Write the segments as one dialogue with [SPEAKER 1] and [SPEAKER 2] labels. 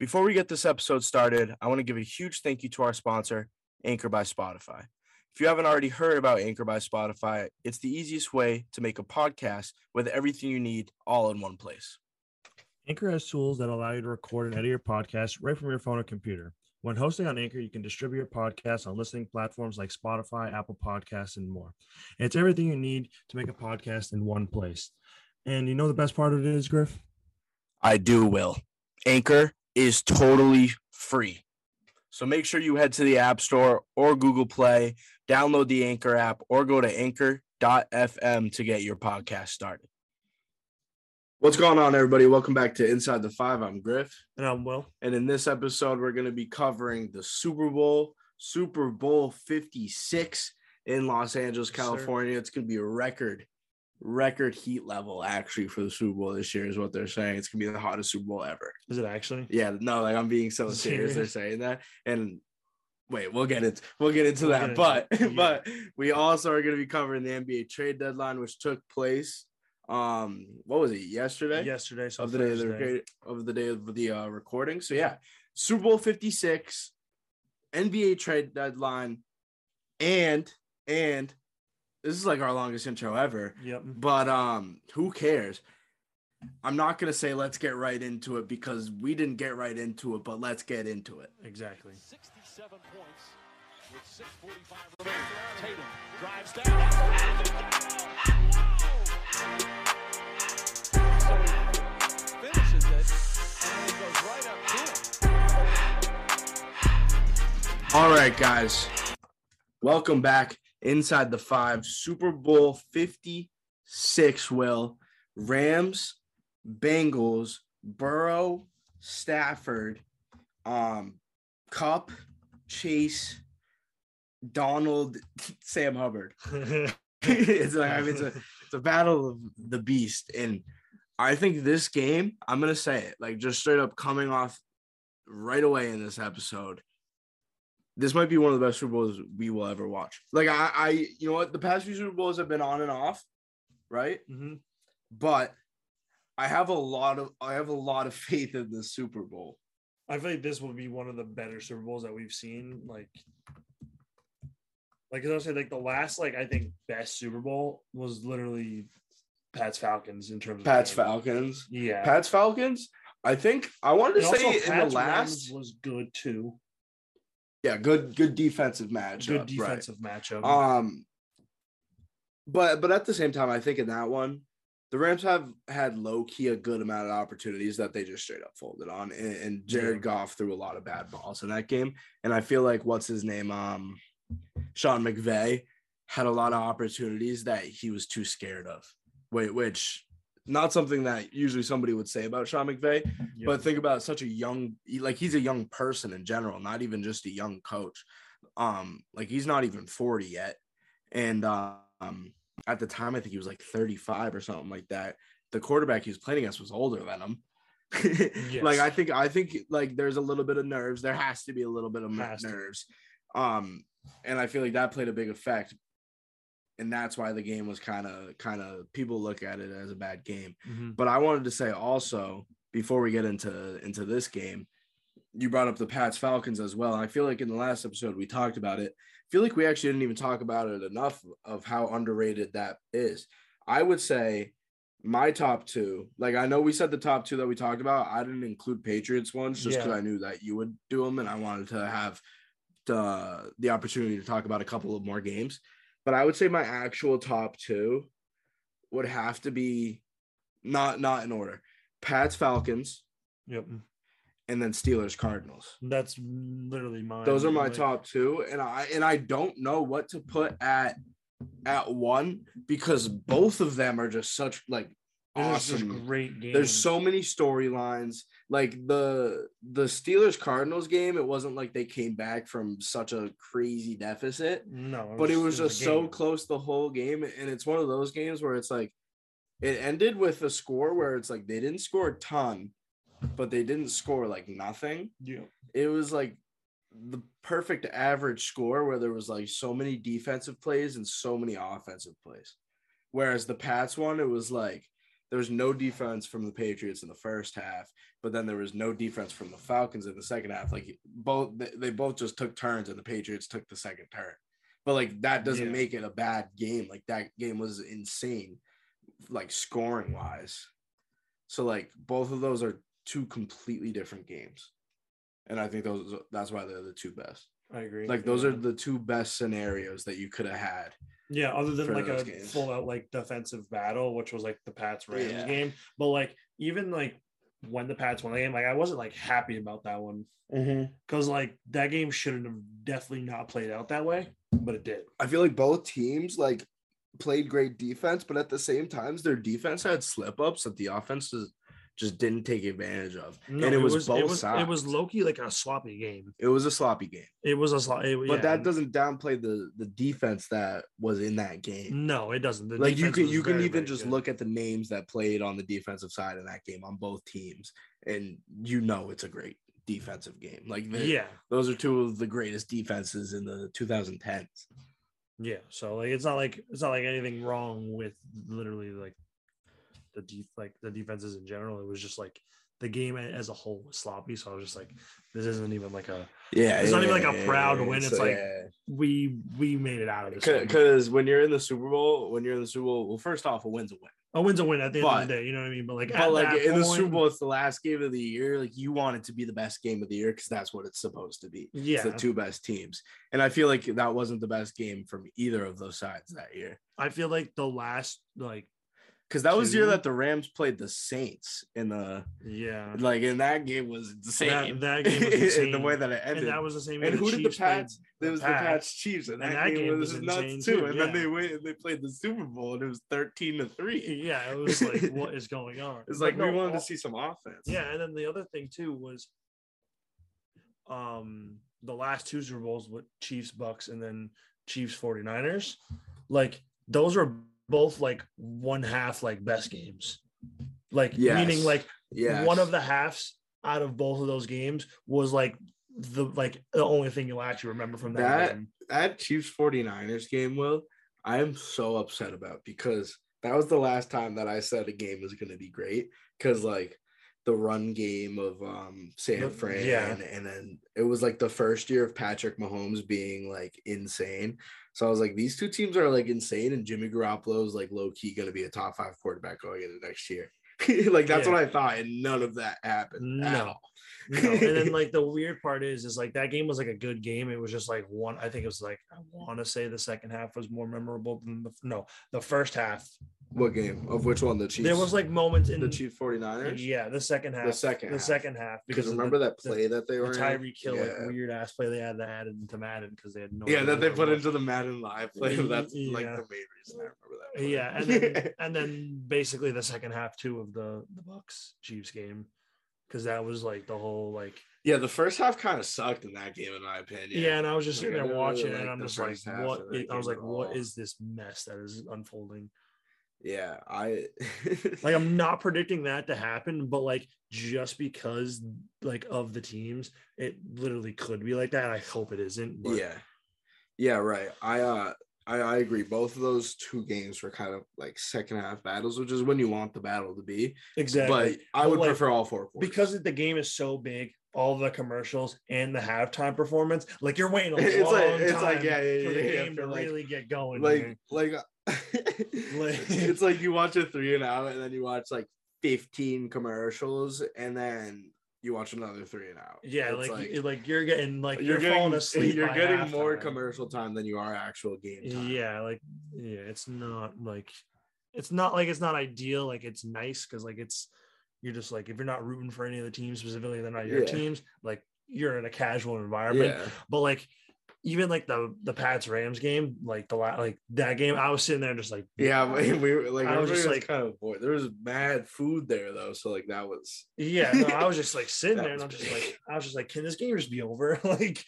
[SPEAKER 1] Before we get this episode started, I want to give a huge thank you to our sponsor, Anchor by Spotify. If you haven't already heard about Anchor by Spotify, it's the easiest way to make a podcast with everything you need all in one place.
[SPEAKER 2] Anchor has tools that allow you to record and edit your podcast right from your phone or computer. When hosting on Anchor, you can distribute your podcast on listening platforms like Spotify, Apple Podcasts, and more. And it's everything you need to make a podcast in one place. And you know the best part of it is, Griff?
[SPEAKER 1] I do, Will. Anchor is totally free. So make sure you head to the App Store or Google Play, download the Anchor app, or go to anchor.fm to get your podcast started. What's going on, everybody? Welcome back to Inside the Five. I'm Griff.
[SPEAKER 2] And I'm Will.
[SPEAKER 1] And in this episode, we're going to be covering the Super Bowl, Super Bowl 56 in Los Angeles,
[SPEAKER 2] Yes, sir.
[SPEAKER 1] California. It's going to be a record, record heat level actually for the Super Bowl this year, is what they're saying. It's going to be the hottest Super Bowl ever.
[SPEAKER 2] Is it actually?
[SPEAKER 1] Yeah, no, like I'm being so serious. They're saying that. And wait, we'll get it. We'll get into
[SPEAKER 2] We'll
[SPEAKER 1] that.
[SPEAKER 2] get
[SPEAKER 1] but
[SPEAKER 2] into it,
[SPEAKER 1] but we also are going to be covering the NBA trade deadline, which took place. Um, what was it yesterday?
[SPEAKER 2] Yesterday. So
[SPEAKER 1] of the day of the,
[SPEAKER 2] Thursday.
[SPEAKER 1] record- of the day of the uh, recording. So yeah, Super Bowl Fifty Six, NBA trade deadline, and and this is like our longest intro ever.
[SPEAKER 2] Yep.
[SPEAKER 1] But um, who cares? I'm not gonna say let's get right into it because we didn't get right into it, but let's get into it.
[SPEAKER 2] Exactly.
[SPEAKER 3] 67 points with 645 remaining. Tatum drives down. So he finishes it and it goes right up to him.
[SPEAKER 1] All right, guys. Welcome back inside the five Super Bowl 56. Will Rams, Bengals, Burrow, Stafford, um, Cup, Chase, Donald, Sam Hubbard. it's like I mean, it's a it's a battle of the beast, and I think this game. I'm gonna say it like just straight up coming off right away in this episode. This might be one of the best Super Bowls we will ever watch. Like I, I you know what, the past few Super Bowls have been on and off, right?
[SPEAKER 2] Mhm.
[SPEAKER 1] But I have a lot of I have a lot of faith in the Super Bowl.
[SPEAKER 2] I feel like this will be one of the better Super Bowls that we've seen. Like, like as I was saying, like the last, like I think best Super Bowl was literally Pat's Falcons in terms of
[SPEAKER 1] Pats
[SPEAKER 2] game.
[SPEAKER 1] Falcons,
[SPEAKER 2] Yeah,
[SPEAKER 1] Pats Falcons. I think I wanted
[SPEAKER 2] And
[SPEAKER 1] to
[SPEAKER 2] also
[SPEAKER 1] say in the
[SPEAKER 2] Pats
[SPEAKER 1] last,
[SPEAKER 2] Rams was good too.
[SPEAKER 1] yeah, good good defensive match.
[SPEAKER 2] Good defensive matchup.
[SPEAKER 1] Um, but but at the same time, I think in that one, the Rams have had low key a good amount of opportunities that they just straight up folded on, and, and Jared
[SPEAKER 2] Yeah.
[SPEAKER 1] Goff threw a lot of bad balls in that game, and I feel like what's his name, um, Sean McVay had a lot of opportunities that he was too scared of. Wait, which not something that usually somebody would say about Sean McVay,
[SPEAKER 2] Yeah.
[SPEAKER 1] but think about such a young, e, like he's a young person in general, not even just a young coach. Um, like he's not even 40 yet. And um, at the time, I think he was like 35 or something like that. The quarterback he was playing against was older than him. Like I think, I think like there's a little bit of nerves. There has to be a little bit of
[SPEAKER 2] Has to.
[SPEAKER 1] nerves. Um, and I feel like that played a big effect. And that's why the game was kind of, kind of people look at it as a bad game.
[SPEAKER 2] Mhm.
[SPEAKER 1] But I wanted to say also before we get into into this game, you brought up the Pats Falcons as well. I feel like in the last episode we talked about it. I feel like we actually didn't even talk about it enough of how underrated that is. I would say my top two. Like I know we said the top two that we talked about. I didn't include Patriots ones just because
[SPEAKER 2] Yeah.
[SPEAKER 1] I knew that you would do them, and I wanted to have the the opportunity to talk about a couple of more games. But I would say my actual top two would have to be not not in order: Pats Falcons
[SPEAKER 2] Yep.
[SPEAKER 1] and then Steelers Cardinals.
[SPEAKER 2] That's literally mine.
[SPEAKER 1] Those are my
[SPEAKER 2] Like,
[SPEAKER 1] top two, and I and I don't know what to put at at one because both of them are just such like
[SPEAKER 2] they're just
[SPEAKER 1] awesome
[SPEAKER 2] great games.
[SPEAKER 1] there's so many storylines. Like the the Steelers Cardinals game, it wasn't like they came back from such a crazy deficit,
[SPEAKER 2] no,
[SPEAKER 1] but it was
[SPEAKER 2] a
[SPEAKER 1] just so
[SPEAKER 2] game.
[SPEAKER 1] close the whole game. And it's one of those games where it's like it ended with a score where it's like they didn't score a ton, but they didn't score like nothing.
[SPEAKER 2] Yeah.
[SPEAKER 1] It was like the perfect average score where there was like so many defensive plays and so many offensive plays. Whereas the Pats one, it was like there was no defense from the Patriots in the first half, but then there was no defense from the Falcons in the second half. Like both, they- they both just took turns, and the Patriots took the second turn. But like that doesn't
[SPEAKER 2] Yeah.
[SPEAKER 1] make it a bad game. Like that game was insane, like scoring wise. So like both of those are two completely different games, and I think those that's why they're the two best.
[SPEAKER 2] I agree.
[SPEAKER 1] Like those
[SPEAKER 2] Yeah.
[SPEAKER 1] are the two best scenarios that you could have had.
[SPEAKER 2] Yeah, other than
[SPEAKER 1] for
[SPEAKER 2] like
[SPEAKER 1] those
[SPEAKER 2] a
[SPEAKER 1] games. Oh,
[SPEAKER 2] full out like defensive battle, which was like the Pats Rams
[SPEAKER 1] Yeah.
[SPEAKER 2] game. But like even like when the Pats won the game, like I wasn't like happy about that one
[SPEAKER 1] Mm-hmm.
[SPEAKER 2] because like that game shouldn't have definitely not played out that way, but it did.
[SPEAKER 1] I feel like both teams like played great defense, but at the same times their defense had slip ups that the offenses just didn't take advantage of, and it, was, both
[SPEAKER 2] it was,
[SPEAKER 1] sides.
[SPEAKER 2] It was Loki like a sloppy game.
[SPEAKER 1] a sloppy game,
[SPEAKER 2] It was a sloppy,
[SPEAKER 1] but that doesn't downplay the the defense that was in that game.
[SPEAKER 2] No, it doesn't. Mm, The
[SPEAKER 1] like you
[SPEAKER 2] defense
[SPEAKER 1] can
[SPEAKER 2] was
[SPEAKER 1] you can
[SPEAKER 2] very,
[SPEAKER 1] even
[SPEAKER 2] very
[SPEAKER 1] just
[SPEAKER 2] good.
[SPEAKER 1] look at the names that played on the defensive side in that game on both teams, and you know it's a great defensive game. Like the-
[SPEAKER 2] Yeah,
[SPEAKER 1] those are two of the greatest defenses in the 2010s.
[SPEAKER 2] yeah. So like it's not like it's not like anything wrong with literally like the def like the defenses in general. It was just like the game a- as a whole was sloppy. So I was just like, this isn't even like a
[SPEAKER 1] Yeah,
[SPEAKER 2] It's not even, like, a
[SPEAKER 1] yeah,
[SPEAKER 2] proud
[SPEAKER 1] yeah,
[SPEAKER 2] win,
[SPEAKER 1] yeah.
[SPEAKER 2] it's like- we we made it out of this. one.
[SPEAKER 1] Because when you're in the Super Bowl, when you're in the Super Bowl, well, first off, a win's a win.
[SPEAKER 2] A win's a win at the end
[SPEAKER 1] But-
[SPEAKER 2] of the day. You know what I mean? But like, at
[SPEAKER 1] But like
[SPEAKER 2] that
[SPEAKER 1] in the
[SPEAKER 2] point-
[SPEAKER 1] Super Bowl, it's the last game of the year. Like you want it to be the best game of the year because that's what it's supposed to be.
[SPEAKER 2] yeah,
[SPEAKER 1] It's the two best teams, and I feel like that wasn't the best game from either of those sides that year.
[SPEAKER 2] I feel like the last like
[SPEAKER 1] Because that was the year
[SPEAKER 2] Two.
[SPEAKER 1] that the Rams played the Saints in the
[SPEAKER 2] yeah.
[SPEAKER 1] like, and that game was insane.
[SPEAKER 2] that game was
[SPEAKER 1] the
[SPEAKER 2] insane.
[SPEAKER 1] way that it ended.
[SPEAKER 2] And that was the same.
[SPEAKER 1] And
[SPEAKER 2] year
[SPEAKER 1] who did the
[SPEAKER 2] Chiefs played
[SPEAKER 1] Pats- It was the
[SPEAKER 2] Pats.
[SPEAKER 1] Pats Chiefs, and that, game, was,
[SPEAKER 2] insane
[SPEAKER 1] nuts too.
[SPEAKER 2] too,
[SPEAKER 1] And
[SPEAKER 2] yeah.
[SPEAKER 1] then they went and they played the Super Bowl, and it was thirteen to three.
[SPEAKER 2] Yeah, it was like, what is going on?
[SPEAKER 1] It's like
[SPEAKER 2] But
[SPEAKER 1] we
[SPEAKER 2] no,
[SPEAKER 1] wanted to
[SPEAKER 2] all-
[SPEAKER 1] see some offense.
[SPEAKER 2] Yeah, and then the other thing too was, um, the last two Super Bowls with Chiefs Bucks and then Chiefs 49ers, like those were both like one half like best games, like meaning
[SPEAKER 1] Yes.
[SPEAKER 2] like
[SPEAKER 1] yeah.
[SPEAKER 2] one of the halves out of both of those games was like the like the only thing you'll actually remember from that,
[SPEAKER 1] That-
[SPEAKER 2] game.
[SPEAKER 1] that Chiefs 49ers game, Will, I am so upset about because that was the last time that I said a game was gonna be great. Cause like the run game of um San
[SPEAKER 2] The-
[SPEAKER 1] Fran
[SPEAKER 2] yeah.
[SPEAKER 1] and, then it was like the first year of Patrick Mahomes being like insane. So I was like, these two teams are like insane, and Jimmy Garoppolo is like low key gonna be a top five quarterback going into next year. like that's
[SPEAKER 2] Yeah.
[SPEAKER 1] what I thought, and none of that happened. at
[SPEAKER 2] No.
[SPEAKER 1] all.
[SPEAKER 2] No, and then like the weird part is, is like that game was like a good game. It was just like one. I think it was like I want to say the second half was more memorable than the no the first half.
[SPEAKER 1] What game? Of which one? The Chiefs.
[SPEAKER 2] There was like moments in
[SPEAKER 1] the Chiefs 49ers.
[SPEAKER 2] Yeah, the second half.
[SPEAKER 1] second
[SPEAKER 2] The
[SPEAKER 1] half.
[SPEAKER 2] second half.
[SPEAKER 1] Because
[SPEAKER 2] of
[SPEAKER 1] remember
[SPEAKER 2] the,
[SPEAKER 1] that play that they
[SPEAKER 2] the,
[SPEAKER 1] were
[SPEAKER 2] the
[SPEAKER 1] in?
[SPEAKER 2] Tyreek Hill like
[SPEAKER 1] Yeah.
[SPEAKER 2] weird ass play they had that added into Madden because they had no.
[SPEAKER 1] Yeah,
[SPEAKER 2] idea
[SPEAKER 1] that they
[SPEAKER 2] what it
[SPEAKER 1] put
[SPEAKER 2] was.
[SPEAKER 1] into the Madden live play.
[SPEAKER 2] Yeah.
[SPEAKER 1] That's like
[SPEAKER 2] Yeah.
[SPEAKER 1] the main reason I remember that. play.
[SPEAKER 2] Uh, Yeah, and then, and then basically the second half too of the the Bucks Chiefs game because that was like the whole like
[SPEAKER 1] yeah, the first half kind of sucked in that game, in my opinion.
[SPEAKER 2] yeah, and I was just
[SPEAKER 1] Like,
[SPEAKER 2] sitting
[SPEAKER 1] I
[SPEAKER 2] there
[SPEAKER 1] didn't
[SPEAKER 2] watching
[SPEAKER 1] really
[SPEAKER 2] it, and
[SPEAKER 1] like
[SPEAKER 2] I'm
[SPEAKER 1] the
[SPEAKER 2] just like
[SPEAKER 1] first half
[SPEAKER 2] what
[SPEAKER 1] of that
[SPEAKER 2] i- I was
[SPEAKER 1] game at
[SPEAKER 2] like what
[SPEAKER 1] all.
[SPEAKER 2] is this mess that is unfolding
[SPEAKER 1] yeah, I
[SPEAKER 2] like oh, I'm not predicting that to happen but like just because like of the teams it literally could be like that I hope it isn't but
[SPEAKER 1] yeah, yeah, right. I uh, I I agree. Both of those two games were kind of like second half battles, which is when you want the battle to be.
[SPEAKER 2] exactly
[SPEAKER 1] But I would
[SPEAKER 2] like,
[SPEAKER 1] prefer all four quarters
[SPEAKER 2] because the game is so big all the commercials and the halftime performance. Like you're waiting a long
[SPEAKER 1] It's like- it's
[SPEAKER 2] time
[SPEAKER 1] like, yeah, yeah,
[SPEAKER 2] for the
[SPEAKER 1] yeah, yeah,
[SPEAKER 2] game
[SPEAKER 1] for
[SPEAKER 2] to
[SPEAKER 1] like-
[SPEAKER 2] really get going.
[SPEAKER 1] like
[SPEAKER 2] man.
[SPEAKER 1] like it's like you watch a three and out and then you watch like 15 commercials and then you watch another three and out
[SPEAKER 2] yeah,
[SPEAKER 1] It's
[SPEAKER 2] like, like you're getting like
[SPEAKER 1] you're,
[SPEAKER 2] falling
[SPEAKER 1] getting
[SPEAKER 2] asleep.
[SPEAKER 1] you're
[SPEAKER 2] by
[SPEAKER 1] getting more
[SPEAKER 2] halftime.
[SPEAKER 1] commercial time than you are actual game time
[SPEAKER 2] Yeah, like yeah, it's not like it's not like it's not ideal. Like it's nice because like it's you're just like if you're not rooting for any of the teams specifically, they're not your
[SPEAKER 1] Yeah.
[SPEAKER 2] teams. Like you're in a casual environment.
[SPEAKER 1] yeah
[SPEAKER 2] But like even like the the Pats Rams game, like the la- like that game, I was sitting there just like
[SPEAKER 1] yeah we, we were like
[SPEAKER 2] I
[SPEAKER 1] everybody
[SPEAKER 2] was just
[SPEAKER 1] was
[SPEAKER 2] like-
[SPEAKER 1] kind of bored there was mad food there though so like that was
[SPEAKER 2] yeah. No, I was just like sitting
[SPEAKER 1] That
[SPEAKER 2] there and
[SPEAKER 1] was
[SPEAKER 2] I'm just
[SPEAKER 1] big.
[SPEAKER 2] like I was just like, can this game just be over? like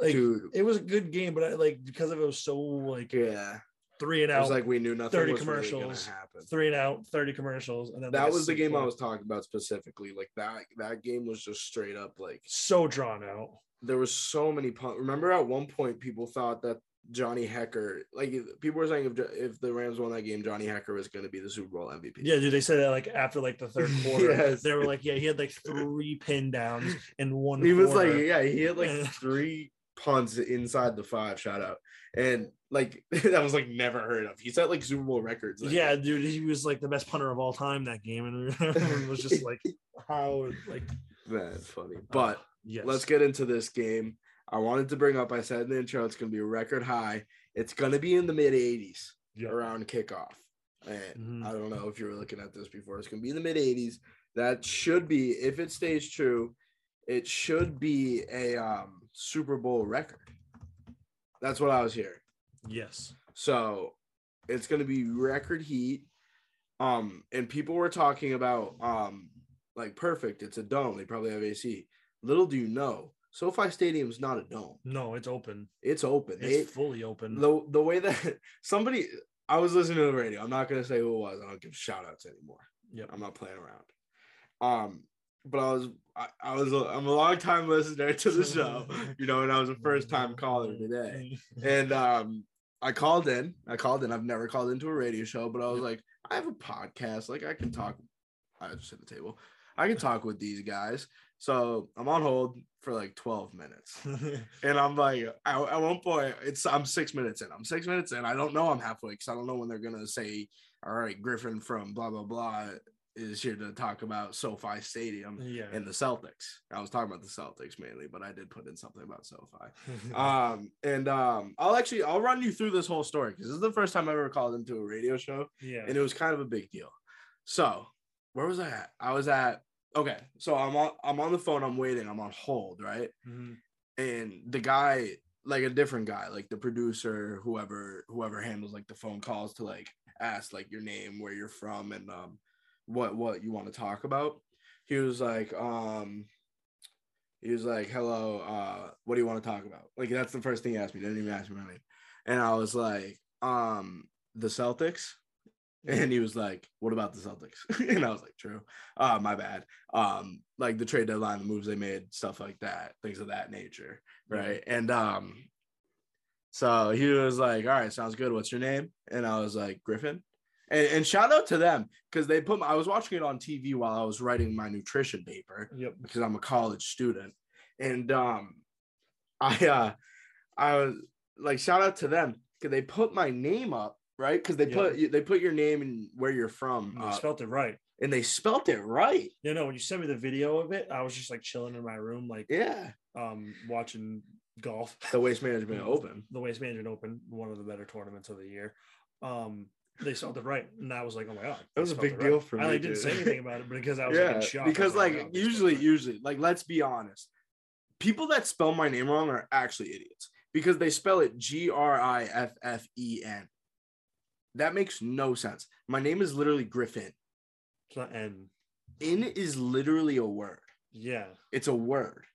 [SPEAKER 2] like
[SPEAKER 1] dude
[SPEAKER 2] it was a good game, but I like because of it was so like
[SPEAKER 1] yeah
[SPEAKER 2] three and
[SPEAKER 1] it was
[SPEAKER 2] out,
[SPEAKER 1] like we knew nothing
[SPEAKER 2] 30
[SPEAKER 1] was really gonna
[SPEAKER 2] commercials.
[SPEAKER 1] happen
[SPEAKER 2] three and out, thirty commercials, and then like,
[SPEAKER 1] that
[SPEAKER 2] a
[SPEAKER 1] was the game I
[SPEAKER 2] sequel.
[SPEAKER 1] was talking about specifically. Like that, that game was just straight up like
[SPEAKER 2] so drawn out.
[SPEAKER 1] there was so many punt. Remember, at one point, people thought that Johnny Hecker, like people were saying, if Jo- if the Rams won that game, Johnny Hecker was going to be the Super Bowl MVP.
[SPEAKER 2] Yeah, dude, they said that like after like the third quarter,
[SPEAKER 1] Yes.
[SPEAKER 2] they were like, yeah, he had like three pin downs in one.
[SPEAKER 1] he was
[SPEAKER 2] quarter.
[SPEAKER 1] like, yeah, he had
[SPEAKER 2] Yeah.
[SPEAKER 1] like three punts inside the five. Shout out, and like that was like never heard of. He set like Super Bowl records. like,
[SPEAKER 2] yeah, dude, he was like the best punter of all time that game, and everyone was just like, how, like, uh,
[SPEAKER 1] that's funny. But
[SPEAKER 2] Oh, yes,
[SPEAKER 1] let's get into this game. I wanted to bring up. I said in the intro, it's going to be a record high. It's going to be in the mid '80s.
[SPEAKER 2] Yeah.
[SPEAKER 1] around kickoff. And
[SPEAKER 2] Mhm.
[SPEAKER 1] I don't know if you were looking at this before. It's going to be in the mid 80s. That should be, if it stays true, it should be a um, Super Bowl record. That's what I was hearing.
[SPEAKER 2] yes,
[SPEAKER 1] So it's going to be record heat. Um, and people were talking about um, like perfect. It's a dome. They probably have AC. Little do you know, SoFi Stadium's not a dome.
[SPEAKER 2] no, it's open,
[SPEAKER 1] It's open.
[SPEAKER 2] it's
[SPEAKER 1] They-
[SPEAKER 2] fully open.
[SPEAKER 1] the the way that somebody I was listening to the radio. I'm not gonna say who it was. I don't give shout outs anymore.
[SPEAKER 2] Yep.
[SPEAKER 1] I'm not playing around. Um, but I was I, I was a, I'm a long time listener to the show, you know, and I was a first time caller
[SPEAKER 2] Mm-hmm.
[SPEAKER 1] today. And um I called in. I called in. I've never called into a radio show, but I was like, I have a podcast. Like I can talk. I just hit the table. I can talk with these guys. So I'm on hold for like 12 minutes. And I'm like, I, at one point, it's I'm six minutes in. I'm six minutes in. I don't know I'm halfway because I don't know when they're gonna say, "All right, Griffin from blah blah blah is here to talk about SoFi Stadium
[SPEAKER 2] yeah,
[SPEAKER 1] and the Celtics." I was talking about the Celtics mainly, but I did put in something about SoFi. Um, and um, I'll actually I'll run you through this whole story because this is the first time I ever called into a radio show,
[SPEAKER 2] yeah,
[SPEAKER 1] and it was kind of a big deal. So where was I at? I was at okay. So I'm on I'm on the phone. I'm waiting. I'm on hold. Right
[SPEAKER 2] Mhm.
[SPEAKER 1] and the guy like a different guy like the producer whoever whoever handles like the phone calls to like ask like your name where you're from and um what what you want to talk about he was like um he was like hello uh what do you want to talk about like that's the first thing he asked me didn't even ask me my name and i was like um the celtics and he was like what about the celtics and i was like true uh my bad um like the trade deadline the moves they made stuff like that things of that nature right and um so he was like all right sounds good what's your name and i was like griffin and, and shout out to them because they put my, i was watching it on tv while i was writing my nutrition paper
[SPEAKER 2] yep,
[SPEAKER 1] because i'm a college student and um i uh i was like shout out to them because they put my name up right because they
[SPEAKER 2] Yeah.
[SPEAKER 1] put they put your name and where you're from
[SPEAKER 2] I
[SPEAKER 1] up,
[SPEAKER 2] spelt it right.
[SPEAKER 1] and they spelt it right
[SPEAKER 2] You know, when you sent me the video of it, I was just like chilling in my room, like
[SPEAKER 1] yeah
[SPEAKER 2] um watching golf.
[SPEAKER 1] the waste management open.
[SPEAKER 2] the Waste Management Open, one of the better tournaments of the year. Um, they spelled it right, and I was like, "Oh my god,
[SPEAKER 1] That was
[SPEAKER 2] they
[SPEAKER 1] a
[SPEAKER 2] spelled
[SPEAKER 1] big
[SPEAKER 2] it right.
[SPEAKER 1] deal for
[SPEAKER 2] I
[SPEAKER 1] me,
[SPEAKER 2] like, didn't say
[SPEAKER 1] dude.
[SPEAKER 2] anything about it because I was like,
[SPEAKER 1] yeah,
[SPEAKER 2] in shock. I
[SPEAKER 1] because
[SPEAKER 2] was
[SPEAKER 1] like
[SPEAKER 2] "Oh my God, they spelled
[SPEAKER 1] usually,
[SPEAKER 2] it right."
[SPEAKER 1] usually, like let's be honest, people that spell my name wrong are actually idiots because they spell it G R I F F E N. That makes no sense. My name is literally Griffin.
[SPEAKER 2] it's not N.
[SPEAKER 1] In is literally a word.
[SPEAKER 2] Yeah,
[SPEAKER 1] It's a word.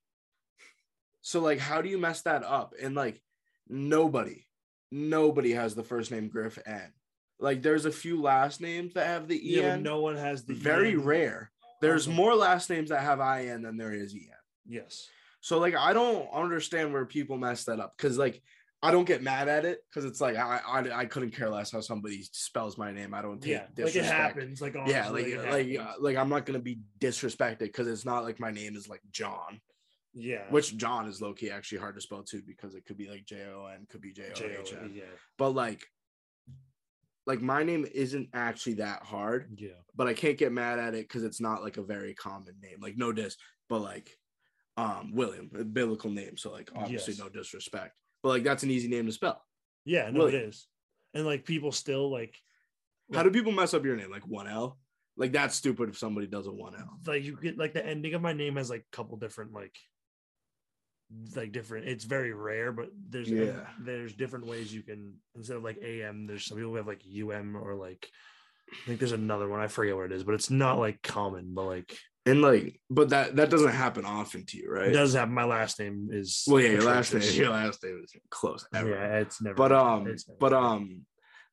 [SPEAKER 1] So like, how do you mess that up? And like, nobody, nobody has the first name Griff N. Like, there's a few last names that have the E N.
[SPEAKER 2] yeah, but no one has the E
[SPEAKER 1] very
[SPEAKER 2] EN.
[SPEAKER 1] rare. There's
[SPEAKER 2] the-
[SPEAKER 1] more last names that have IN than there is EN.
[SPEAKER 2] Yes,
[SPEAKER 1] So like I don't understand where people mess that up because like I don't get mad at it because it's like I, I I couldn't care less how somebody spells my name. I don't take
[SPEAKER 2] yeah, like it
[SPEAKER 1] disrespect.
[SPEAKER 2] happens. Like honestly,
[SPEAKER 1] yeah, like
[SPEAKER 2] it
[SPEAKER 1] like uh,
[SPEAKER 2] happens.
[SPEAKER 1] like I'm not gonna be disrespected because it's not like my name is like John
[SPEAKER 2] Yeah.
[SPEAKER 1] which John is low key actually hard to spell too because it could be like J O N, could be J O H N.
[SPEAKER 2] Yeah.
[SPEAKER 1] But like, like my name isn't actually that hard,
[SPEAKER 2] Yeah.
[SPEAKER 1] but I can't get mad at it because it's not like a very common name. Like no dis, but like, um, William, a biblical name. So like, obviously
[SPEAKER 2] Yes.
[SPEAKER 1] no disrespect, but like that's an easy name to spell.
[SPEAKER 2] Yeah. No,
[SPEAKER 1] Well-
[SPEAKER 2] it is. And like people still like
[SPEAKER 1] How do people mess up your name? Like one L. Like that's stupid if somebody does a one L.
[SPEAKER 2] like you get like the ending of my name has like a couple different like like different it's very rare but there's
[SPEAKER 1] Yeah.
[SPEAKER 2] there's different ways you can instead of like am there's some people who have like um or like i think there's another one i forget what it is but it's not like common but like
[SPEAKER 1] And like, but that that doesn't happen often to you,
[SPEAKER 2] it
[SPEAKER 1] right?
[SPEAKER 2] does have my last name is
[SPEAKER 1] Well, yeah, your last name,
[SPEAKER 2] atrocious.
[SPEAKER 1] your last name is close. Ever.
[SPEAKER 2] yeah it's never
[SPEAKER 1] but um
[SPEAKER 2] it's never-
[SPEAKER 1] but um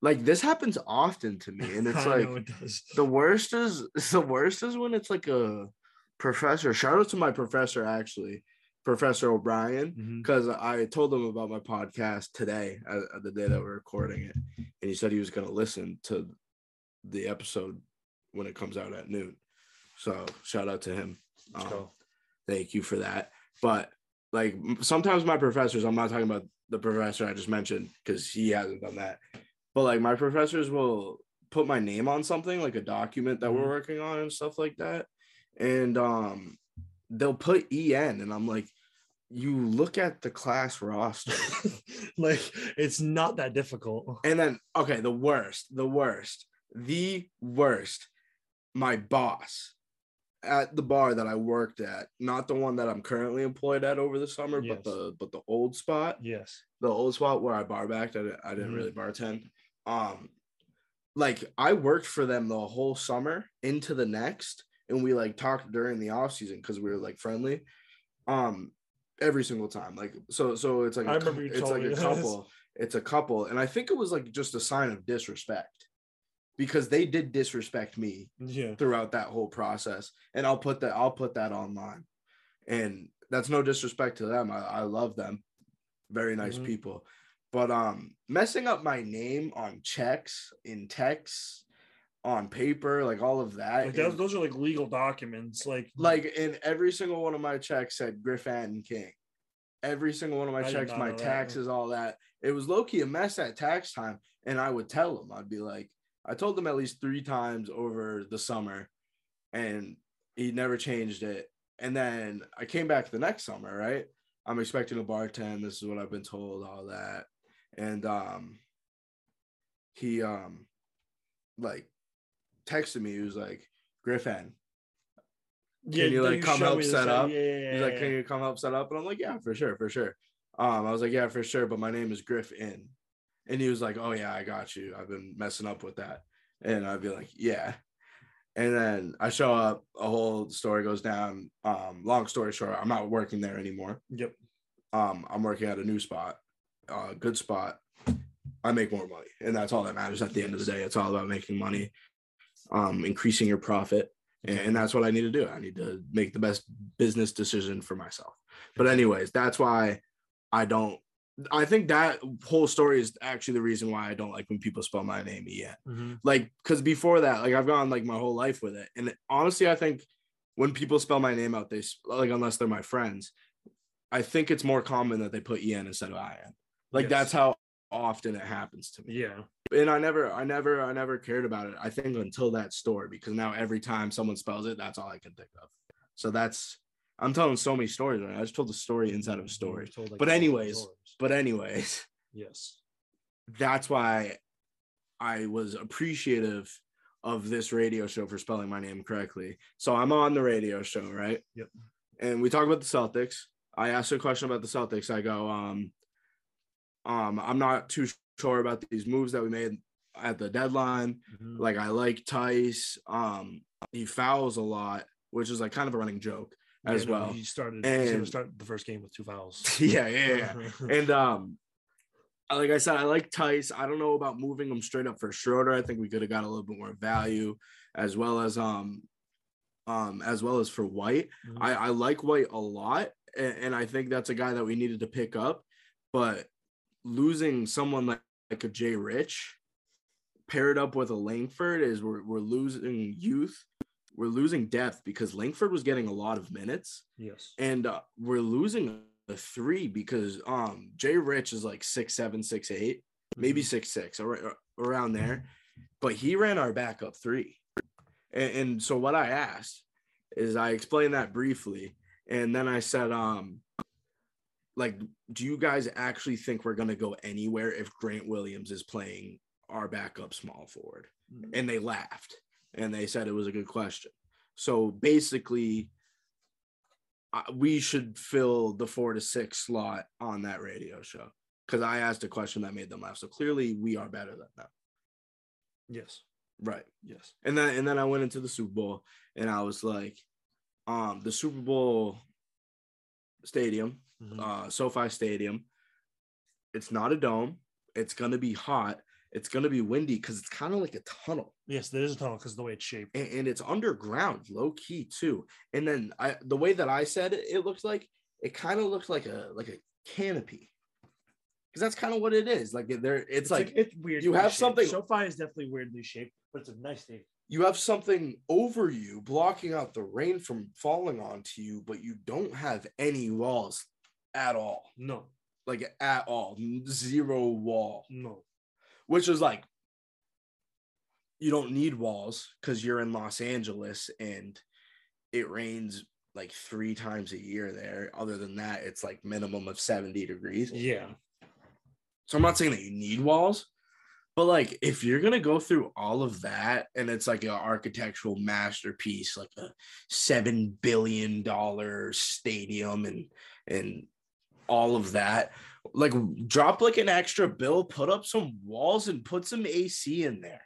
[SPEAKER 1] like this happens often to me and it's
[SPEAKER 2] I
[SPEAKER 1] like
[SPEAKER 2] know it does.
[SPEAKER 1] the worst is the worst is when it's like a professor shout out to my professor actually professor o'brien
[SPEAKER 2] Mhm.
[SPEAKER 1] because i told him about my podcast today uh, uh, the day that we're recording it and he said he was going to listen to the episode when it comes out at noon so shout out to him
[SPEAKER 2] Let's
[SPEAKER 1] Um,
[SPEAKER 2] go.
[SPEAKER 1] thank you for that but like m- sometimes my professors i'm not talking about the professor i just mentioned because he hasn't done that but like my professors will put my name on something like a document that
[SPEAKER 2] Mhm.
[SPEAKER 1] we're working on and stuff like that and um they'll put en and i'm like you look at the class roster
[SPEAKER 2] like it's not that difficult
[SPEAKER 1] and then okay the worst the worst the worst my boss at the bar that i worked at not the one that i'm currently employed at over the summer
[SPEAKER 2] Yes.
[SPEAKER 1] but the but the old spot
[SPEAKER 2] yes
[SPEAKER 1] the old spot where i bar backed i, di- I didn't
[SPEAKER 2] Mhm.
[SPEAKER 1] really bartend um like i worked for them the whole summer into the next and we like talked during the off season because we were like friendly um every single time like so so it's like
[SPEAKER 2] I
[SPEAKER 1] a cou-
[SPEAKER 2] remember you
[SPEAKER 1] it's
[SPEAKER 2] told
[SPEAKER 1] like
[SPEAKER 2] me
[SPEAKER 1] a
[SPEAKER 2] this.
[SPEAKER 1] couple it's a couple and i think it was like just a sign of disrespect because they did disrespect me
[SPEAKER 2] yeah
[SPEAKER 1] throughout that whole process and i'll put that i'll put that online and that's no disrespect to them i, I love them very nice
[SPEAKER 2] Mhm.
[SPEAKER 1] people but um messing up my name on checks in texts on paper like all of that
[SPEAKER 2] like those,
[SPEAKER 1] and-
[SPEAKER 2] those are like legal documents like
[SPEAKER 1] like in every single one of my checks said Griffin King. Every single one of
[SPEAKER 2] I
[SPEAKER 1] my
[SPEAKER 2] did
[SPEAKER 1] checks,
[SPEAKER 2] not
[SPEAKER 1] my
[SPEAKER 2] know that.
[SPEAKER 1] taxes, all that. It was low key a mess at tax time. And I would tell them, I'd be like, I told them at least three times over the summer, and he never changed it. And then I came back the next summer, right? I'm expecting a bartend. This is what I've been told, all that. And um he um like texted me, he was like, Griffin, Can you,
[SPEAKER 2] no,
[SPEAKER 1] like, come
[SPEAKER 2] showed
[SPEAKER 1] help
[SPEAKER 2] me this,
[SPEAKER 1] set
[SPEAKER 2] yeah,
[SPEAKER 1] up?
[SPEAKER 2] Yeah, yeah,
[SPEAKER 1] He's
[SPEAKER 2] yeah,
[SPEAKER 1] like,
[SPEAKER 2] yeah.
[SPEAKER 1] can you come help set up? And I'm like, yeah, for sure, for sure. Um, I was like, yeah, for sure. But my name is Griff In. And he was like, oh, yeah, I got you. I've been messing up with that. And I'd be like, yeah. And then I show up, a whole story goes down. Um, long story short, I'm not working there anymore.
[SPEAKER 2] Yep.
[SPEAKER 1] Um, I'm working at a new spot, uh, good spot. I make more money. And that's all that matters at the end of the day. It's all about making money, um, increasing your profit. And, and that's what I need to do. I need to make the best business decision for myself. But anyways, that's why I don't. I think that whole story is actually the reason why I don't like when people spell my name yet. Like, because before that, like I've gone like my whole life with it, and honestly, I think when people spell my name out, they s- like unless they're my friends, I think it's more common that they put en instead of in. Like
[SPEAKER 2] Yes.
[SPEAKER 1] that's how often it happens to me
[SPEAKER 2] Yeah.
[SPEAKER 1] and I never, I never, I never cared about it. I think until that story, because now every time someone spells it, that's all I can think of. So that's, I'm telling so many stories. Right? now. I just told the story inside of a story.
[SPEAKER 2] Told, like,
[SPEAKER 1] But
[SPEAKER 2] all the
[SPEAKER 1] anyways-
[SPEAKER 2] stories.
[SPEAKER 1] But anyways,
[SPEAKER 2] yes.
[SPEAKER 1] that's why I was appreciative of this radio show for spelling my name correctly. So I'm on the radio show, right?
[SPEAKER 2] Yep.
[SPEAKER 1] And we talk about the Celtics. I asked a question about the Celtics. I go, um, um, I'm not too sure about these moves that we made at the deadline.
[SPEAKER 2] Mhm.
[SPEAKER 1] Like I like Tice. Um, he fouls a lot, which is like kind of a running joke
[SPEAKER 2] Yeah,
[SPEAKER 1] as
[SPEAKER 2] no,
[SPEAKER 1] well.
[SPEAKER 2] uh, He started. he's gonna
[SPEAKER 1] And-
[SPEAKER 2] start the first game with two fouls.
[SPEAKER 1] yeah, yeah, yeah. And um, like I said, I like Tice. I don't know about moving him straight up for Schroeder. I think we could have got a little bit more value, as well as um, um, as well as for White.
[SPEAKER 2] Mhm.
[SPEAKER 1] I, I like White a lot, and, and I think that's a guy that we needed to pick up. But losing someone like, like a Jay Rich paired up with a Langford is we're, we're losing youth. we're losing depth because Langford was getting a lot of minutes,
[SPEAKER 2] Yes.
[SPEAKER 1] and uh, we're losing a three because um Jay Rich is like six seven, six eight,
[SPEAKER 2] Mm-hmm.
[SPEAKER 1] maybe six six, around there, but he ran our backup three, and, and so what I asked is I explained that briefly, and then I said um. Like, do you guys actually think we're gonna go anywhere if Grant Williams is playing our backup small forward? and they laughed and they said it was a good question. So basically, I- we should fill the four to six slot on that radio show because I asked a question that made them laugh. So clearly, we are better than them,
[SPEAKER 2] Yes.
[SPEAKER 1] right?
[SPEAKER 2] Yes.
[SPEAKER 1] And then and then I went into the Super Bowl and I was like, um, the Super Bowl stadium,
[SPEAKER 2] Mm-hmm.
[SPEAKER 1] uh, SoFi Stadium. It's not a dome. It's gonna be hot. It's gonna be windy because it's kind of like a tunnel.
[SPEAKER 2] yes, there is a tunnel because the way it's shaped.
[SPEAKER 1] and, and it's underground, low key too. And then I, the way that I said it, it looked like it kind of looked like a like a canopy, because that's kind of what it is. Like there, it's, like,
[SPEAKER 2] it's weird.
[SPEAKER 1] you have something-
[SPEAKER 2] SoFi is definitely weirdly shaped, but it's a nice thing.
[SPEAKER 1] you have something over you blocking out the rain from falling onto you, but you don't have any walls at all,
[SPEAKER 2] No,
[SPEAKER 1] like at all, zero wall,
[SPEAKER 2] no.
[SPEAKER 1] which is like you don't need walls because you're in Los Angeles and it rains like three times a year there. Other than that, it's like minimum of 70 degrees.
[SPEAKER 2] Yeah.
[SPEAKER 1] So I'm not saying that you need walls, but like if you're gonna go through all of that and it's like an architectural masterpiece, like a seven billion dollar stadium and and all of that, like drop like an extra bill, put up some walls and put some AC in there.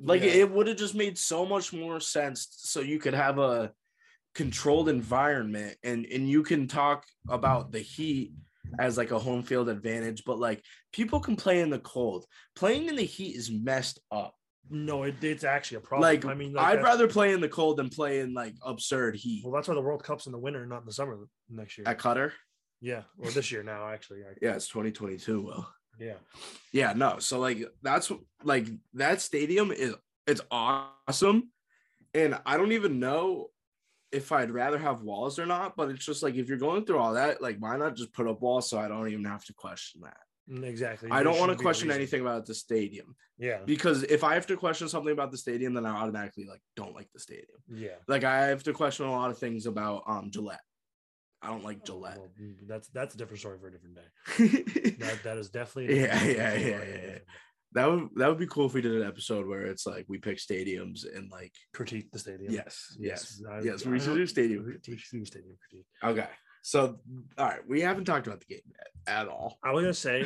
[SPEAKER 1] Like
[SPEAKER 2] Yeah.
[SPEAKER 1] it would have just made so much more sense so you could have a controlled environment and and you can talk about the heat as like a home field advantage but like people can play in the cold playing in the heat is messed up
[SPEAKER 2] No, it, it's actually a problem.
[SPEAKER 1] like
[SPEAKER 2] I mean,
[SPEAKER 1] i'd
[SPEAKER 2] that's-
[SPEAKER 1] rather play in the cold than play in like absurd heat
[SPEAKER 2] Well, that's why the World Cup's in the winter, not in the summer next year.
[SPEAKER 1] at cutter
[SPEAKER 2] yeah, or this year now, actually. I,
[SPEAKER 1] yeah it's 2022 well
[SPEAKER 2] yeah.
[SPEAKER 1] yeah no so like that's like that stadium is it's awesome and i don't even know if i'd rather have walls or not but it's just like if you're going through all that like why not just put up walls so i don't even have to question that
[SPEAKER 2] Mm, Exactly.
[SPEAKER 1] i
[SPEAKER 2] There
[SPEAKER 1] don't want to
[SPEAKER 2] shouldn't be a
[SPEAKER 1] question
[SPEAKER 2] reason.
[SPEAKER 1] anything about the stadium
[SPEAKER 2] Yeah.
[SPEAKER 1] because if I have to question something about the stadium, then I automatically like don't like the stadium.
[SPEAKER 2] Yeah.
[SPEAKER 1] Like I have to question a lot of things about um Gillette. I don't like Gillette.
[SPEAKER 2] Oh, Well, mm, that's that's a different story for a different day.
[SPEAKER 1] that
[SPEAKER 2] That that is definitely a
[SPEAKER 1] Yeah,
[SPEAKER 2] different
[SPEAKER 1] yeah,
[SPEAKER 2] story
[SPEAKER 1] yeah,
[SPEAKER 2] for a
[SPEAKER 1] yeah, yeah.
[SPEAKER 2] different day.
[SPEAKER 1] would that would be cool if we did an episode where it's like we pick stadiums and like
[SPEAKER 2] critique the stadium.
[SPEAKER 1] yes, yes,
[SPEAKER 2] I-
[SPEAKER 1] yes,
[SPEAKER 2] I
[SPEAKER 1] we should
[SPEAKER 2] don't-
[SPEAKER 1] do stadium.
[SPEAKER 2] critique, do stadium critique.
[SPEAKER 1] Okay, so all right, we haven't talked about the game yet at all.
[SPEAKER 2] I was gonna say,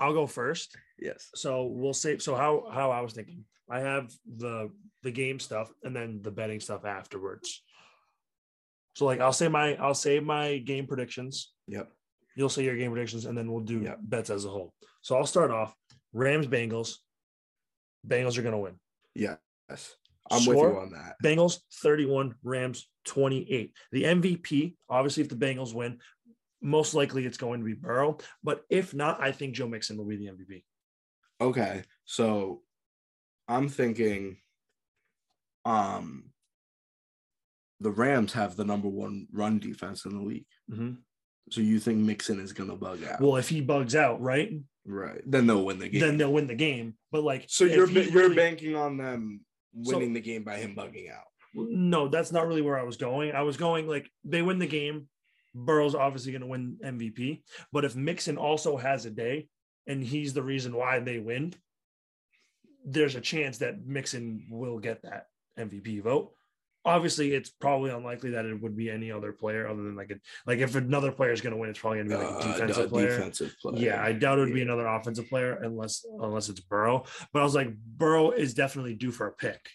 [SPEAKER 2] I'll go first.
[SPEAKER 1] Yes,
[SPEAKER 2] So we'll say. So how how I was thinking, I have the the game stuff and then the betting stuff afterwards. So like I'll say my I'll say my game predictions.
[SPEAKER 1] Yep.
[SPEAKER 2] You'll say your game predictions, and then we'll do
[SPEAKER 1] Yep.
[SPEAKER 2] bets as a whole. So I'll start off Rams Bengals. Bengals are gonna win.
[SPEAKER 1] yes, I'm with
[SPEAKER 2] Score?
[SPEAKER 1] you on that.
[SPEAKER 2] Bengals 31, Rams 28. The MVP, obviously, if the Bengals win, most likely it's going to be Burrow. But if not, I think Joe Mixon will be the MVP.
[SPEAKER 1] Okay, so I'm thinking, um, the Rams have the number one run defense in the league. Mm-hmm. So you think Mixon is gonna bug out?
[SPEAKER 2] Well, if he bugs out, right,
[SPEAKER 1] right. Then they'll win the game.
[SPEAKER 2] then they'll win the game. But like,
[SPEAKER 1] so
[SPEAKER 2] if
[SPEAKER 1] you're
[SPEAKER 2] he
[SPEAKER 1] ba- you're
[SPEAKER 2] really-
[SPEAKER 1] banking on them
[SPEAKER 2] So-
[SPEAKER 1] winning the game by him bugging out.
[SPEAKER 2] No, that's not really where I was going. I was going like they win the game. Burrow's obviously going to win MVP. But if Mixon also has a day and he's the reason why they win, there's a chance that Mixon will get that MVP vote. Obviously, it's probably unlikely that it would be any other player other than like a, like if another player is going to win, it's probably going to be like
[SPEAKER 1] Uh,
[SPEAKER 2] a
[SPEAKER 1] d-
[SPEAKER 2] defensive
[SPEAKER 1] a
[SPEAKER 2] player.
[SPEAKER 1] defensive player.
[SPEAKER 2] Yeah, I doubt it would be another offensive player unless unless it's Burrow. But I was like, Burrow is definitely due for a pick.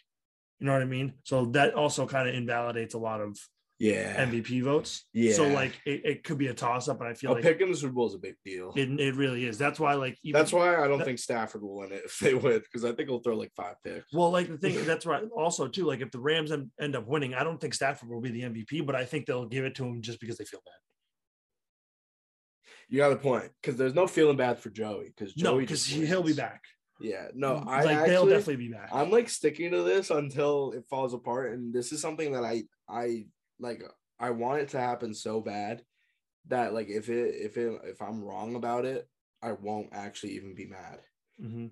[SPEAKER 2] You know what I mean? So that also kind of invalidates a lot of
[SPEAKER 1] Yeah,
[SPEAKER 2] MVP votes. So
[SPEAKER 1] Yeah.
[SPEAKER 2] like it, it could be a toss up, and I feel
[SPEAKER 1] a
[SPEAKER 2] like
[SPEAKER 1] pick in the Super Bowl is a big deal.
[SPEAKER 2] it, it really is. That's why like even,
[SPEAKER 1] That's why I don't
[SPEAKER 2] that-
[SPEAKER 1] think Stafford will win it if they win because I think he'll throw like five picks.
[SPEAKER 2] Well, like the thing that's right. Also, too, like if the Rams en- end up winning, I don't think Stafford will be the MVP, but I think they'll give it to him just because they feel bad.
[SPEAKER 1] You got a point because there's no feeling bad for Joey because
[SPEAKER 2] No,
[SPEAKER 1] Joey
[SPEAKER 2] because
[SPEAKER 1] just
[SPEAKER 2] he'll be
[SPEAKER 1] wins.
[SPEAKER 2] back. Mm, Mm-hmm.
[SPEAKER 1] Yeah, no, I
[SPEAKER 2] like
[SPEAKER 1] actually,
[SPEAKER 2] they'll definitely be back.
[SPEAKER 1] I'm like sticking to this until it falls apart, and this is something that I I like. I want it to happen so bad that like if it if it if I'm wrong about it, I won't actually even be mad.
[SPEAKER 2] Mhm.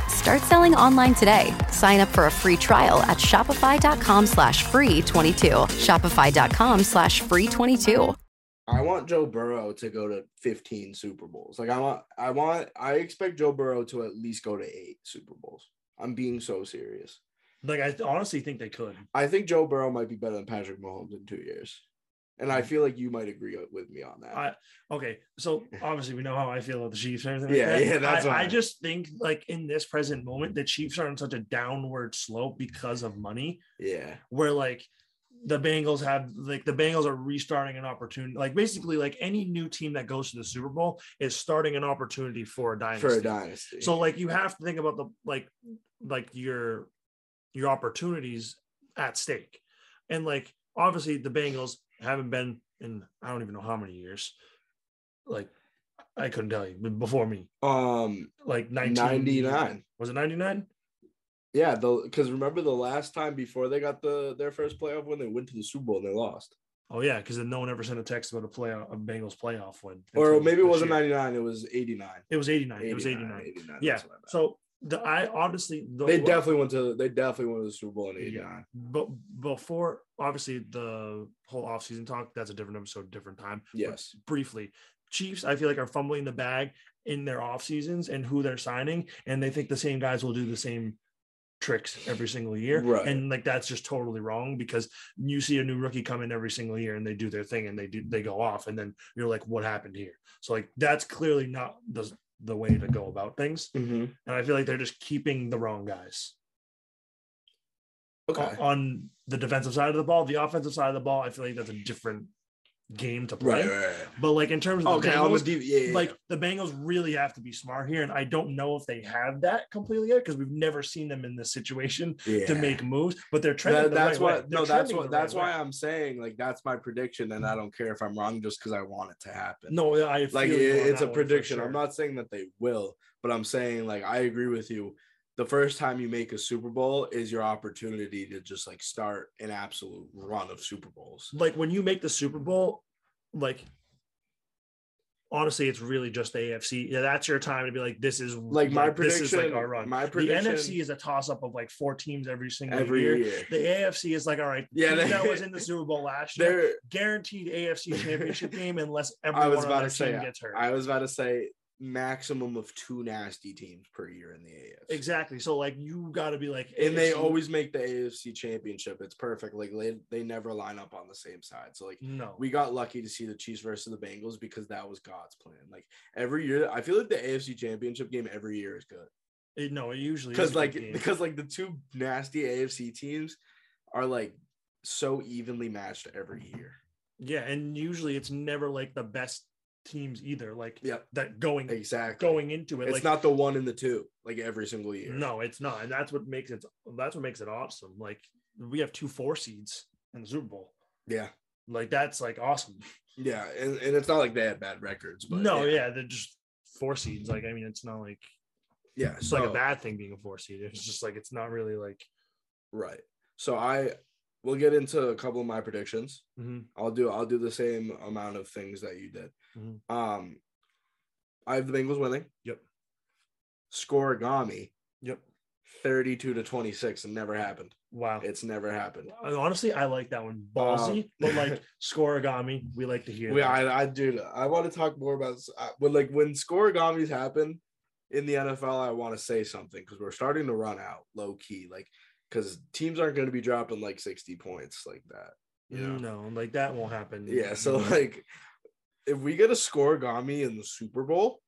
[SPEAKER 4] Start selling online today. Sign up for a free trial at shopify.com slash free 22. Shopify.com slash free 22.
[SPEAKER 1] I want Joe Burrow to go to 15 Super Bowls. Like I want I want I expect Joe Burrow to at least go to 8 Super Bowls. I'm being so serious.
[SPEAKER 2] Like I honestly think they could.
[SPEAKER 1] I think Joe Burrow might be better than Patrick Mahomes in 2 years. And I feel like you might agree with me on that.
[SPEAKER 2] Mm. I okay. So obviously we know how I feel about the Chiefs and everything.
[SPEAKER 1] Yeah,
[SPEAKER 2] like that.
[SPEAKER 1] yeah, that's
[SPEAKER 2] I,
[SPEAKER 1] why.
[SPEAKER 2] I just think like in this present moment, the Chiefs are on such a downward slope because of money.
[SPEAKER 1] yeah.
[SPEAKER 2] where like the Bengals have like the Bengals are restarting an opportunity. Like basically, like any new team that goes to the Super Bowl is starting an opportunity for a dynasty.
[SPEAKER 1] For a dynasty.
[SPEAKER 2] So like you have to think about the like like your your opportunities at stake. And like obviously the Bengals haven't been in I don't even know how many years. Like I couldn't tell you but before me.
[SPEAKER 1] um
[SPEAKER 2] Like 19,
[SPEAKER 1] 99.
[SPEAKER 2] Was it 99?
[SPEAKER 1] Yeah, the because remember the last time before they got the their first playoff when they went to the Super Bowl and they lost,
[SPEAKER 2] Oh yeah, because then no one ever sent a text about a playoff a Bengals playoff win.
[SPEAKER 1] or
[SPEAKER 2] until
[SPEAKER 1] maybe it
[SPEAKER 2] this
[SPEAKER 1] wasn't
[SPEAKER 2] year.
[SPEAKER 1] ninety nine, it was eighty nine.
[SPEAKER 2] It was 89. It was 89.
[SPEAKER 1] 89,
[SPEAKER 2] Yeah.
[SPEAKER 1] that's what I meant.
[SPEAKER 2] So the I honestly the,
[SPEAKER 1] they definitely went to they definitely went to the Super Bowl in eighty nine.
[SPEAKER 2] but before obviously the whole offseason talk, that's a different episode, different time. But
[SPEAKER 1] Yes.
[SPEAKER 2] briefly, Chiefs, I feel like are fumbling the bag in their off seasons and who they're signing, and they think the same guys will do the same tricks every single year.
[SPEAKER 1] Right.
[SPEAKER 2] And like that's just totally wrong because you see a new rookie come in every single year and they do their thing and they do they go off and then you're like, what happened here? So like that's clearly not the the way to go about things.
[SPEAKER 1] Mhm.
[SPEAKER 2] And I feel like they're just keeping the wrong guys
[SPEAKER 1] Okay.
[SPEAKER 2] O- on the defensive side of the ball. The offensive side of the ball, I feel like that's a different game to play.
[SPEAKER 1] Right, right, right.
[SPEAKER 2] But like in terms of the
[SPEAKER 1] Okay, on the
[SPEAKER 2] Bengals,
[SPEAKER 1] deep, yeah, yeah,
[SPEAKER 2] like the Bengals really have to be smart here, and I don't know if they have that completely yet because we've never seen them in this situation
[SPEAKER 1] yeah.
[SPEAKER 2] to make moves. But they're
[SPEAKER 1] That-
[SPEAKER 2] trending. the
[SPEAKER 1] that's
[SPEAKER 2] right way.
[SPEAKER 1] what
[SPEAKER 2] They're
[SPEAKER 1] no, that's
[SPEAKER 2] trending
[SPEAKER 1] what
[SPEAKER 2] the
[SPEAKER 1] that's
[SPEAKER 2] right
[SPEAKER 1] why
[SPEAKER 2] way.
[SPEAKER 1] I'm saying like that's my prediction, and I don't care if I'm wrong just because I want it to happen.
[SPEAKER 2] no, I
[SPEAKER 1] like
[SPEAKER 2] feel
[SPEAKER 1] it,
[SPEAKER 2] you on
[SPEAKER 1] it's
[SPEAKER 2] that
[SPEAKER 1] a
[SPEAKER 2] one for
[SPEAKER 1] prediction.
[SPEAKER 2] sure.
[SPEAKER 1] I'm not saying that they will, but I'm saying like I agree with you. The first time you make a Super Bowl is your opportunity to just like start an absolute run of Super Bowls.
[SPEAKER 2] like when you make the Super Bowl, like honestly, it's really just the AFC. Yeah, that's your time to be like, this is
[SPEAKER 1] Like, my
[SPEAKER 2] This is like
[SPEAKER 1] prediction-
[SPEAKER 2] our run.
[SPEAKER 1] my
[SPEAKER 2] the
[SPEAKER 1] prediction-
[SPEAKER 2] NFC is a toss up of like four teams every single
[SPEAKER 1] Every
[SPEAKER 2] year.
[SPEAKER 1] year.
[SPEAKER 2] The AFC is like, all right,
[SPEAKER 1] Yeah,
[SPEAKER 2] team
[SPEAKER 1] they-
[SPEAKER 2] that was in the Super Bowl last year,
[SPEAKER 1] There,
[SPEAKER 2] guaranteed AFC championship game unless everyone
[SPEAKER 1] I was
[SPEAKER 2] on
[SPEAKER 1] about
[SPEAKER 2] their
[SPEAKER 1] to say,
[SPEAKER 2] team gets hurt.
[SPEAKER 1] I was about to say maximum of two nasty teams per year in the AFC.
[SPEAKER 2] exactly. So like, you got to be like,
[SPEAKER 1] And they
[SPEAKER 2] AFC
[SPEAKER 1] always make the AFC championship. It's perfect. Like they, they never line up on the same side. So like
[SPEAKER 2] no.
[SPEAKER 1] we got lucky to see the Chiefs versus the Bengals because that was God's plan. Like every year, I feel like the AFC championship game every year is good.
[SPEAKER 2] It- no, it usually is
[SPEAKER 1] because
[SPEAKER 2] a good
[SPEAKER 1] like
[SPEAKER 2] game.
[SPEAKER 1] because like the two nasty AFC teams are like so evenly matched every year.
[SPEAKER 2] yeah, and usually it's never like the best teams either. Like
[SPEAKER 1] Yep,
[SPEAKER 2] that going
[SPEAKER 1] exactly.
[SPEAKER 2] going into it,
[SPEAKER 1] it's
[SPEAKER 2] like
[SPEAKER 1] not the one and the two like every single year.
[SPEAKER 2] No, it's not, and that's what makes it. That's what makes it awesome. Like we have two four seeds in the Super Bowl.
[SPEAKER 1] Yeah,
[SPEAKER 2] Like that's like awesome.
[SPEAKER 1] Yeah, and, and it's not like they had bad records, but
[SPEAKER 2] no, yeah. they're just four seeds. Like I mean, it's not like
[SPEAKER 1] yeah.
[SPEAKER 2] it's like a
[SPEAKER 1] so-
[SPEAKER 2] bad thing being a four seed. It's just like it's not really like
[SPEAKER 1] Right. So I we'll get into a couple of my predictions.
[SPEAKER 2] mhm,
[SPEAKER 1] I'll do I'll do the same amount of things that you did.
[SPEAKER 2] Mhm.
[SPEAKER 1] Um I have the Bengals winning.
[SPEAKER 2] Yep.
[SPEAKER 1] Scoregami
[SPEAKER 2] yep.
[SPEAKER 1] 32 to 26 and never happened.
[SPEAKER 2] Wow.
[SPEAKER 1] It's never happened.
[SPEAKER 2] I- honestly, I like that one. Ballsy,
[SPEAKER 1] Um,
[SPEAKER 2] but like scoregami, we like to hear.
[SPEAKER 1] We,
[SPEAKER 2] that.
[SPEAKER 1] I, I dude, I want to talk more about I- when like when scoregamis happen in the NFL. I want to say something because we're starting to run out low key, like because teams aren't going to be dropping like sixty points like that. You know?
[SPEAKER 2] Mm, No, like that won't happen. Mm,
[SPEAKER 1] Yeah, so
[SPEAKER 2] Mm-hmm.
[SPEAKER 1] like if we get a scoregami in the Super Bowl,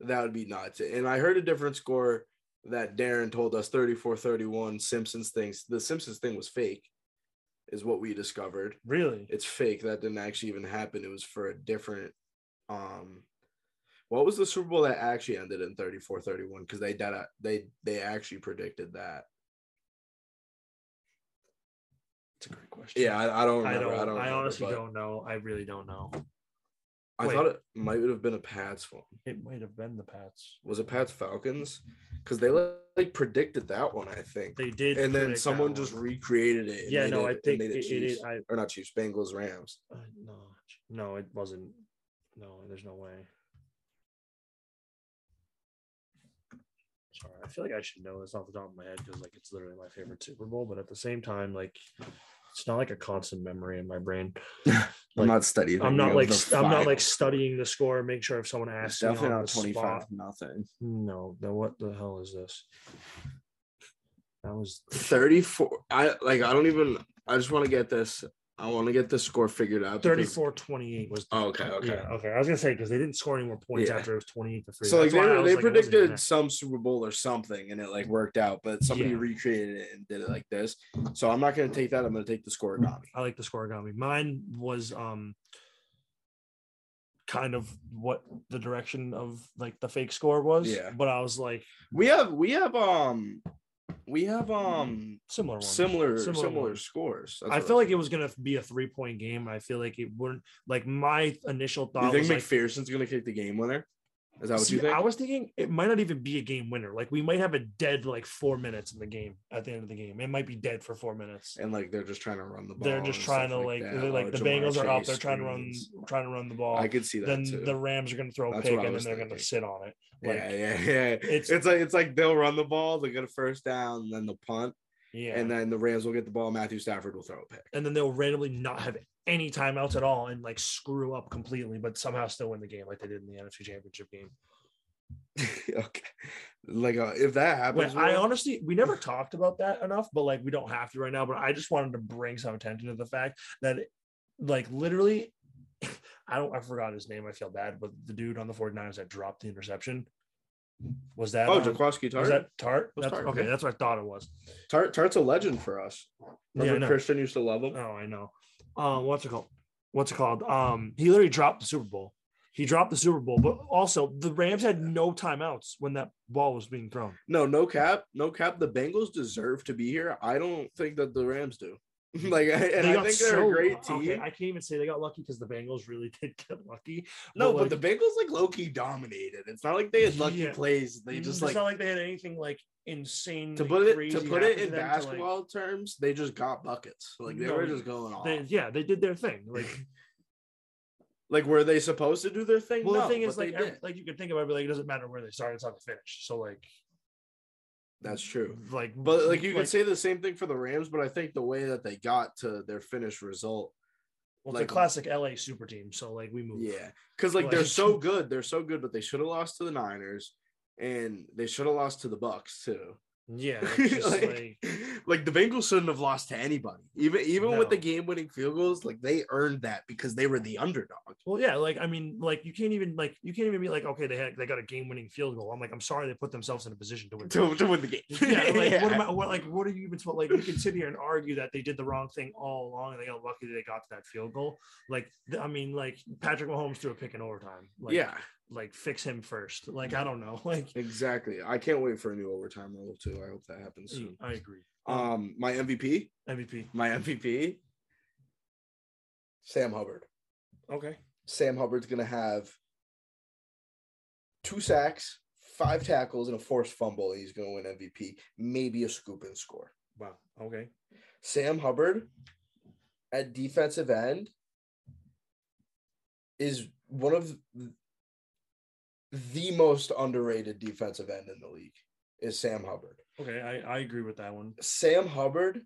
[SPEAKER 1] that would be nuts. And I heard a different score that Darren told us 34-31 Simpsons things. The Simpsons thing was fake, is what we discovered
[SPEAKER 2] really,
[SPEAKER 1] it's fake. That didn't actually even happen. It was for a different um what was the Super Bowl that actually ended in 34-31 because they did a- they they actually predicted that.
[SPEAKER 2] it's a great question.
[SPEAKER 1] Yeah, I, I don't
[SPEAKER 2] I
[SPEAKER 1] remember.
[SPEAKER 2] don't. I,
[SPEAKER 1] remember,
[SPEAKER 2] honestly
[SPEAKER 1] but
[SPEAKER 2] don't know. I really don't know.
[SPEAKER 1] I
[SPEAKER 2] wait.
[SPEAKER 1] thought it might have been a Pats one.
[SPEAKER 2] It might have been the Pats.
[SPEAKER 1] Was it Pats Falcons? Cuz they like, like predicted that one, I think.
[SPEAKER 2] They did,
[SPEAKER 1] and then
[SPEAKER 2] predict that
[SPEAKER 1] someone
[SPEAKER 2] one.
[SPEAKER 1] just recreated it. and
[SPEAKER 2] Yeah,
[SPEAKER 1] they
[SPEAKER 2] no,
[SPEAKER 1] did-
[SPEAKER 2] I
[SPEAKER 1] and
[SPEAKER 2] think
[SPEAKER 1] they
[SPEAKER 2] it,
[SPEAKER 1] did
[SPEAKER 2] it,
[SPEAKER 1] Chiefs,
[SPEAKER 2] is- I
[SPEAKER 1] or not Chiefs, Bengals, Rams.
[SPEAKER 2] uh, no, no, it wasn't. No, there's no way. Sorry, I feel like I should know this off the top of my head because like it's literally my favorite Super Bowl, but at the same time, like it's not like a constant memory in my brain.
[SPEAKER 1] I'm
[SPEAKER 2] Like,
[SPEAKER 1] not studying.
[SPEAKER 2] I'm not
[SPEAKER 1] any
[SPEAKER 2] like
[SPEAKER 1] of the
[SPEAKER 2] I'm not like
[SPEAKER 1] five.
[SPEAKER 2] studying the score. and Make sure if someone
[SPEAKER 1] It's
[SPEAKER 2] asks me
[SPEAKER 1] definitely
[SPEAKER 2] on
[SPEAKER 1] not
[SPEAKER 2] the
[SPEAKER 1] 25
[SPEAKER 2] spot.
[SPEAKER 1] nothing.
[SPEAKER 2] No, then what the hell is this? That was
[SPEAKER 1] 34 i like i don't even i just want to get this i want to get this score figured out because-
[SPEAKER 2] 34-28 was
[SPEAKER 1] Oh, okay okay
[SPEAKER 2] Yeah, okay. I was gonna say because they didn't score any more points
[SPEAKER 1] Yeah.
[SPEAKER 2] after it was 28 to 3.
[SPEAKER 1] so like
[SPEAKER 2] That's why I
[SPEAKER 1] they, they
[SPEAKER 2] was like, it wasn't even
[SPEAKER 1] predicted
[SPEAKER 2] that.
[SPEAKER 1] some super bowl or something and it like worked out but somebody
[SPEAKER 2] Yeah.
[SPEAKER 1] recreated it and did it like this so i'm not going to take that i'm going to take the score Nami.
[SPEAKER 2] I like the scoregami. Mine was um kind of what the direction of like the fake score was.
[SPEAKER 1] Yeah.
[SPEAKER 2] But I was like
[SPEAKER 1] we have we have um we have um
[SPEAKER 2] similar one.
[SPEAKER 1] similar similar,
[SPEAKER 2] one.
[SPEAKER 1] scores That's
[SPEAKER 2] I
[SPEAKER 1] what
[SPEAKER 2] feel like it was gonna be a three point game. and I feel like it wouldn't like my initial
[SPEAKER 1] you
[SPEAKER 2] thought
[SPEAKER 1] think
[SPEAKER 2] was like,
[SPEAKER 1] mcpherson's going to kick the game winner is that what
[SPEAKER 2] See,
[SPEAKER 1] you think
[SPEAKER 2] I was thinking it might not even be a game winner. Like we might have a dead like four minutes in the game at the end of the game. It might be dead for four minutes.
[SPEAKER 1] and like they're just trying to run the ball
[SPEAKER 2] they're just
[SPEAKER 1] and
[SPEAKER 2] trying to
[SPEAKER 1] stuff
[SPEAKER 2] like
[SPEAKER 1] that.
[SPEAKER 2] they're,
[SPEAKER 1] Oh,
[SPEAKER 2] like the
[SPEAKER 1] Jamar
[SPEAKER 2] Bengals are out
[SPEAKER 1] Chase
[SPEAKER 2] there trying to run
[SPEAKER 1] screens.
[SPEAKER 2] trying to run the ball.
[SPEAKER 1] I could see that
[SPEAKER 2] then
[SPEAKER 1] too.
[SPEAKER 2] the Rams are going to throw a
[SPEAKER 1] That's
[SPEAKER 2] pick
[SPEAKER 1] what I
[SPEAKER 2] and then
[SPEAKER 1] was
[SPEAKER 2] they're going to
[SPEAKER 1] thinking.
[SPEAKER 2] sit on it. Like
[SPEAKER 1] yeah, yeah, yeah. It's,
[SPEAKER 2] it's-
[SPEAKER 1] like it's like they'll run the ball, they'll get a first down, and then the punt,
[SPEAKER 2] yeah, Uh,
[SPEAKER 1] and then the Rams will get the ball. Matthew Stafford will throw a pick.
[SPEAKER 2] and then they'll randomly not have any timeouts at all and like screw up completely, but somehow still win the game like they did in the NFC Championship game.
[SPEAKER 1] okay, like uh, if that happens,
[SPEAKER 2] When I
[SPEAKER 1] Will,
[SPEAKER 2] honestly, we never talked about that enough, but like we don't have to right now. But I just wanted to bring some attention to the fact that, like, literally, I don't, I forgot his name. I feel bad, but the dude on the 49ers that dropped the interception was that,
[SPEAKER 1] oh,
[SPEAKER 2] um,
[SPEAKER 1] Jaquaski Tart.
[SPEAKER 2] was that Tart?
[SPEAKER 1] It was
[SPEAKER 2] That's,
[SPEAKER 1] Tart,
[SPEAKER 2] okay,
[SPEAKER 1] yeah.
[SPEAKER 2] that's what I thought it was.
[SPEAKER 1] Tart? Tart's a legend for us.
[SPEAKER 2] Yeah, I
[SPEAKER 1] Remember
[SPEAKER 2] know.
[SPEAKER 1] Christian used to love him.
[SPEAKER 2] Oh, I know. Uh, what's it called? What's it called? Um, he literally dropped the Super Bowl. He dropped the Super Bowl, but also the Rams had no timeouts when that ball was being thrown.
[SPEAKER 1] No, no cap, no cap. The Bengals deserve to be here. I don't think that the Rams do. like, I, and I think they're
[SPEAKER 2] so-
[SPEAKER 1] a great team.
[SPEAKER 2] okay, I can't even say they got lucky because the Bengals really did get lucky.
[SPEAKER 1] no, but
[SPEAKER 2] like,
[SPEAKER 1] the Bengals like low key dominated. It's not like they had lucky
[SPEAKER 2] Yeah. Mm,
[SPEAKER 1] plays. They just
[SPEAKER 2] it's
[SPEAKER 1] like
[SPEAKER 2] not like they had anything like insane
[SPEAKER 1] to put it to
[SPEAKER 2] crazy
[SPEAKER 1] put it
[SPEAKER 2] happen
[SPEAKER 1] in
[SPEAKER 2] to them to, like-
[SPEAKER 1] basketball terms, they just got buckets. Like they
[SPEAKER 2] No,
[SPEAKER 1] were just going off.
[SPEAKER 2] they, yeah, they did their thing. Like
[SPEAKER 1] like were they supposed to do their thing?
[SPEAKER 2] well,
[SPEAKER 1] No,
[SPEAKER 2] the thing is
[SPEAKER 1] but
[SPEAKER 2] like
[SPEAKER 1] they
[SPEAKER 2] every-
[SPEAKER 1] did.
[SPEAKER 2] like you can think about it, but, like it doesn't matter where they started, it's how they finished. So like
[SPEAKER 1] that's true.
[SPEAKER 2] Mm-hmm. like
[SPEAKER 1] But like you could say the same thing for the Rams, but I think the way that they got to their finished result,
[SPEAKER 2] well,
[SPEAKER 1] like-
[SPEAKER 2] it's a classic LA super team, so like we move.
[SPEAKER 1] yeah, because like they're
[SPEAKER 2] Like-
[SPEAKER 1] so good, they're so good, but they should have lost to the Niners, and they should have lost to the Bucks too.
[SPEAKER 2] Yeah, it's just
[SPEAKER 1] like,
[SPEAKER 2] like,
[SPEAKER 1] like, the Bengals shouldn't have lost to anybody. Even even with the
[SPEAKER 2] No.
[SPEAKER 1] game-winning field goals, like they earned that because they were the underdog.
[SPEAKER 2] well, yeah, like I mean, like you can't even like you can't even be like, okay, they had they got a game winning field goal. I'm like, I'm sorry they put themselves in a position to win.
[SPEAKER 1] to, to win the game.
[SPEAKER 2] yeah, like
[SPEAKER 1] Yeah.
[SPEAKER 2] what am I, what like what are you even told? Like we can sit here and argue that they did the wrong thing all along and they got lucky that they got to that field goal. Like th- I mean, like Patrick Mahomes threw a pick in overtime. Like,
[SPEAKER 1] yeah,
[SPEAKER 2] like fix him first. Like I don't know. Like
[SPEAKER 1] exactly. I can't wait for a new overtime rule too. I hope that happens soon.
[SPEAKER 2] Mm. I agree.
[SPEAKER 1] Um, my MVP,
[SPEAKER 2] MVP.
[SPEAKER 1] my MVP Sam Hubbard.
[SPEAKER 2] Okay.
[SPEAKER 1] Sam Hubbard's going to have two sacks, five tackles, and a forced fumble. And he's going to win MVP, maybe a scoop and score.
[SPEAKER 2] Wow. Okay.
[SPEAKER 1] Sam Hubbard at defensive end is one of the most underrated defensive end in the league is Sam Hubbard.
[SPEAKER 2] Okay. I, I agree with that one.
[SPEAKER 1] Sam Hubbard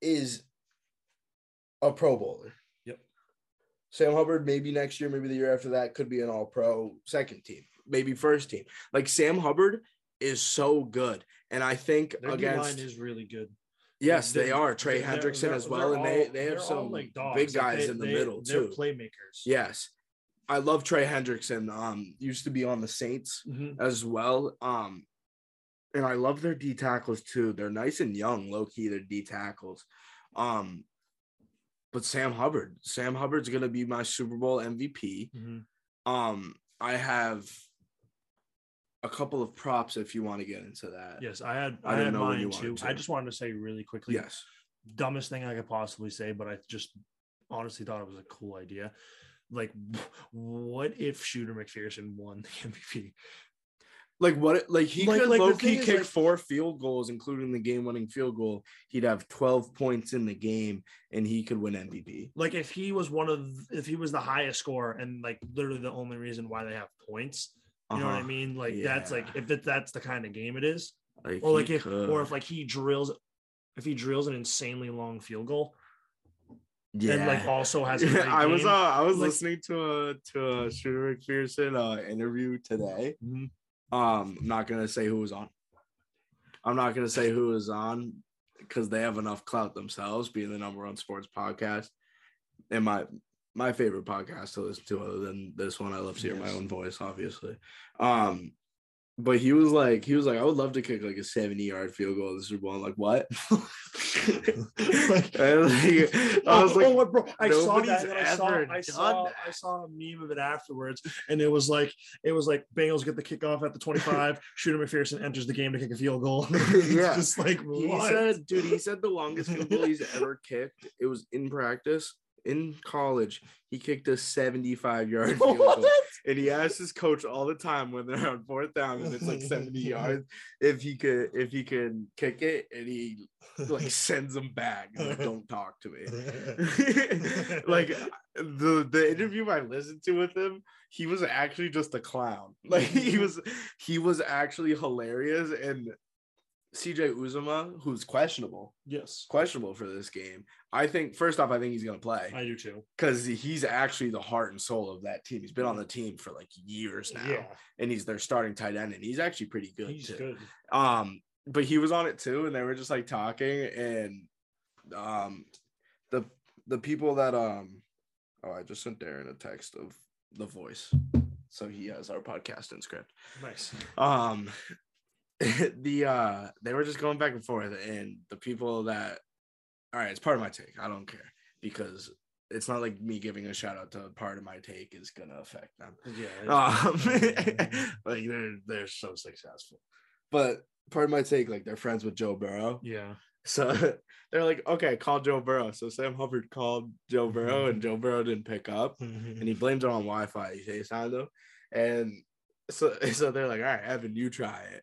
[SPEAKER 1] is a pro bowler.
[SPEAKER 2] Yep.
[SPEAKER 1] Sam Hubbard, maybe next year, maybe the year after that, could be an all pro second team, maybe first team. Like Sam Hubbard is so good. And I think
[SPEAKER 2] Their
[SPEAKER 1] against
[SPEAKER 2] D line is really good.
[SPEAKER 1] Yes, they
[SPEAKER 2] They're-
[SPEAKER 1] are. Trey
[SPEAKER 2] they're-
[SPEAKER 1] Hendrickson
[SPEAKER 2] they're-
[SPEAKER 1] as well,
[SPEAKER 2] they're
[SPEAKER 1] and they
[SPEAKER 2] all-
[SPEAKER 1] they have
[SPEAKER 2] they're all
[SPEAKER 1] some
[SPEAKER 2] like dogs.
[SPEAKER 1] big
[SPEAKER 2] Like,
[SPEAKER 1] guys
[SPEAKER 2] they-
[SPEAKER 1] in the
[SPEAKER 2] they-
[SPEAKER 1] middle
[SPEAKER 2] they're
[SPEAKER 1] too.
[SPEAKER 2] playmakers.
[SPEAKER 1] Yes, I love Trey Hendrickson. Um, used to be on the Saints
[SPEAKER 2] Mhm.
[SPEAKER 1] as well. Um, and I love their D tackles too. They're nice and young, low key. Their D tackles. Um, but Sam Hubbard, Sam Hubbard's gonna be my Super Bowl MVP.
[SPEAKER 2] Mhm.
[SPEAKER 1] Um, I have a couple of props if you want to get into that.
[SPEAKER 2] Yes, I had
[SPEAKER 1] I
[SPEAKER 2] I,
[SPEAKER 1] didn't
[SPEAKER 2] had
[SPEAKER 1] know when you
[SPEAKER 2] mine
[SPEAKER 1] wanted
[SPEAKER 2] too.
[SPEAKER 1] to.
[SPEAKER 2] I just wanted to say really quickly,
[SPEAKER 1] Yes.
[SPEAKER 2] dumbest thing I could possibly say, but I just honestly thought it was a cool idea. Like, what if Shooter McPherson won the MVP?
[SPEAKER 1] Like what? it- Like he
[SPEAKER 2] Like-
[SPEAKER 1] could
[SPEAKER 2] like, the
[SPEAKER 1] low key
[SPEAKER 2] thing is,
[SPEAKER 1] kick
[SPEAKER 2] like-
[SPEAKER 1] four field goals, including the game winning field goal. He'd have twelve points in the game, and he could win MVP.
[SPEAKER 2] Like, if he was one of, if he was the highest scorer, and like literally the only reason why they have points, you know what I
[SPEAKER 1] Uh-huh.
[SPEAKER 2] mean? Like, that's like
[SPEAKER 1] Yeah.
[SPEAKER 2] if it, that's the kind of game it is,
[SPEAKER 1] Like
[SPEAKER 2] or
[SPEAKER 1] he
[SPEAKER 2] like if, or if
[SPEAKER 1] could.
[SPEAKER 2] like he drills, if he drills an insanely long field goal,
[SPEAKER 1] yeah,
[SPEAKER 2] and like also has. a great
[SPEAKER 1] I was uh,
[SPEAKER 2] game.
[SPEAKER 1] I was
[SPEAKER 2] Like-
[SPEAKER 1] listening to a to a Shooter McPherson uh, interview today.
[SPEAKER 2] Mm-hmm.
[SPEAKER 1] Um, I'm not gonna say who was on. I'm not gonna say who was on because they have enough clout themselves, being the number one sports podcast and my my favorite podcast to listen to, other than this one. I love to hear my
[SPEAKER 2] Yes.
[SPEAKER 1] own voice, obviously. Um, but he was like, he was like, I would love to kick like a 70 yard field goal. This is one like what? And, like, I was
[SPEAKER 2] oh,
[SPEAKER 1] like,
[SPEAKER 2] oh, bro, I saw
[SPEAKER 1] nobody's
[SPEAKER 2] that. And I saw,
[SPEAKER 1] ever
[SPEAKER 2] I saw,
[SPEAKER 1] done
[SPEAKER 2] I saw a meme of it afterwards, and it was like, it was like Bengals get the kickoff at the 25. Shooter McPherson enters the game to kick a field goal. It's
[SPEAKER 1] Yeah.
[SPEAKER 2] just like
[SPEAKER 1] He
[SPEAKER 2] what?
[SPEAKER 1] said, dude, he said the longest field goal he's ever kicked. It was in practice in college. He kicked a 75 yard field goal. And he asked his coach all the time when they're on fourth down and it's like 70 yards if he could if he could kick it and he like sends him back. He's Like, Don't talk to me. like the the interview I listened to with him, he was actually just a clown. Like he
[SPEAKER 2] Mm-hmm.
[SPEAKER 1] was he was actually hilarious and CJ Uzuma, who's questionable,
[SPEAKER 2] yes,
[SPEAKER 1] questionable for this game. I think first off, I think he's gonna play
[SPEAKER 2] I do too.
[SPEAKER 1] because he's actually the heart and soul of that team. He's been on the team for like years now,
[SPEAKER 2] Mm-hmm. Yeah,
[SPEAKER 1] and he's their starting tight end, and he's actually pretty good.
[SPEAKER 2] he's
[SPEAKER 1] too.
[SPEAKER 2] good.
[SPEAKER 1] Um, but he was on it too, and they were just like talking, and um, the the people that um, oh, I just sent Darren a text of the voice, so he has our podcast in script
[SPEAKER 2] Nice.
[SPEAKER 1] um the uh they were just going back and forth and the people that all right it's part of my take i don't care because it's not like me giving a shout out to part of my take is gonna affect them
[SPEAKER 2] Yeah.
[SPEAKER 1] um like they're they're so successful but part of my take like they're friends with joe burrow
[SPEAKER 2] yeah.
[SPEAKER 1] so they're like okay call joe burrow so sam hubbard called joe burrow and joe burrow didn't pick up and he blames it on Wi-Fi. He FaceTimed him, and so so they're like, "All right, Evan, you try it."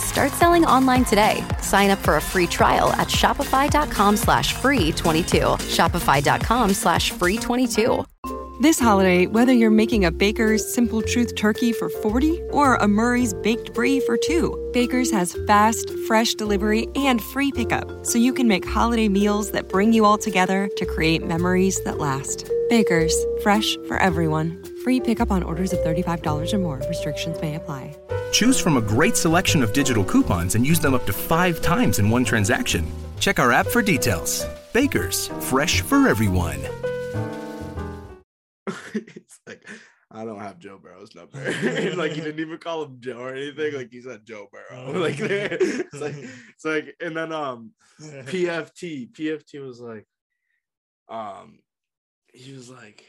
[SPEAKER 4] Start selling online today. Sign up for a free trial at shopify.com slash free 22. Shopify.com slash free 22.
[SPEAKER 5] This holiday, whether you're making a Baker's Simple Truth turkey for 40 or a Murray's Baked Brie for two, Baker's has fast, fresh delivery and free pickup so you can make holiday meals that bring you all together to create memories that last. Baker's, fresh for everyone. Free pickup on orders of $35 or more. Restrictions may apply.
[SPEAKER 6] Choose from a great selection of digital coupons and use them up to five times in one transaction. Check our app for details. Baker's, fresh for everyone.
[SPEAKER 1] it's like I don't have Joe Burrow's number. like he didn't even call him Joe or anything. Like he said Joe Burrow. Like it's like it's like and then um PFT PFT was like um he was like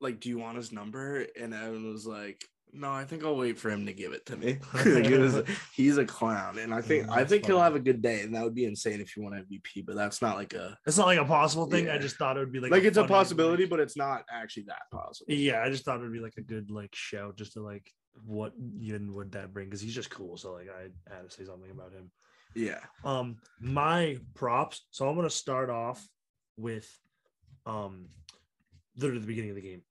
[SPEAKER 1] like do you want his number? And Evan was like no, I think I'll wait for him to give it to me. Like, it was- he's a clown, and I think I think he'll have a good day, and that would be insane if you won MVP. But that's not like a
[SPEAKER 2] It's not like a possible thing. I
[SPEAKER 1] Yeah.
[SPEAKER 2] just thought it would be like
[SPEAKER 1] like, it's a
[SPEAKER 2] funny,
[SPEAKER 1] possibility,
[SPEAKER 2] like-
[SPEAKER 1] but it's not actually that possible.
[SPEAKER 2] yeah, I just thought it would be like a good like shout just to like what even would that bring because he's just cool. So like I had to say something about him.
[SPEAKER 1] Yeah.
[SPEAKER 2] Um, my props. So I'm gonna start off with, um, literally the beginning of the game.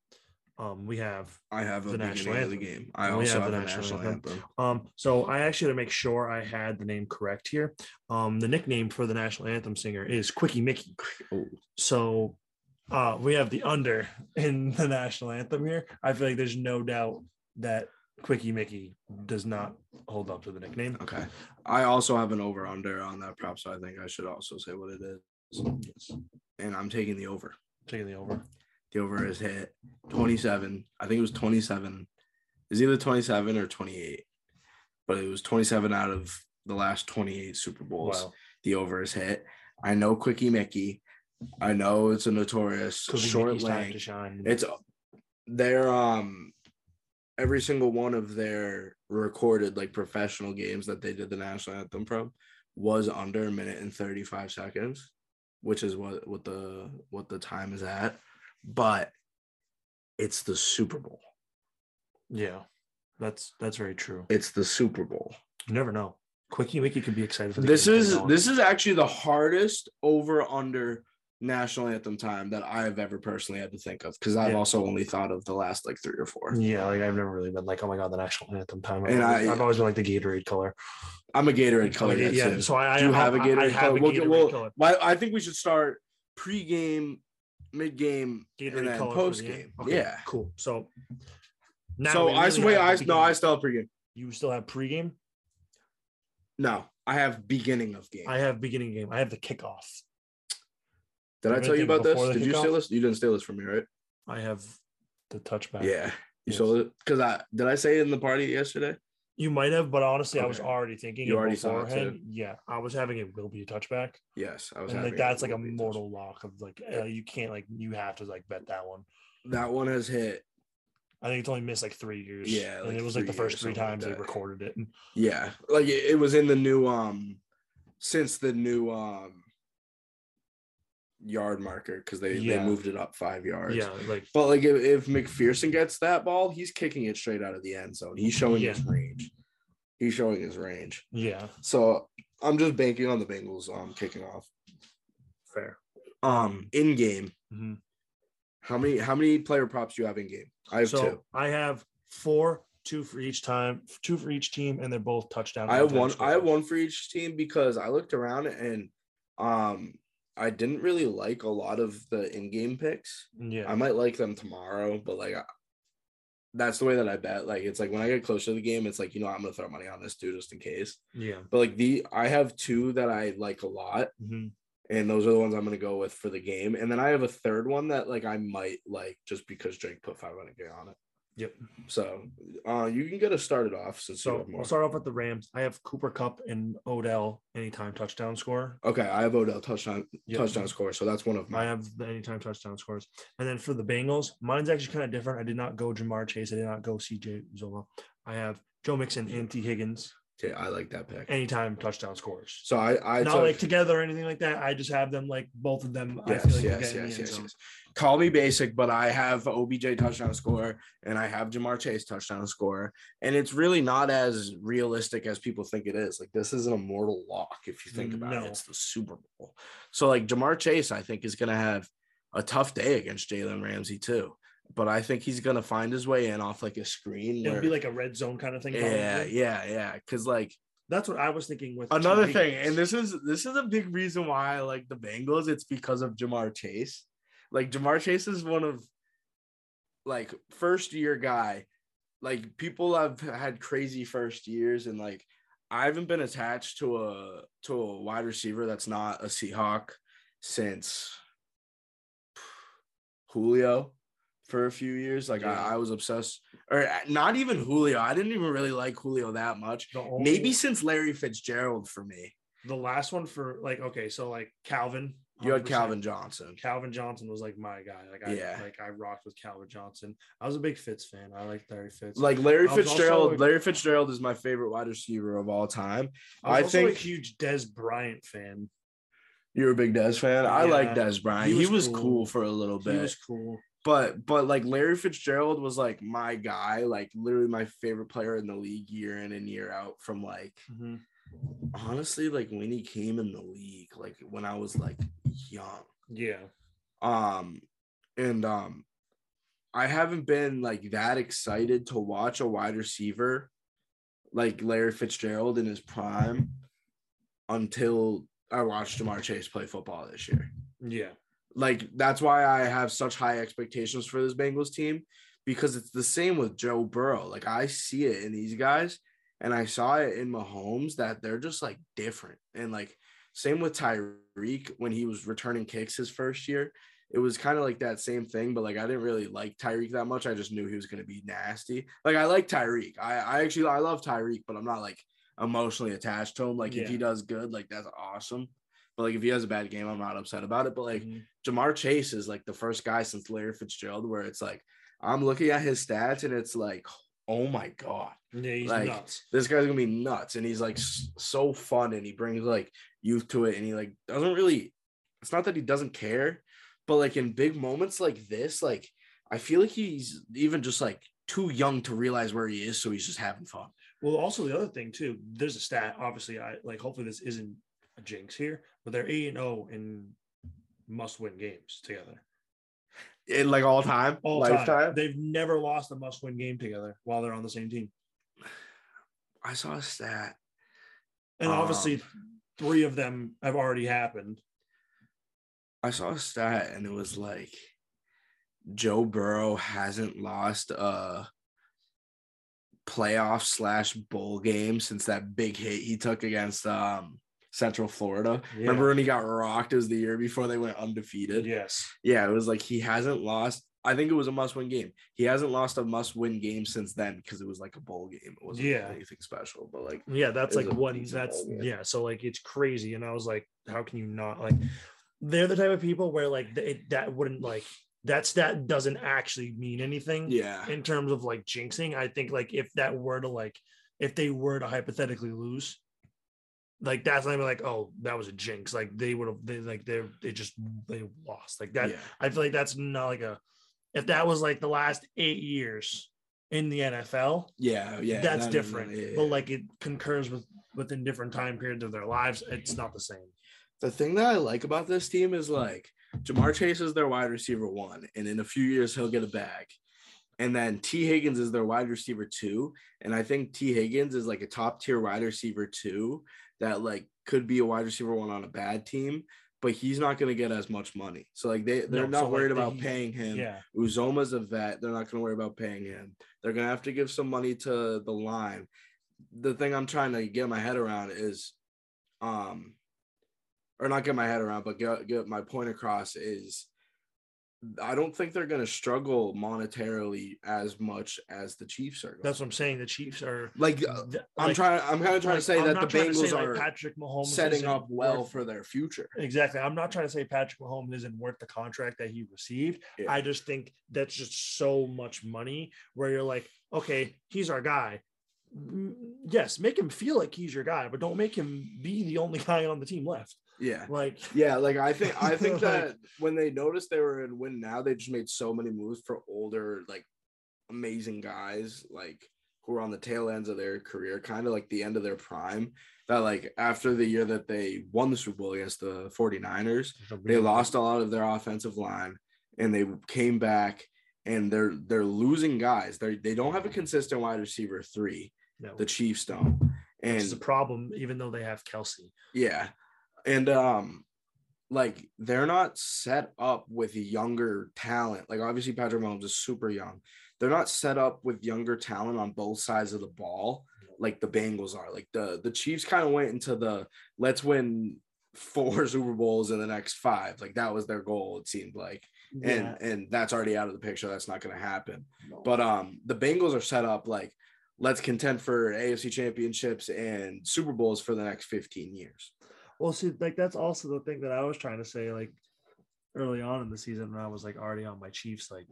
[SPEAKER 2] Um, we have
[SPEAKER 1] I have a
[SPEAKER 2] The
[SPEAKER 1] beginning
[SPEAKER 2] national
[SPEAKER 1] of the
[SPEAKER 2] anthem.
[SPEAKER 1] game. I
[SPEAKER 2] We
[SPEAKER 1] also
[SPEAKER 2] have
[SPEAKER 1] have
[SPEAKER 2] the
[SPEAKER 1] a
[SPEAKER 2] national
[SPEAKER 1] national
[SPEAKER 2] anthem.
[SPEAKER 1] anthem.
[SPEAKER 2] Um, so I actually had to make sure I had the name correct here. Um, the nickname for the national anthem singer is Quickie Mickey.
[SPEAKER 1] Oh.
[SPEAKER 2] So uh, we have the under in the national anthem here. I feel like there's no doubt that Quickie Mickey does not hold up to the nickname.
[SPEAKER 1] Okay. I also have an over under on that prop, so I think I should also say what it is. And I'm taking the over.
[SPEAKER 2] Taking the over.
[SPEAKER 1] The over is hit 27. I think it was 27. It's either 27 or 28, but it was 27 out of the last 28 Super Bowls.
[SPEAKER 2] Wow.
[SPEAKER 1] The over is hit. I know Quickie Mickey. I know it's a notorious
[SPEAKER 2] Quickie
[SPEAKER 1] short
[SPEAKER 2] Mickey's time to
[SPEAKER 1] length.
[SPEAKER 2] shine.
[SPEAKER 1] It's their um every single one of their recorded like professional games that they did the national anthem from was under a minute and 35 seconds, which is what what the what the time is at. But it's the Super Bowl.
[SPEAKER 2] yeah, that's that's very true.
[SPEAKER 1] It's the Super Bowl.
[SPEAKER 2] You never know. Quickie Mickey could be excited for the
[SPEAKER 1] This
[SPEAKER 2] game.
[SPEAKER 1] is this is actually the hardest over under national anthem time that I have ever personally had to think of because I've
[SPEAKER 2] Yeah. Mm.
[SPEAKER 1] also only thought of the last like three or four.
[SPEAKER 2] Yeah, like I've never really been like, oh my god, the national anthem time.
[SPEAKER 1] And
[SPEAKER 2] I've,
[SPEAKER 1] I-
[SPEAKER 2] I've always been like the Gatorade color.
[SPEAKER 1] I'm a Gatorade color.
[SPEAKER 2] Like,
[SPEAKER 1] guy,
[SPEAKER 2] Oh, yeah,
[SPEAKER 1] too.
[SPEAKER 2] so I, I
[SPEAKER 1] Do you have a Gatorade
[SPEAKER 2] I, I have
[SPEAKER 1] color?
[SPEAKER 2] a
[SPEAKER 1] We'll
[SPEAKER 2] Gatorade
[SPEAKER 1] get- we'll-
[SPEAKER 2] color.
[SPEAKER 1] why- I think we should start pre-game, mid-game, and then
[SPEAKER 2] for the
[SPEAKER 1] post-game.
[SPEAKER 2] end? Okay,
[SPEAKER 1] Yeah.
[SPEAKER 2] cool. So
[SPEAKER 1] so
[SPEAKER 2] we
[SPEAKER 1] I
[SPEAKER 2] really
[SPEAKER 1] wait,
[SPEAKER 2] have
[SPEAKER 1] I
[SPEAKER 2] the
[SPEAKER 1] no, I
[SPEAKER 2] beginning.
[SPEAKER 1] still have pre-game.
[SPEAKER 2] you still have pregame.
[SPEAKER 1] No, I have beginning of game.
[SPEAKER 2] I have beginning game. I have the kickoff.
[SPEAKER 1] Did I
[SPEAKER 2] I'm
[SPEAKER 1] tell you
[SPEAKER 2] thinking
[SPEAKER 1] about this?
[SPEAKER 2] before the
[SPEAKER 1] Did you
[SPEAKER 2] kickoff.
[SPEAKER 1] steal this? You didn't steal this from me, right?
[SPEAKER 2] I have the touchback.
[SPEAKER 1] Yeah. You
[SPEAKER 2] Uh, Yes.
[SPEAKER 1] stole it because I did I say it in the party yesterday?
[SPEAKER 2] You might have, but honestly, I was
[SPEAKER 1] Okay.
[SPEAKER 2] already thinking.
[SPEAKER 1] You
[SPEAKER 2] it
[SPEAKER 1] already saw it,
[SPEAKER 2] beforehand.
[SPEAKER 1] too.
[SPEAKER 2] Yeah, I was having it will be a touchback,
[SPEAKER 1] Yes, I was.
[SPEAKER 2] and like
[SPEAKER 1] having it
[SPEAKER 2] that's like a
[SPEAKER 1] with you.
[SPEAKER 2] mortal lock of like uh, you can't like you have to like bet that one.
[SPEAKER 1] That one has hit.
[SPEAKER 2] I think it's only missed like three years.
[SPEAKER 1] Yeah,
[SPEAKER 2] and
[SPEAKER 1] like
[SPEAKER 2] it was like the
[SPEAKER 1] three years,
[SPEAKER 2] first three
[SPEAKER 1] something like
[SPEAKER 2] times they
[SPEAKER 1] that.
[SPEAKER 2] recorded it.
[SPEAKER 1] Yeah, like it, it was in the new um, since the new um, yard marker because they
[SPEAKER 2] Yeah.
[SPEAKER 1] they moved it up five yards.
[SPEAKER 2] Yeah, like
[SPEAKER 1] But like if, if McPherson gets that ball, he's kicking it straight out of the end zone. He's showing his range. He's showing his range.
[SPEAKER 2] yeah,
[SPEAKER 1] So I'm just banking on the Bengals um kicking off.
[SPEAKER 2] fair.
[SPEAKER 1] Um in game.
[SPEAKER 2] Mhm.
[SPEAKER 1] How many how many player props do you have in game? I have
[SPEAKER 2] so
[SPEAKER 1] two.
[SPEAKER 2] I have four, two for each time, two for each team, and they're both touchdown.
[SPEAKER 1] I have
[SPEAKER 2] anytime
[SPEAKER 1] one I have
[SPEAKER 2] scorers.
[SPEAKER 1] one for each team because I looked around and um I didn't really like a lot of the in-game picks.
[SPEAKER 2] Yeah,
[SPEAKER 1] I might like them tomorrow, but like I, that's the way that I bet. Like it's like when I get closer to the game, it's like you know I'm gonna throw money on this dude just in case.
[SPEAKER 2] yeah.
[SPEAKER 1] But like the I have two that I like a lot,
[SPEAKER 2] mhm.
[SPEAKER 1] and those are the ones I'm gonna go with for the game. And then I have a third one that like I might like just because Drake put 500k on it.
[SPEAKER 2] Yep.
[SPEAKER 1] So uh, you can get us started off since you
[SPEAKER 2] So
[SPEAKER 1] have more.
[SPEAKER 2] I'll start off with the Rams. I have Cooper Cup and Odell anytime touchdown score.
[SPEAKER 1] Okay, I have Odell touchdown
[SPEAKER 2] Yep.
[SPEAKER 1] touchdown score, so that's one of
[SPEAKER 2] I
[SPEAKER 1] mine.
[SPEAKER 2] have the anytime touchdown scores. And then for the Bengals, mine's actually kind of different. I did not go Jamar Chase. I did not go CJ Uzoma. I have Joe Mixon and T Higgins
[SPEAKER 1] Okay, I like that pick.
[SPEAKER 2] anytime touchdown scores.
[SPEAKER 1] So I I
[SPEAKER 2] not
[SPEAKER 1] took-
[SPEAKER 2] like together or anything like that. I just have them like both of them. I
[SPEAKER 1] Yes,
[SPEAKER 2] feel like will
[SPEAKER 1] yes,
[SPEAKER 2] get in the
[SPEAKER 1] yes,
[SPEAKER 2] end
[SPEAKER 1] yes,
[SPEAKER 2] zone.
[SPEAKER 1] yes. Call me basic, but I have OBJ touchdown score and I have Jamar Chase touchdown score. And it's really not as realistic as people think it is. Like, this is an immortal lock if you think about
[SPEAKER 2] No.
[SPEAKER 1] it. It's the Super Bowl. So, like, Jamar Chase, I think, is going to have a tough day against Jalen Ramsey too. But I think he's gonna find his way in off like a screen.
[SPEAKER 2] It'll
[SPEAKER 1] where-
[SPEAKER 2] be like a red zone kind of thing.
[SPEAKER 1] yeah,
[SPEAKER 2] probably.
[SPEAKER 1] yeah, yeah. Because like
[SPEAKER 2] That's what I was thinking with
[SPEAKER 1] another
[SPEAKER 2] Tariq.
[SPEAKER 1] thing, and this is this is a big reason why I like the Bengals. It's because of Jamar Chase. Like Jamar Chase is one of like first year guy. Like people have had crazy first years, and like I haven't been attached to a to a wide receiver that's not a Seahawk since Julio for a few years. Like
[SPEAKER 2] Yeah.
[SPEAKER 1] I, I was obsessed, or not even Julio. I didn't even really like Julio that much.
[SPEAKER 2] The only-
[SPEAKER 1] Maybe since Larry Fitzgerald for me.
[SPEAKER 2] the last one for like okay, so like Calvin.
[SPEAKER 1] You had
[SPEAKER 2] 100%.
[SPEAKER 1] Calvin Johnson.
[SPEAKER 2] Calvin Johnson was like my guy. Like I
[SPEAKER 1] Yeah.
[SPEAKER 2] like I rocked with Calvin Johnson. I was a big Fitz fan. I like Larry Fitz.
[SPEAKER 1] Like Larry
[SPEAKER 2] I was also
[SPEAKER 1] Fitzgerald,
[SPEAKER 2] a-
[SPEAKER 1] Larry Fitzgerald is my favorite wide receiver of all time.
[SPEAKER 2] I,
[SPEAKER 1] I,
[SPEAKER 2] was also
[SPEAKER 1] think
[SPEAKER 2] a huge Des Bryant fan.
[SPEAKER 1] you're a big Dez fan. I like
[SPEAKER 2] Yeah.
[SPEAKER 1] Dez Bryant. He
[SPEAKER 2] He
[SPEAKER 1] was,
[SPEAKER 2] was
[SPEAKER 1] cool.
[SPEAKER 2] cool.
[SPEAKER 1] for a little
[SPEAKER 2] He
[SPEAKER 1] bit.
[SPEAKER 2] was cool.
[SPEAKER 1] but but like Larry Fitzgerald was like my guy, like literally my favorite player in the league year in and year out from like
[SPEAKER 2] Mm-hmm.
[SPEAKER 1] honestly like when he came in the league, like when I was like young.
[SPEAKER 2] Yeah.
[SPEAKER 1] um and um i haven't been like that excited to watch a wide receiver like larry fitzgerald in his prime until i watched jamar chase play football this year
[SPEAKER 2] Yeah.
[SPEAKER 1] like that's why i have such high expectations for this bengals team because it's the same with joe burrow like i see it in these guys and i saw it in mahomes that they're just like different and like same with tyreek when he was returning kicks his first year it was kind of like that same thing, but like I didn't really like Tyreek that much. I just knew he was gonna be nasty. Like I like Tyreek. I, I actually I love Tyreek, but I'm not like emotionally attached to him. Like if
[SPEAKER 2] Yeah.
[SPEAKER 1] he does good, like that's awesome. But like if he has a bad game, I'm not upset about it. But like
[SPEAKER 2] Mhm.
[SPEAKER 1] Jamar Chase is like the first guy since Larry Fitzgerald where it's like I'm looking at his stats and it's like, oh my god
[SPEAKER 2] Yeah, he's
[SPEAKER 1] Like,
[SPEAKER 2] nuts.
[SPEAKER 1] this guy's gonna be nuts and he's like s- so fun and he brings like youth to it and he like doesn't really it's not that he doesn't care but like in big moments like this like i feel like he's even just like too young to realize where he is so he's just having fun
[SPEAKER 2] Well, also the other thing too, there's a stat. Obviously, I like hopefully this isn't a jinx here, but they're eight and zero in must win games together.
[SPEAKER 1] in like all time
[SPEAKER 2] All
[SPEAKER 1] lifetime
[SPEAKER 2] time. They've never lost a must win game together while they're on the same team.
[SPEAKER 1] i saw a stat
[SPEAKER 2] And obviously,
[SPEAKER 1] Um,
[SPEAKER 2] three of them have already happened.
[SPEAKER 1] i saw a stat and it was like joe burrow hasn't lost a playoff slash bowl game since that big hit he took against um central florida Remember when he got rocked? It was the year before they went undefeated.
[SPEAKER 2] Yes.
[SPEAKER 1] Yeah, it was like he hasn't lost. I think it was a must-win game. He hasn't lost a must-win game since then because it was like a bowl game. It wasn't
[SPEAKER 2] Yeah.
[SPEAKER 1] anything special, but like
[SPEAKER 2] Yeah, that's
[SPEAKER 1] It was
[SPEAKER 2] like
[SPEAKER 1] a
[SPEAKER 2] what
[SPEAKER 1] decent
[SPEAKER 2] that's
[SPEAKER 1] ball game.
[SPEAKER 2] yeah. So like it's crazy, and I was like, how can you not like? They're the type of people where like th- it, that wouldn't like that's that doesn't actually mean anything
[SPEAKER 1] yeah,
[SPEAKER 2] in terms of like jinxing. I think like if that were to like if they were to hypothetically lose, like that's not even like oh that was a jinx. Like they would have they like they they just they lost like that.
[SPEAKER 1] yeah.
[SPEAKER 2] I feel like that's not like a if that was like the last eight years in the NFL,
[SPEAKER 1] Yeah, yeah.
[SPEAKER 2] that's
[SPEAKER 1] no, no, no,
[SPEAKER 2] different.
[SPEAKER 1] yeah, yeah.
[SPEAKER 2] But like it concurs with within different time periods of their lives. It's not the same.
[SPEAKER 1] the thing that I like about this team is like Jamar Chase is their wide receiver one, and in a few years he'll get a bag. And then T. Higgins is their wide receiver two. And I think T. Higgins is like a top tier wide receiver two that like could be a wide receiver one on a bad team, but he's not gonna get as much money. So like they, they're not
[SPEAKER 2] No, so, like,
[SPEAKER 1] worried
[SPEAKER 2] they-
[SPEAKER 1] about paying him.
[SPEAKER 2] Yeah.
[SPEAKER 1] Uzoma's a vet. They're not going to worry about paying him. They're going to have to give some money to the line. The thing I'm trying to get my head around is, um, or not get my head around, but get, get my point across is I don't think they're going to struggle monetarily as much as the Chiefs are.
[SPEAKER 2] That's what I'm saying. The Chiefs are
[SPEAKER 1] like, uh, I'm trying, I'm kind of trying to say that the Bengals are
[SPEAKER 2] Patrick Mahomes
[SPEAKER 1] setting
[SPEAKER 2] isn't
[SPEAKER 1] up well
[SPEAKER 2] worth-
[SPEAKER 1] for their future.
[SPEAKER 2] Exactly. I'm not trying to say Patrick Mahomes isn't worth the contract that he received.
[SPEAKER 1] Yeah.
[SPEAKER 2] I just think that's just so much money where you're like, okay, he's our guy. Mm, Yes, make him feel like he's your guy, but don't make him be the only guy on the team left.
[SPEAKER 1] Yeah.
[SPEAKER 2] Like,
[SPEAKER 1] Yeah, like I think I think
[SPEAKER 2] Like-
[SPEAKER 1] that when they noticed they were in win now, they just made so many moves for older, like amazing guys, like who are on the tail ends of their career, kind of like the end of their prime. That like after the year that they won the Super Bowl against the 49ers, they lost a lot of their offensive line. and they came back and they're they're losing guys. They they don't have a consistent wide receiver three.
[SPEAKER 2] No.
[SPEAKER 1] The Chiefs don't.
[SPEAKER 2] Which
[SPEAKER 1] And
[SPEAKER 2] is a problem, even though they have Kelsey.
[SPEAKER 1] yeah. And um like they're not set up with younger talent. Like obviously Patrick Mahomes is super young. They're not set up with younger talent on both sides of the ball like the Bengals are. Like the the Chiefs kind of went into the let's win four Super Bowls in the next five. Like that was their goal it seemed like.
[SPEAKER 2] Yeah.
[SPEAKER 1] And and that's already out of the picture. That's not going to happen. But um the Bengals are set up like let's contend for AFC championships and Super Bowls for the next 15 years.
[SPEAKER 2] Well, see, like that's also the thing that I was trying to say, like early on in the season when I was like already on my Chiefs like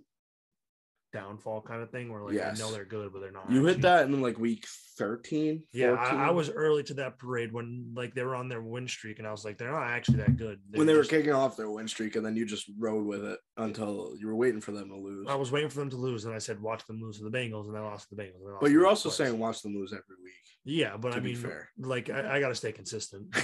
[SPEAKER 2] downfall kind of thing, where like
[SPEAKER 1] Yes.
[SPEAKER 2] I know they're good, but they're not.
[SPEAKER 1] You hit
[SPEAKER 2] actually.
[SPEAKER 1] that in like week 13.
[SPEAKER 2] Yeah, I, I
[SPEAKER 1] 14?
[SPEAKER 2] was early to that parade when like they were on their win streak, and I was like, they're not actually that good.
[SPEAKER 1] when they were
[SPEAKER 2] just-
[SPEAKER 1] kicking off their win streak, and then you just rode with it until you were waiting for them to lose.
[SPEAKER 2] I was waiting for them to lose, and I said, watch them lose to the Bengals, and they lost to the Bengals. and they lost
[SPEAKER 1] But
[SPEAKER 2] to
[SPEAKER 1] you're
[SPEAKER 2] the
[SPEAKER 1] also
[SPEAKER 2] Bucs.
[SPEAKER 1] saying watch them lose every week.
[SPEAKER 2] yeah, but
[SPEAKER 1] to
[SPEAKER 2] I
[SPEAKER 1] be
[SPEAKER 2] mean,
[SPEAKER 1] fair.
[SPEAKER 2] like I, I got to stay consistent.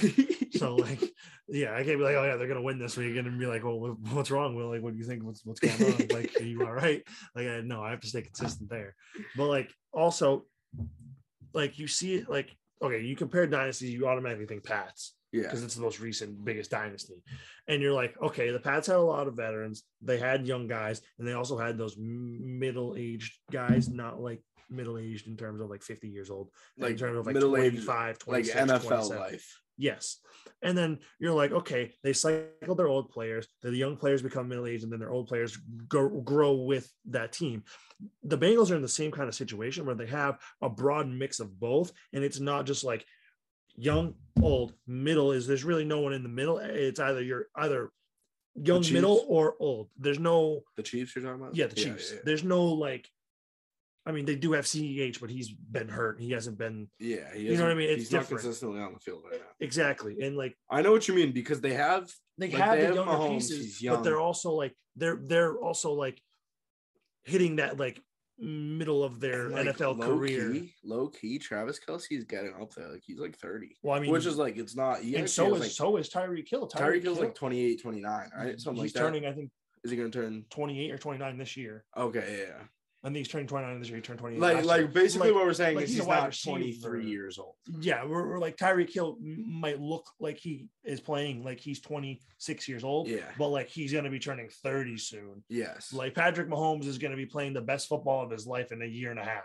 [SPEAKER 2] so like, yeah, I can't be like, oh yeah, they're gonna win this week, and then be like, well, what- what's wrong, Will? Like, what do you think? What's what's going on? Like, are you all right? Like, I, no, I have to stay consistent there. But like, also, like you see it, like okay, you compare dynasties, you automatically think Pats.
[SPEAKER 1] Yeah.
[SPEAKER 2] because it's the most recent, biggest dynasty. And you're like, okay, the Pats had a lot of veterans. They had young guys, and they also had those m- middle-aged guys, not like middle-aged in terms of like 50 years old, like, in
[SPEAKER 1] Like,
[SPEAKER 2] terms of like
[SPEAKER 1] middle-aged,
[SPEAKER 2] 25,
[SPEAKER 1] Like
[SPEAKER 2] 26,
[SPEAKER 1] NFL
[SPEAKER 2] 27.
[SPEAKER 1] life.
[SPEAKER 2] Yes. And then you're like, okay, they cycle their old players. The young players become middle aged, and then their old players go, grow with that team. The Bengals are in the same kind of situation where they have a broad mix of both, and it's not just like young, old, middle. Is there's really no one in the middle? It's either you're either young,
[SPEAKER 1] Chiefs?
[SPEAKER 2] middle, or old. There's no
[SPEAKER 1] The Chiefs you're talking about?
[SPEAKER 2] yeah, the Chiefs.
[SPEAKER 1] Yeah,
[SPEAKER 2] There's no like. I mean, they do have CEH, but he's been hurt. He hasn't been
[SPEAKER 1] yeah. Yeah, he
[SPEAKER 2] You know what I
[SPEAKER 1] isn't-
[SPEAKER 2] mean? It's
[SPEAKER 1] he's not
[SPEAKER 2] different.
[SPEAKER 1] consistently on the field right now.
[SPEAKER 2] exactly, and like
[SPEAKER 1] I know what you mean because they have
[SPEAKER 2] they
[SPEAKER 1] Like,
[SPEAKER 2] have
[SPEAKER 1] they
[SPEAKER 2] the
[SPEAKER 1] have
[SPEAKER 2] younger
[SPEAKER 1] Mahomes,
[SPEAKER 2] pieces,
[SPEAKER 1] he's
[SPEAKER 2] but they're
[SPEAKER 1] young.
[SPEAKER 2] also like they're they're also like hitting that like middle of their
[SPEAKER 1] like,
[SPEAKER 2] NFL
[SPEAKER 1] low
[SPEAKER 2] career.
[SPEAKER 1] Key, low key, Travis Kelsey is getting up there. Like he's like 30.
[SPEAKER 2] Well, I mean,
[SPEAKER 1] which is like it's not. He
[SPEAKER 2] and
[SPEAKER 1] actually
[SPEAKER 2] so
[SPEAKER 1] has,
[SPEAKER 2] is
[SPEAKER 1] like,
[SPEAKER 2] so is Tyree Kill. Tyree
[SPEAKER 1] Tyreek
[SPEAKER 2] Kill
[SPEAKER 1] Hill's like 28, 29, right? Something like
[SPEAKER 2] he's
[SPEAKER 1] that.
[SPEAKER 2] turning, I think,
[SPEAKER 1] Is he going to turn?
[SPEAKER 2] twenty eight or twenty nine this year.
[SPEAKER 1] Okay, yeah.
[SPEAKER 2] I think he's turning twenty nine this year. He turned twenty
[SPEAKER 1] yeah.
[SPEAKER 2] eight.
[SPEAKER 1] Like, like basically what we're saying
[SPEAKER 2] like
[SPEAKER 1] is
[SPEAKER 2] he's
[SPEAKER 1] he's,
[SPEAKER 2] a wide
[SPEAKER 1] not
[SPEAKER 2] receiver.
[SPEAKER 1] 23 years old.
[SPEAKER 2] yeah, we're, we're like Tyree Kill might look like he is playing like he's twenty six years old.
[SPEAKER 1] Yeah.
[SPEAKER 2] but like he's gonna be turning thirty soon.
[SPEAKER 1] Yes.
[SPEAKER 2] Like Patrick Mahomes is gonna be playing the best football of his life in a year and a half.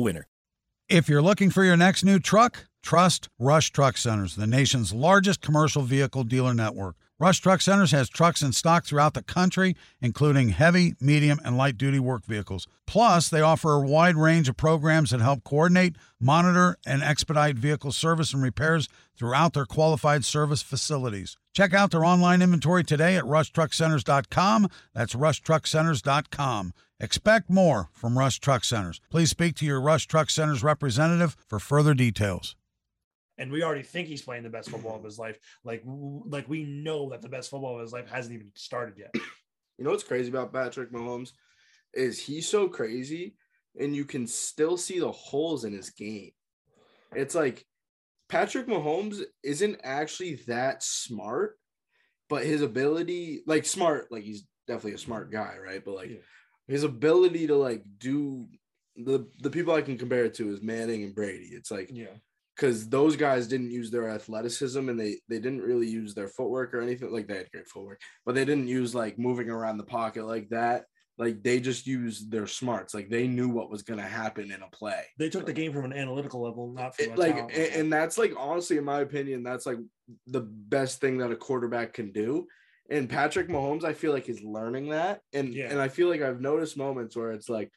[SPEAKER 7] winner.
[SPEAKER 8] If you're looking for your next new truck, trust Rush Truck Centers, the nation's largest commercial vehicle dealer network. Rush Truck Centers has trucks in stock throughout the country, including heavy, medium, and light duty work vehicles. Plus, they offer a wide range of programs that help coordinate, monitor, and expedite vehicle service and repairs throughout their qualified service facilities. Check out their online inventory today at rushtruckcenters.com. That's rushtruckcenters.com. Expect more from Rush Truck Centers. Please speak to your Rush Truck Centers representative for further details.
[SPEAKER 2] and we already think he's playing the best football of his life. Like, w- like we know that the best football of his life hasn't even started yet.
[SPEAKER 1] You know what's crazy about Patrick Mahomes is he's so crazy, and you can still see the holes in his game. It's like Patrick Mahomes isn't actually that smart, but his ability, like smart, like he's definitely a smart guy, right? But like
[SPEAKER 2] Yeah.
[SPEAKER 1] his ability to like do the the people I can compare it to is Manning and Brady. It's like
[SPEAKER 2] Yeah,
[SPEAKER 1] because those guys didn't use their athleticism and they they didn't really use their footwork or anything like they had great footwork but they didn't use like moving around the pocket like that like they just used their smarts like they knew what was going to happen in a play
[SPEAKER 2] they took the game from an analytical level, not from
[SPEAKER 1] It-
[SPEAKER 2] a
[SPEAKER 1] like
[SPEAKER 2] talent
[SPEAKER 1] and,
[SPEAKER 2] level.
[SPEAKER 1] and that's like honestly in my opinion that's like the best thing that a quarterback can do and Patrick Mahomes I feel like is learning that and
[SPEAKER 2] Yeah.
[SPEAKER 1] and I feel like I've noticed moments where it's like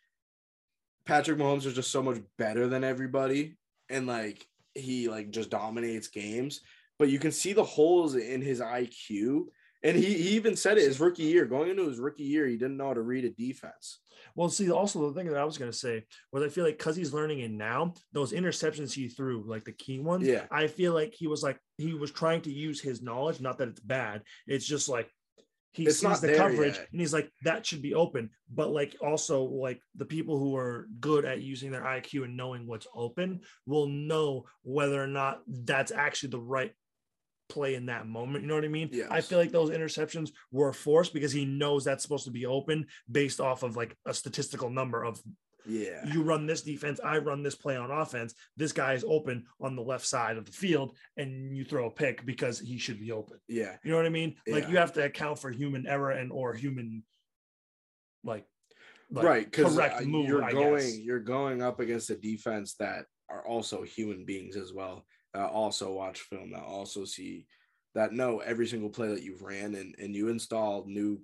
[SPEAKER 1] Patrick Mahomes is just so much better than everybody and like he like just dominates games but you can see the holes in his IQ And he, he even said it his rookie year. Going into his rookie year, he didn't know how to read a defense.
[SPEAKER 2] Well, see, also the thing that I was going to say was I feel like because he's learning it now, those interceptions he threw, like the key ones,
[SPEAKER 1] Yeah.
[SPEAKER 2] I feel like he was like, he was trying to use his knowledge. Not that it's bad. It's just like, he
[SPEAKER 1] It's
[SPEAKER 2] sees
[SPEAKER 1] not
[SPEAKER 2] the
[SPEAKER 1] there
[SPEAKER 2] coverage
[SPEAKER 1] yet.
[SPEAKER 2] and he's like, that should be open. But like, also, like the people who are good at using their IQ and knowing what's open will know whether or not that's actually the right play in that moment. You know what I mean? I feel like those interceptions were forced because he knows that's supposed to be open based off of like a statistical number of
[SPEAKER 1] Yeah.
[SPEAKER 2] you run this defense, I run this play on offense. This guy is open on the left side of the field, and you throw a pick because he should be open.
[SPEAKER 1] Yeah.
[SPEAKER 2] You know what I mean? Like
[SPEAKER 1] Yeah.
[SPEAKER 2] you have to account for human error and or human like, like
[SPEAKER 1] right. Because
[SPEAKER 2] correct move.
[SPEAKER 1] you're
[SPEAKER 2] I
[SPEAKER 1] going
[SPEAKER 2] guess.
[SPEAKER 1] you're going up against a defense that are also human beings as well. That also watch film. That also see that know every single play that you ran and and you install new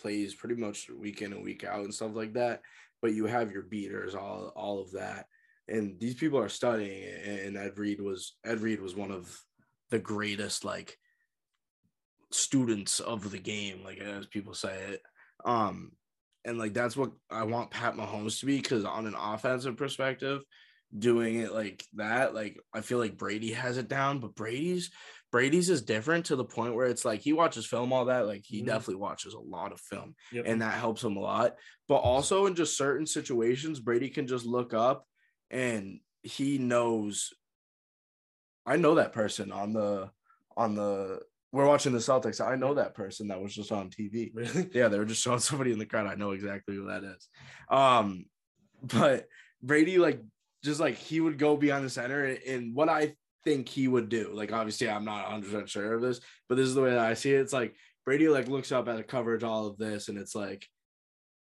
[SPEAKER 1] plays pretty much week in and week out and stuff like that. But you have your beaters, all all of that. And these people are studying it, and Ed Reed was Ed Reed was one of the greatest like students of the game, like as people say it. Um, and like that's what I want Pat Mahomes to be because on an offensive perspective, doing it like that, like I feel like Brady has it down, but Brady's Brady's is different to the point where it's like he watches film all that, like he
[SPEAKER 2] Mhm.
[SPEAKER 1] definitely watches a lot of film,
[SPEAKER 2] Yep.
[SPEAKER 1] and that helps him a lot. But also in just certain situations, Brady can just look up and he knows. I know that person on the on the we're watching the Celtics. I know that person that was just on TV.
[SPEAKER 2] Really?
[SPEAKER 1] Yeah, they were just showing somebody in the crowd. I know exactly who that is. Um, but Brady, like, just like he would go beyond the center, and, and what I think he would do, like, obviously, I'm not 100 percent sure of this, but this is the way that I see it. It's like Brady like looks up at the coverage, all of this, and it's like,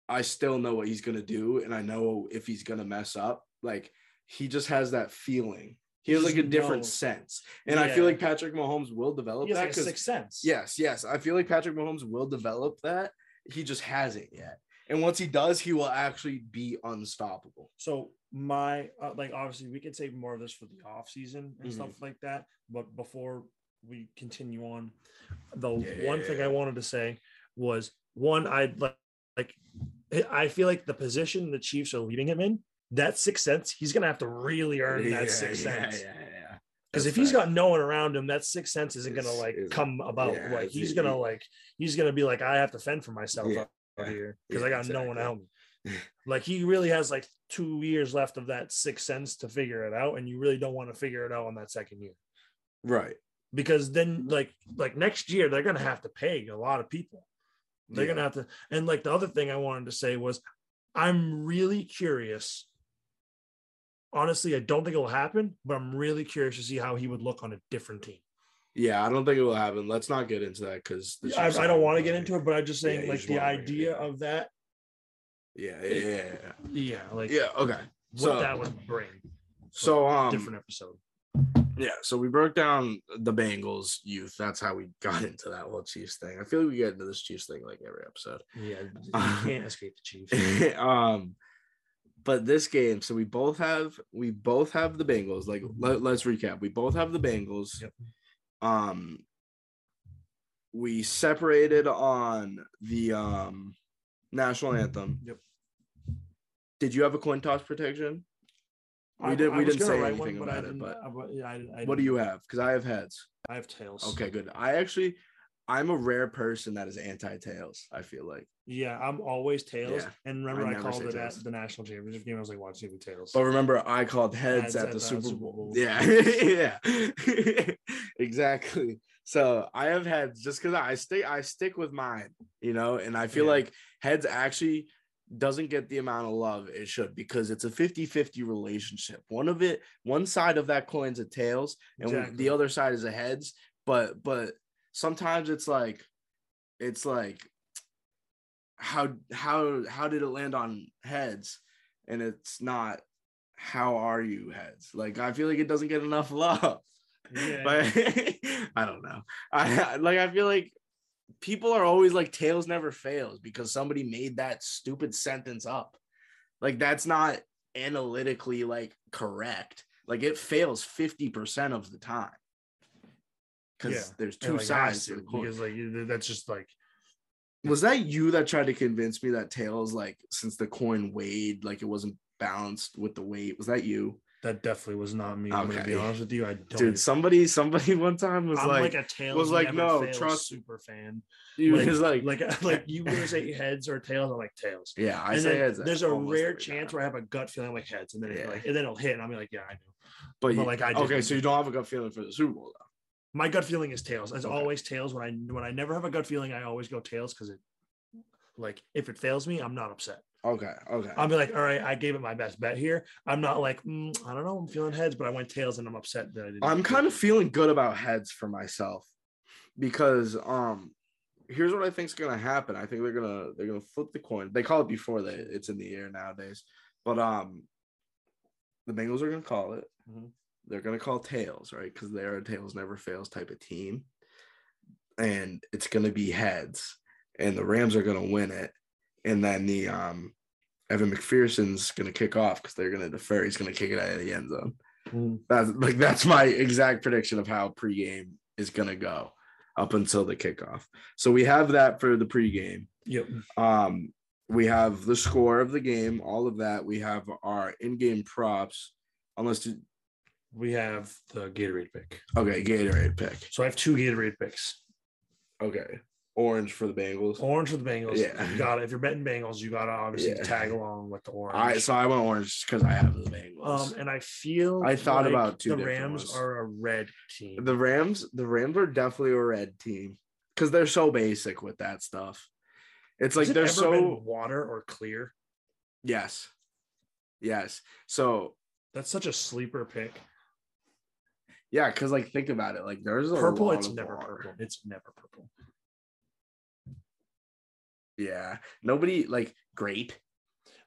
[SPEAKER 1] I still know what he's gonna do, and I know if he's gonna mess up. Like, he just has that feeling. He has like a
[SPEAKER 2] Just
[SPEAKER 1] different
[SPEAKER 2] knows.
[SPEAKER 1] sense, and I feel
[SPEAKER 2] Yeah.
[SPEAKER 1] like Patrick Mahomes will develop
[SPEAKER 2] He has
[SPEAKER 1] that
[SPEAKER 2] like a
[SPEAKER 1] 'cause-
[SPEAKER 2] sixth sense.
[SPEAKER 1] Yes, yes. I feel like Patrick Mahomes will develop that. He just hasn't yet. And once he does, he will actually be unstoppable.
[SPEAKER 2] So my uh, like obviously we can save more of this for the off season and
[SPEAKER 1] Mhm.
[SPEAKER 2] stuff like that. But before we continue on, the
[SPEAKER 1] Yeah.
[SPEAKER 2] one thing I wanted to say was one I like like I feel like the position the Chiefs are leading him in that sixth sense he's gonna have to really earn that sixth sense.
[SPEAKER 1] yeah.
[SPEAKER 2] Because if
[SPEAKER 1] That's
[SPEAKER 2] he's
[SPEAKER 1] right.
[SPEAKER 2] got no one around him, that sixth sense isn't gonna
[SPEAKER 1] It's-
[SPEAKER 2] like
[SPEAKER 1] it's-
[SPEAKER 2] come about.
[SPEAKER 1] yeah,
[SPEAKER 2] like
[SPEAKER 1] it's-
[SPEAKER 2] he's
[SPEAKER 1] it-
[SPEAKER 2] gonna
[SPEAKER 1] it-
[SPEAKER 2] like he's gonna be like, I have to fend for myself
[SPEAKER 1] Yeah,
[SPEAKER 2] out out here because
[SPEAKER 1] yeah,
[SPEAKER 2] I got no one to
[SPEAKER 1] exactly.
[SPEAKER 2] help me. Like he really has like two years left of that sixth sense to figure it out, and you really don't want to figure it out on that second year
[SPEAKER 1] Right.
[SPEAKER 2] because then like like next year they're gonna have to pay a lot of people. They're
[SPEAKER 1] Yeah.
[SPEAKER 2] gonna have to, and like the other thing I wanted to say was, I'm really curious. Honestly, I don't think it will happen, but I'm really curious to see how he would look on a different team.
[SPEAKER 1] Yeah, I don't think it will happen. Let's not get into that because
[SPEAKER 2] I, I don't want to get into it, but I'm just saying
[SPEAKER 1] Yeah, you
[SPEAKER 2] like
[SPEAKER 1] just
[SPEAKER 2] the
[SPEAKER 1] wanna bring it
[SPEAKER 2] idea
[SPEAKER 1] in.
[SPEAKER 2] of that.
[SPEAKER 1] Yeah, yeah, yeah, yeah.
[SPEAKER 2] Yeah, like
[SPEAKER 1] Yeah, okay.
[SPEAKER 2] what
[SPEAKER 1] So-
[SPEAKER 2] that would bring.
[SPEAKER 1] So um
[SPEAKER 2] different episode.
[SPEAKER 1] Yeah, so we broke down the Bengals youth. That's how we got into that whole Chiefs thing. I feel like we get into this Chiefs thing like every episode.
[SPEAKER 2] Yeah, you
[SPEAKER 1] Um,
[SPEAKER 2] can't escape the Chiefs.
[SPEAKER 1] um but this game so we both have we both have the bengals like let, us recap we both have the bengals
[SPEAKER 2] Mm-hmm. Yep.
[SPEAKER 1] um we separated on the um national anthem
[SPEAKER 2] Mm-hmm. Yep.
[SPEAKER 1] did you have a coin toss protection we
[SPEAKER 2] I-
[SPEAKER 1] did
[SPEAKER 2] I
[SPEAKER 1] we
[SPEAKER 2] was
[SPEAKER 1] didn't
[SPEAKER 2] gonna
[SPEAKER 1] say
[SPEAKER 2] write one,
[SPEAKER 1] anything
[SPEAKER 2] but I
[SPEAKER 1] about it
[SPEAKER 2] didn't-
[SPEAKER 1] but
[SPEAKER 2] I- but yeah, I- I
[SPEAKER 1] what do
[SPEAKER 2] didn't.
[SPEAKER 1] you have because i have heads
[SPEAKER 2] I have tails.
[SPEAKER 1] okay good i actually i'm a rare person that is anti-tails i feel like
[SPEAKER 2] Yeah, I'm always tails.
[SPEAKER 1] Yeah,
[SPEAKER 2] and remember,
[SPEAKER 1] I
[SPEAKER 2] I,
[SPEAKER 1] never
[SPEAKER 2] called
[SPEAKER 1] say
[SPEAKER 2] it at
[SPEAKER 1] tails.
[SPEAKER 2] the national championship game. I was like, watching the tails.
[SPEAKER 1] But remember, I called heads
[SPEAKER 2] Heads
[SPEAKER 1] at,
[SPEAKER 2] at
[SPEAKER 1] the
[SPEAKER 2] the
[SPEAKER 1] Super,
[SPEAKER 2] Super
[SPEAKER 1] Bowl.
[SPEAKER 2] Bowl.
[SPEAKER 1] Yeah, yeah, exactly. So I have heads just because I stick. I stick with mine, you know, and I feel
[SPEAKER 2] Yeah.
[SPEAKER 1] like heads actually doesn't get the amount of love it should because it's a 50-50 relationship. One of it, one side of that coin's a tails, and
[SPEAKER 2] Exactly.
[SPEAKER 1] the other side is a heads. But but sometimes it's like it's like how how how did it land on heads and it's not how are you heads like i feel like it doesn't get enough love
[SPEAKER 2] Yeah.
[SPEAKER 1] but i don't know i like i feel like people are always like tails never fails because somebody made that stupid sentence up like that's not analytically like correct like it fails 50% of the time because
[SPEAKER 2] Yeah.
[SPEAKER 1] there's
[SPEAKER 2] And,
[SPEAKER 1] two
[SPEAKER 2] like,
[SPEAKER 1] sides.
[SPEAKER 2] has to,
[SPEAKER 1] to it.
[SPEAKER 2] "Ah, because like you- that's just like
[SPEAKER 1] was that you that tried to convince me that tails like since the coin weighed like it wasn't balanced with the weight? Was that you?
[SPEAKER 2] that definitely was not me. I'm gonna be
[SPEAKER 1] Okay.
[SPEAKER 2] honest with you. I don't
[SPEAKER 1] Dude, somebody somebody one time was
[SPEAKER 2] I'm
[SPEAKER 1] like,
[SPEAKER 2] like, a tails
[SPEAKER 1] was like
[SPEAKER 2] never
[SPEAKER 1] no
[SPEAKER 2] fails
[SPEAKER 1] trust
[SPEAKER 2] super fan.
[SPEAKER 1] He
[SPEAKER 2] like,
[SPEAKER 1] was like-
[SPEAKER 2] like like you either say heads or tails. I'm like tails.
[SPEAKER 1] Yeah, I
[SPEAKER 2] And
[SPEAKER 1] say
[SPEAKER 2] then
[SPEAKER 1] heads
[SPEAKER 2] There's a
[SPEAKER 1] almost
[SPEAKER 2] rare
[SPEAKER 1] every
[SPEAKER 2] chance where I have a gut feeling I'm like heads, and then it's
[SPEAKER 1] Yeah.
[SPEAKER 2] like and then it'll hit, and I'm like, yeah, I know.
[SPEAKER 1] but,
[SPEAKER 2] but, like, I
[SPEAKER 1] okay,
[SPEAKER 2] didn't.
[SPEAKER 1] so you don't have a gut feeling for the Super Bowl though.
[SPEAKER 2] My gut feeling is tails. It's
[SPEAKER 1] Okay.
[SPEAKER 2] always tails. When I when I never have a gut feeling, I always go tails because it like if it fails me, I'm not upset.
[SPEAKER 1] Okay, okay.
[SPEAKER 2] I'll be like, all right, I gave it my best bet here. I'm not like, mm, I don't know, I'm feeling heads, but I went tails and I'm upset that I didn't.
[SPEAKER 1] I'm kind of feeling good about heads for myself because um here's what I think's gonna happen. I think they're gonna they're gonna flip the coin. They call it before they it's in the air nowadays. But um the Bengals are gonna call it.
[SPEAKER 2] Mhm.
[SPEAKER 1] They're gonna call tails, right? Because they're a tails never fails type of team. And it's gonna be heads. And the Rams are gonna win it. And then the um Evan McPherson's gonna kick off because they're gonna defer. He's gonna kick it out of the end zone. That's like that's my exact prediction of how pregame is gonna go up until the kickoff. So we have that for the pregame.
[SPEAKER 2] Yep.
[SPEAKER 1] Um, we have the score of the game, all of that. We have our in-game props. Unless you,
[SPEAKER 2] We have the Gatorade pick.
[SPEAKER 1] okay, Gatorade pick.
[SPEAKER 2] So I have two Gatorade picks.
[SPEAKER 1] Okay, orange for the Bengals.
[SPEAKER 2] Orange for the Bengals.
[SPEAKER 1] Yeah.
[SPEAKER 2] You got to If you're betting Bengals, you got to obviously
[SPEAKER 1] Yeah.
[SPEAKER 2] tag along with the orange.
[SPEAKER 1] I so I went orange because I have the Bengals.
[SPEAKER 2] um, and I feel
[SPEAKER 1] I thought about two
[SPEAKER 2] the
[SPEAKER 1] different
[SPEAKER 2] Rams
[SPEAKER 1] ones.
[SPEAKER 2] are a red team.
[SPEAKER 1] the Rams, the Rams are definitely a red team because they're so basic with that stuff. It's like
[SPEAKER 2] Has it
[SPEAKER 1] they're
[SPEAKER 2] ever
[SPEAKER 1] so
[SPEAKER 2] been water or clear.
[SPEAKER 1] Yes. Yes. So
[SPEAKER 2] That's such a sleeper pick.
[SPEAKER 1] yeah, because like think about it. Like there's a
[SPEAKER 2] Purple,
[SPEAKER 1] lot
[SPEAKER 2] it's
[SPEAKER 1] of
[SPEAKER 2] never
[SPEAKER 1] water.
[SPEAKER 2] purple. It's never purple.
[SPEAKER 1] Yeah. Nobody like grape.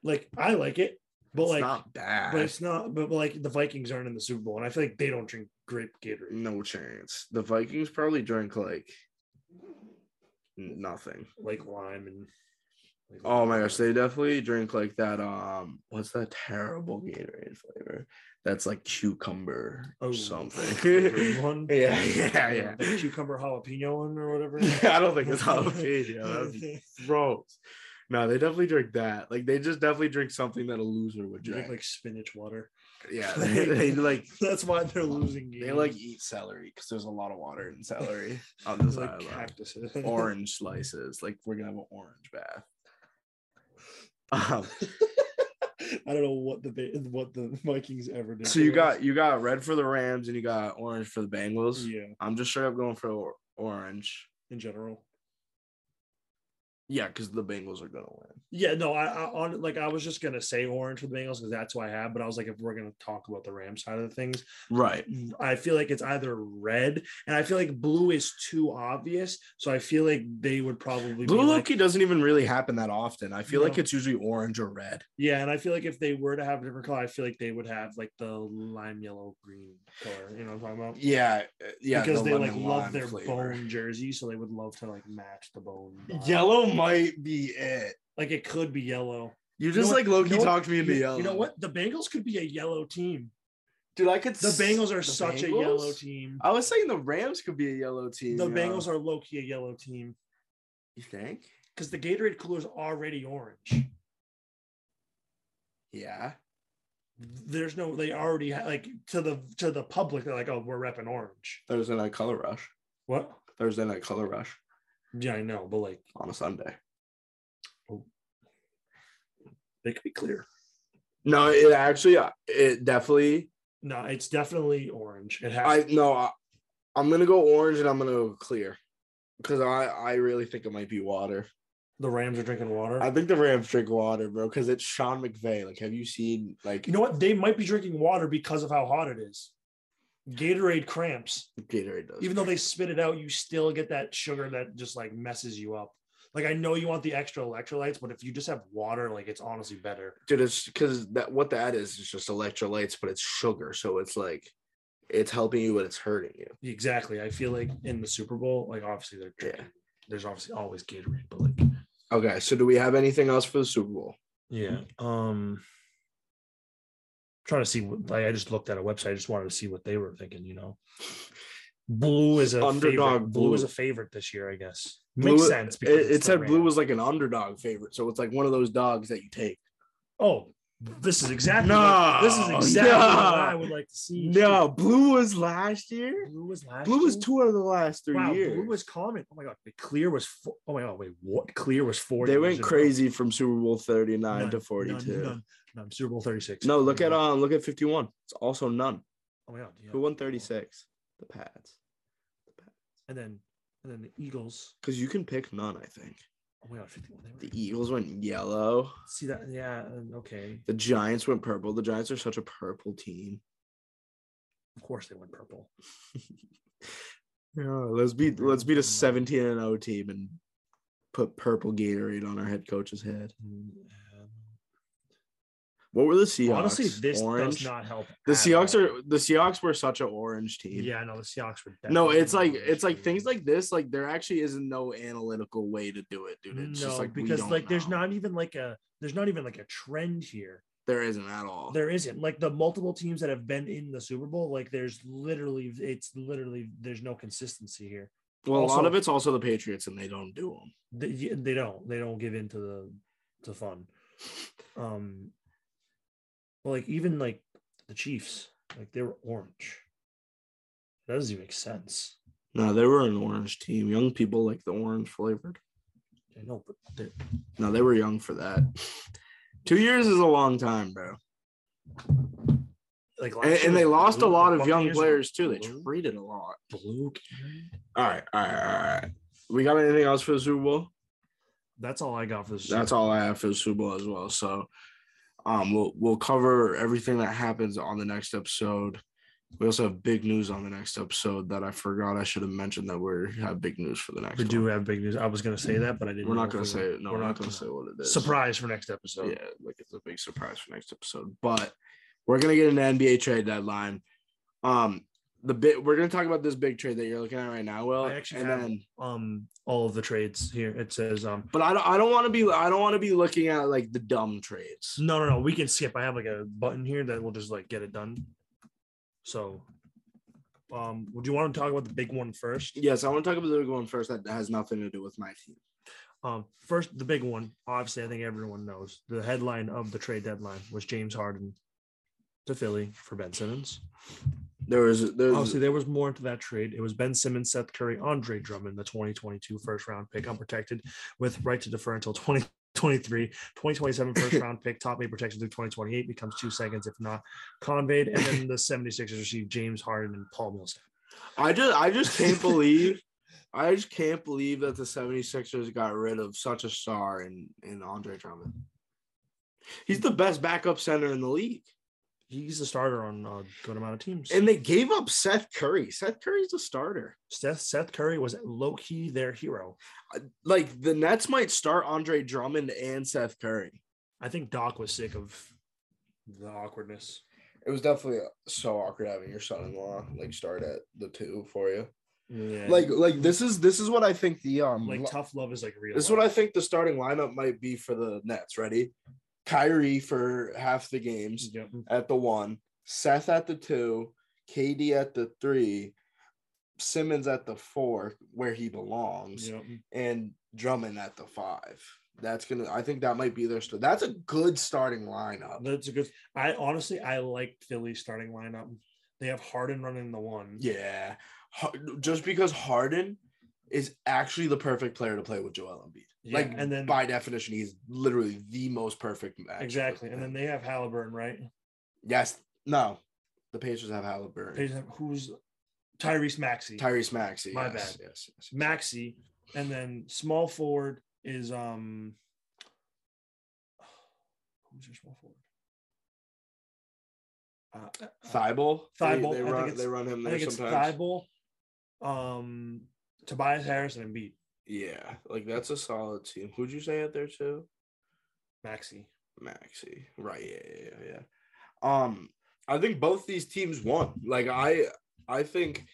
[SPEAKER 2] Like I like it, but
[SPEAKER 1] it's
[SPEAKER 2] like
[SPEAKER 1] not bad.
[SPEAKER 2] But it's not. But like the Vikings aren't in the Super Bowl, and I feel like they don't drink grape Gatorade.
[SPEAKER 1] no chance. The Vikings probably drink like n- nothing.
[SPEAKER 2] Like lime and. like,
[SPEAKER 1] Oh my gosh, they definitely drink like that. Um, what's that terrible Gatorade flavor? That's like cucumber or
[SPEAKER 2] Oh, the green
[SPEAKER 1] something.
[SPEAKER 2] one.
[SPEAKER 1] yeah, yeah, yeah.
[SPEAKER 2] The cucumber jalapeno one or whatever.
[SPEAKER 1] I don't think it's jalapeno. That'd be gross. No, they definitely drink that. Like they just definitely drink something that a loser would
[SPEAKER 2] You
[SPEAKER 1] drink.
[SPEAKER 2] drink like spinach water.
[SPEAKER 1] yeah, they, they, like
[SPEAKER 2] that's why they're losing.
[SPEAKER 1] they
[SPEAKER 2] games.
[SPEAKER 1] like eat celery because there's a lot of water in celery on the
[SPEAKER 2] Like
[SPEAKER 1] side
[SPEAKER 2] cactuses.
[SPEAKER 1] Orange slices. Like we're gonna have an orange bath. Um,
[SPEAKER 2] I don't know what the Ba- what the Vikings ever did.
[SPEAKER 1] so you
[SPEAKER 2] to us.
[SPEAKER 1] got you got red for the Rams and you got orange for the Bengals.
[SPEAKER 2] yeah
[SPEAKER 1] I'm just straight up going for or- orange.
[SPEAKER 2] in general.
[SPEAKER 1] Yeah, because the Bengals are gonna win.
[SPEAKER 2] Yeah, no, I, I on like I was just gonna say orange for the Bengals because that's what I have, but I was like, if we're gonna talk about the Ram side of the things,
[SPEAKER 1] Right.
[SPEAKER 2] I feel like it's either red, and I feel like blue is too obvious. So I feel like they would probably
[SPEAKER 1] Blue
[SPEAKER 2] be like,
[SPEAKER 1] Loki doesn't even really happen that often. I feel like
[SPEAKER 2] No.
[SPEAKER 1] it's usually orange or red.
[SPEAKER 2] yeah, and I feel like if they were to have a different color, I feel like they would have like the lime yellow green color. You know what I'm talking about?
[SPEAKER 1] Yeah, uh, yeah.
[SPEAKER 2] because
[SPEAKER 1] the
[SPEAKER 2] they like
[SPEAKER 1] lemon
[SPEAKER 2] love
[SPEAKER 1] lime
[SPEAKER 2] their
[SPEAKER 1] flavor.
[SPEAKER 2] bone jersey, so they would love to like match the bone. vibe.
[SPEAKER 1] Yellow might be it.
[SPEAKER 2] like it could be yellow.
[SPEAKER 1] You
[SPEAKER 2] know
[SPEAKER 1] just
[SPEAKER 2] what-
[SPEAKER 1] like Loki
[SPEAKER 2] you know what-
[SPEAKER 1] talked me into
[SPEAKER 2] you-
[SPEAKER 1] yellow.
[SPEAKER 2] You know what? The Bengals could be a yellow team.
[SPEAKER 1] dude? I could.
[SPEAKER 2] The Bengals are such a yellow team.
[SPEAKER 1] I was saying the Rams could be a yellow team.
[SPEAKER 2] The Bengals are low key a yellow team
[SPEAKER 1] You think?
[SPEAKER 2] because the Gatorade cooler is already orange.
[SPEAKER 1] Yeah.
[SPEAKER 2] there's no they already ha- like to the to the public they're like oh we're repping orange
[SPEAKER 1] Thursday night color rush.
[SPEAKER 2] what
[SPEAKER 1] Thursday night color rush
[SPEAKER 2] yeah i know but like
[SPEAKER 1] on a Sunday.
[SPEAKER 2] they could be clear
[SPEAKER 1] No, it actually, uh, it definitely.
[SPEAKER 2] no it's definitely orange it has
[SPEAKER 1] I no, I, I'm gonna go orange and I'm gonna go clear because I I really think it might be water.
[SPEAKER 2] the rams are drinking water
[SPEAKER 1] I think the Rams drink water, bro, because it's Sean McVay. Like, have you seen like
[SPEAKER 2] you know what they might be drinking water because of how hot it is gatorade cramps
[SPEAKER 1] Gatorade does?
[SPEAKER 2] even though they spit it out you still get that sugar that just like messes you up like i know you want the extra electrolytes but if you just have water like it's honestly better
[SPEAKER 1] dude it's because that what that is is just electrolytes but it's sugar so it's like it's helping you but it's hurting you
[SPEAKER 2] exactly i feel like in the super bowl like obviously they're
[SPEAKER 1] Yeah.
[SPEAKER 2] drinking there's obviously always gatorade but like
[SPEAKER 1] okay so do we have anything else for the super bowl
[SPEAKER 2] Yeah. Um trying to see what like I just looked at a website, I just wanted to see what they were thinking, you know. blue is a
[SPEAKER 1] Underdog
[SPEAKER 2] favorite. Blue.
[SPEAKER 1] blue.
[SPEAKER 2] is a favorite this year, I guess.
[SPEAKER 1] Blue-
[SPEAKER 2] Makes sense.
[SPEAKER 1] It, it
[SPEAKER 2] it's the
[SPEAKER 1] said blue
[SPEAKER 2] Rams.
[SPEAKER 1] was like an underdog favorite, so it's like one of those dogs that you take.
[SPEAKER 2] Oh, this is exactly.
[SPEAKER 1] No,
[SPEAKER 2] what- this is exactly
[SPEAKER 1] no.
[SPEAKER 2] what I would like to see.
[SPEAKER 1] No, blue was last year.
[SPEAKER 2] Blue was last.
[SPEAKER 1] Blue was
[SPEAKER 2] year?
[SPEAKER 1] two out of the last three
[SPEAKER 2] wow,
[SPEAKER 1] years.
[SPEAKER 2] Blue was common. Oh my god, the clear was. Four, oh my god, wait, what? Clear was four.
[SPEAKER 1] they
[SPEAKER 2] years
[SPEAKER 1] went
[SPEAKER 2] ago.
[SPEAKER 1] crazy from Super Bowl 39
[SPEAKER 2] None,
[SPEAKER 1] to
[SPEAKER 2] none,
[SPEAKER 1] 42.
[SPEAKER 2] none, none. Super Bowl thirty six.
[SPEAKER 1] No, look at um, look at 51. It's also none.
[SPEAKER 2] Oh my god, yeah.
[SPEAKER 1] Who won 36? The Pats.
[SPEAKER 2] And then, and then the Eagles.
[SPEAKER 1] Because you can pick none, I think.
[SPEAKER 2] Oh my god, 51. They were-
[SPEAKER 1] The E Eagles went yellow.
[SPEAKER 2] See that? Yeah. and- Okay.
[SPEAKER 1] The Giants went purple. The Giants are such a purple team.
[SPEAKER 2] Of course, they went purple.
[SPEAKER 1] Yeah, let's beat let's beat a 17 and 0 team and put purple Gatorade on our head coach's head. What were the Seahawks?
[SPEAKER 2] Honestly, this
[SPEAKER 1] orange.
[SPEAKER 2] does not help.
[SPEAKER 1] the
[SPEAKER 2] at
[SPEAKER 1] Seahawks
[SPEAKER 2] all.
[SPEAKER 1] are the Seahawks were such an orange team.
[SPEAKER 2] Yeah, no, the Seahawks were.
[SPEAKER 1] No,
[SPEAKER 2] definitely
[SPEAKER 1] it's like
[SPEAKER 2] orange
[SPEAKER 1] it's like
[SPEAKER 2] team.
[SPEAKER 1] things like this. Like there actually is no analytical way to do it, dude.
[SPEAKER 2] no,
[SPEAKER 1] It's just like we
[SPEAKER 2] because
[SPEAKER 1] don't
[SPEAKER 2] like there's
[SPEAKER 1] know.
[SPEAKER 2] not even like a there's not even like a trend here.
[SPEAKER 1] there isn't at all.
[SPEAKER 2] There isn't like the multiple teams that have been in the Super Bowl. Like there's literally it's literally there's no consistency here.
[SPEAKER 1] well, a lot
[SPEAKER 2] also-
[SPEAKER 1] of it's also the Patriots, and they don't do them.
[SPEAKER 2] They, y- they don't they don't give in to the to fun. Um, like even like the Chiefs, like they were orange. That doesn't even make sense.
[SPEAKER 1] No, they were an orange team. Young people like the orange flavored.
[SPEAKER 2] I know, but they-
[SPEAKER 1] No, they were young for that. Two years is a long time, bro.
[SPEAKER 2] like
[SPEAKER 1] And, and they lost a lot of young players too. They
[SPEAKER 2] Blue,
[SPEAKER 1] traded a lot.
[SPEAKER 2] blue.
[SPEAKER 1] All right, all right, all right. all right. We got anything else for the Super Bowl?
[SPEAKER 2] That's all I got for this.
[SPEAKER 1] That's all I have for the Super Bowl as well. So, um, we'll we'll cover everything that happens on the next episode. We also have big news on the next episode that I forgot. I should have mentioned that we have big news for the next.
[SPEAKER 2] We do
[SPEAKER 1] one.
[SPEAKER 2] have big news. I was gonna say that, but I didn't.
[SPEAKER 1] We're
[SPEAKER 2] know
[SPEAKER 1] not
[SPEAKER 2] if
[SPEAKER 1] gonna
[SPEAKER 2] we
[SPEAKER 1] say
[SPEAKER 2] were-
[SPEAKER 1] it. No, we're not gonna say what it is.
[SPEAKER 2] Surprise for next episode.
[SPEAKER 1] Yeah, like it's a big surprise for next episode. But we're gonna get an NBA trade deadline. Um, the bit we're gonna talk about this big trade that you're looking at right now. Well,
[SPEAKER 2] I
[SPEAKER 1] and
[SPEAKER 2] actually have
[SPEAKER 1] then,
[SPEAKER 2] um all of the trades here. It says um
[SPEAKER 1] but I don't. I don't want to be. I don't want to be looking at like the dumb trades.
[SPEAKER 2] no no no we can skip. I have like a button here that will just like get it done. So, um, would you want to talk about the big one first?
[SPEAKER 1] Yes, I want to talk about the big one first. That has nothing to do with my team.
[SPEAKER 2] Um, first the big one. Obviously, I think everyone knows the headline of the trade deadline was James Harden to Philly for Ben Simmons.
[SPEAKER 1] There was there was
[SPEAKER 2] Obviously, there was more into Oh, that trade. It was Ben Simmons, Seth Curry, Andre Drummond, the 2022 first round pick, unprotected, with right to defer until 2023, 2027 first round pick, top eight protection through 2028, becomes two seconds if not conveyed. And then the 76ers received James Harden and Paul Millsap.
[SPEAKER 1] I just I just can't believe I just can't believe that the 76ers got rid of such a star in, in Andre Drummond. He's the best backup center in the league.
[SPEAKER 2] He's a starter on a good amount of teams.
[SPEAKER 1] And they gave up Seth Curry. Seth Curry's the starter.
[SPEAKER 2] Seth, Seth Curry was low key their hero.
[SPEAKER 1] Like the Nets might start Andre Drummond and Seth Curry.
[SPEAKER 2] I think Doc was sick of the awkwardness.
[SPEAKER 1] It was definitely so awkward having your son-in-law like start at the two for you.
[SPEAKER 2] Yeah.
[SPEAKER 1] Like like this is this is what I think the um
[SPEAKER 2] like
[SPEAKER 1] li-
[SPEAKER 2] tough love is like real.
[SPEAKER 1] This is what I
[SPEAKER 2] love.
[SPEAKER 1] think the starting lineup might be for the Nets. Ready? Kyrie for half the games
[SPEAKER 2] Yep.
[SPEAKER 1] at the one, Seth at the two, KD at the three, Simmons at the four, where he belongs,
[SPEAKER 2] Yep.
[SPEAKER 1] and Drummond at the five. That's gonna. I think that might be their. St- that's a good starting lineup.
[SPEAKER 2] That's a good. I honestly, I like Philly's starting lineup. They have Harden running the one.
[SPEAKER 1] Yeah, Har- just because Harden is actually the perfect player to play with Joel Embiid.
[SPEAKER 2] Yeah,
[SPEAKER 1] like,
[SPEAKER 2] and
[SPEAKER 1] and
[SPEAKER 2] then-
[SPEAKER 1] then by definition, he's literally the most perfect match. for
[SPEAKER 2] exactly. And
[SPEAKER 1] him.
[SPEAKER 2] then they have Halliburton, right?
[SPEAKER 1] Yes. No. The Pacers have Halliburton.
[SPEAKER 2] Page- Who's Tyrese Maxey?
[SPEAKER 1] Tyrese Maxey.
[SPEAKER 2] My
[SPEAKER 1] yes,
[SPEAKER 2] bad.
[SPEAKER 1] Yes, yes.
[SPEAKER 2] Maxey, and then small forward is um. Who's your small forward? Uh, uh,
[SPEAKER 1] Thibault.
[SPEAKER 2] Thibault,
[SPEAKER 1] They, they
[SPEAKER 2] I think
[SPEAKER 1] run.
[SPEAKER 2] it's-
[SPEAKER 1] They run him
[SPEAKER 2] I
[SPEAKER 1] there
[SPEAKER 2] think it's
[SPEAKER 1] sometimes.
[SPEAKER 2] Thibault, um, Tobias Harris, and Embiid.
[SPEAKER 1] Yeah, like that's a solid team. Who'd you say out there too?
[SPEAKER 2] Maxey.
[SPEAKER 1] Maxey. Right. Yeah. Yeah. Yeah. yeah. Um, I think both these teams won. Like I, I think.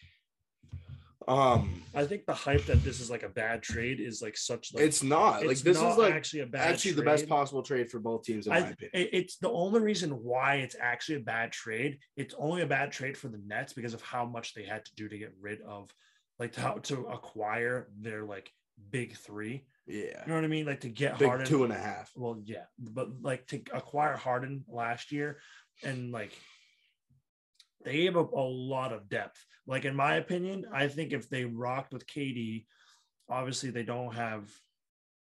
[SPEAKER 1] Um,
[SPEAKER 2] I think the hype that this is like a bad trade is like such. Like,
[SPEAKER 1] it's not like
[SPEAKER 2] it's
[SPEAKER 1] this
[SPEAKER 2] not
[SPEAKER 1] is like
[SPEAKER 2] actually a bad
[SPEAKER 1] actually the
[SPEAKER 2] trade.
[SPEAKER 1] best possible trade for both teams in
[SPEAKER 2] I-
[SPEAKER 1] my opinion.
[SPEAKER 2] it- it's the only reason why it's actually a bad trade. It's only a bad trade for the Nets because of how much they had to do to get rid of, like, to, how to acquire their like big three.
[SPEAKER 1] Yeah,
[SPEAKER 2] You know what I mean? Like to get
[SPEAKER 1] Big
[SPEAKER 2] Harden
[SPEAKER 1] two and a half.
[SPEAKER 2] Well, yeah, but like to acquire Harden last year, and like they gave up a lot of depth. Like in my opinion, I think if they rocked with KD, obviously they don't have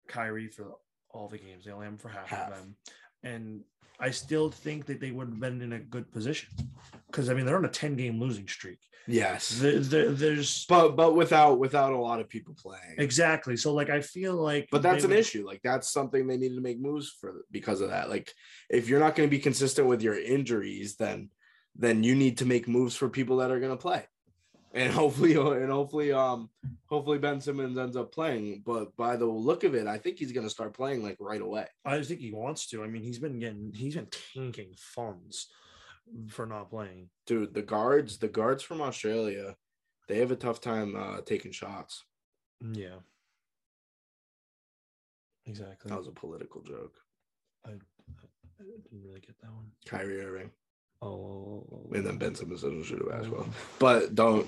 [SPEAKER 2] Kyrie for all the games. They only have him for half, of them, and I still think that they would have been in a good position because I mean they're on a ten game losing streak.
[SPEAKER 1] Yes,
[SPEAKER 2] There- there- there's
[SPEAKER 1] but but without without a lot of people playing.
[SPEAKER 2] Exactly. So like I feel like
[SPEAKER 1] But
[SPEAKER 2] they
[SPEAKER 1] that's an
[SPEAKER 2] would-
[SPEAKER 1] issue. Like that's something they needed to make moves for because of that. Like if you're not going to be consistent with your injuries, then then you need to make moves for people that are going to play. And hopefully, and hopefully, um, hopefully Ben Simmons ends up playing. But by the look of it, I think he's going to start playing like right away.
[SPEAKER 2] I think he wants to. I mean, he's been getting he's been tanking funds for not playing.
[SPEAKER 1] Dude, the guards, the guards from Australia, they have a tough time uh, taking shots.
[SPEAKER 2] Yeah. Exactly.
[SPEAKER 1] That was a political joke.
[SPEAKER 2] I, I didn't really get that one.
[SPEAKER 1] Kyrie Irving.
[SPEAKER 2] Oh,
[SPEAKER 1] and then Ben Simmons doesn't shoot a basketball. But don't.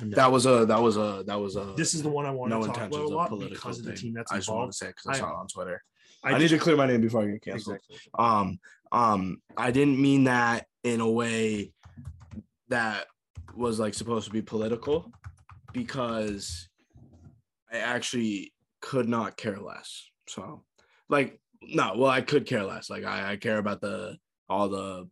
[SPEAKER 1] That was a. That was a. That was a.
[SPEAKER 2] This is the one I wanted
[SPEAKER 1] no
[SPEAKER 2] to talk about a
[SPEAKER 1] intentions of
[SPEAKER 2] lot
[SPEAKER 1] political
[SPEAKER 2] because of the
[SPEAKER 1] thing.
[SPEAKER 2] team that's
[SPEAKER 1] I just wanted
[SPEAKER 2] involved.
[SPEAKER 1] to say it 'cause I
[SPEAKER 2] I-
[SPEAKER 1] saw it on Twitter.
[SPEAKER 2] I
[SPEAKER 1] I, need
[SPEAKER 2] just-
[SPEAKER 1] to clear my name before I get canceled. Um, um, I didn't mean that in a way that was like supposed to be political, because I actually could not care less. So, like, no, well, I could care less. Like, I, I care about the all the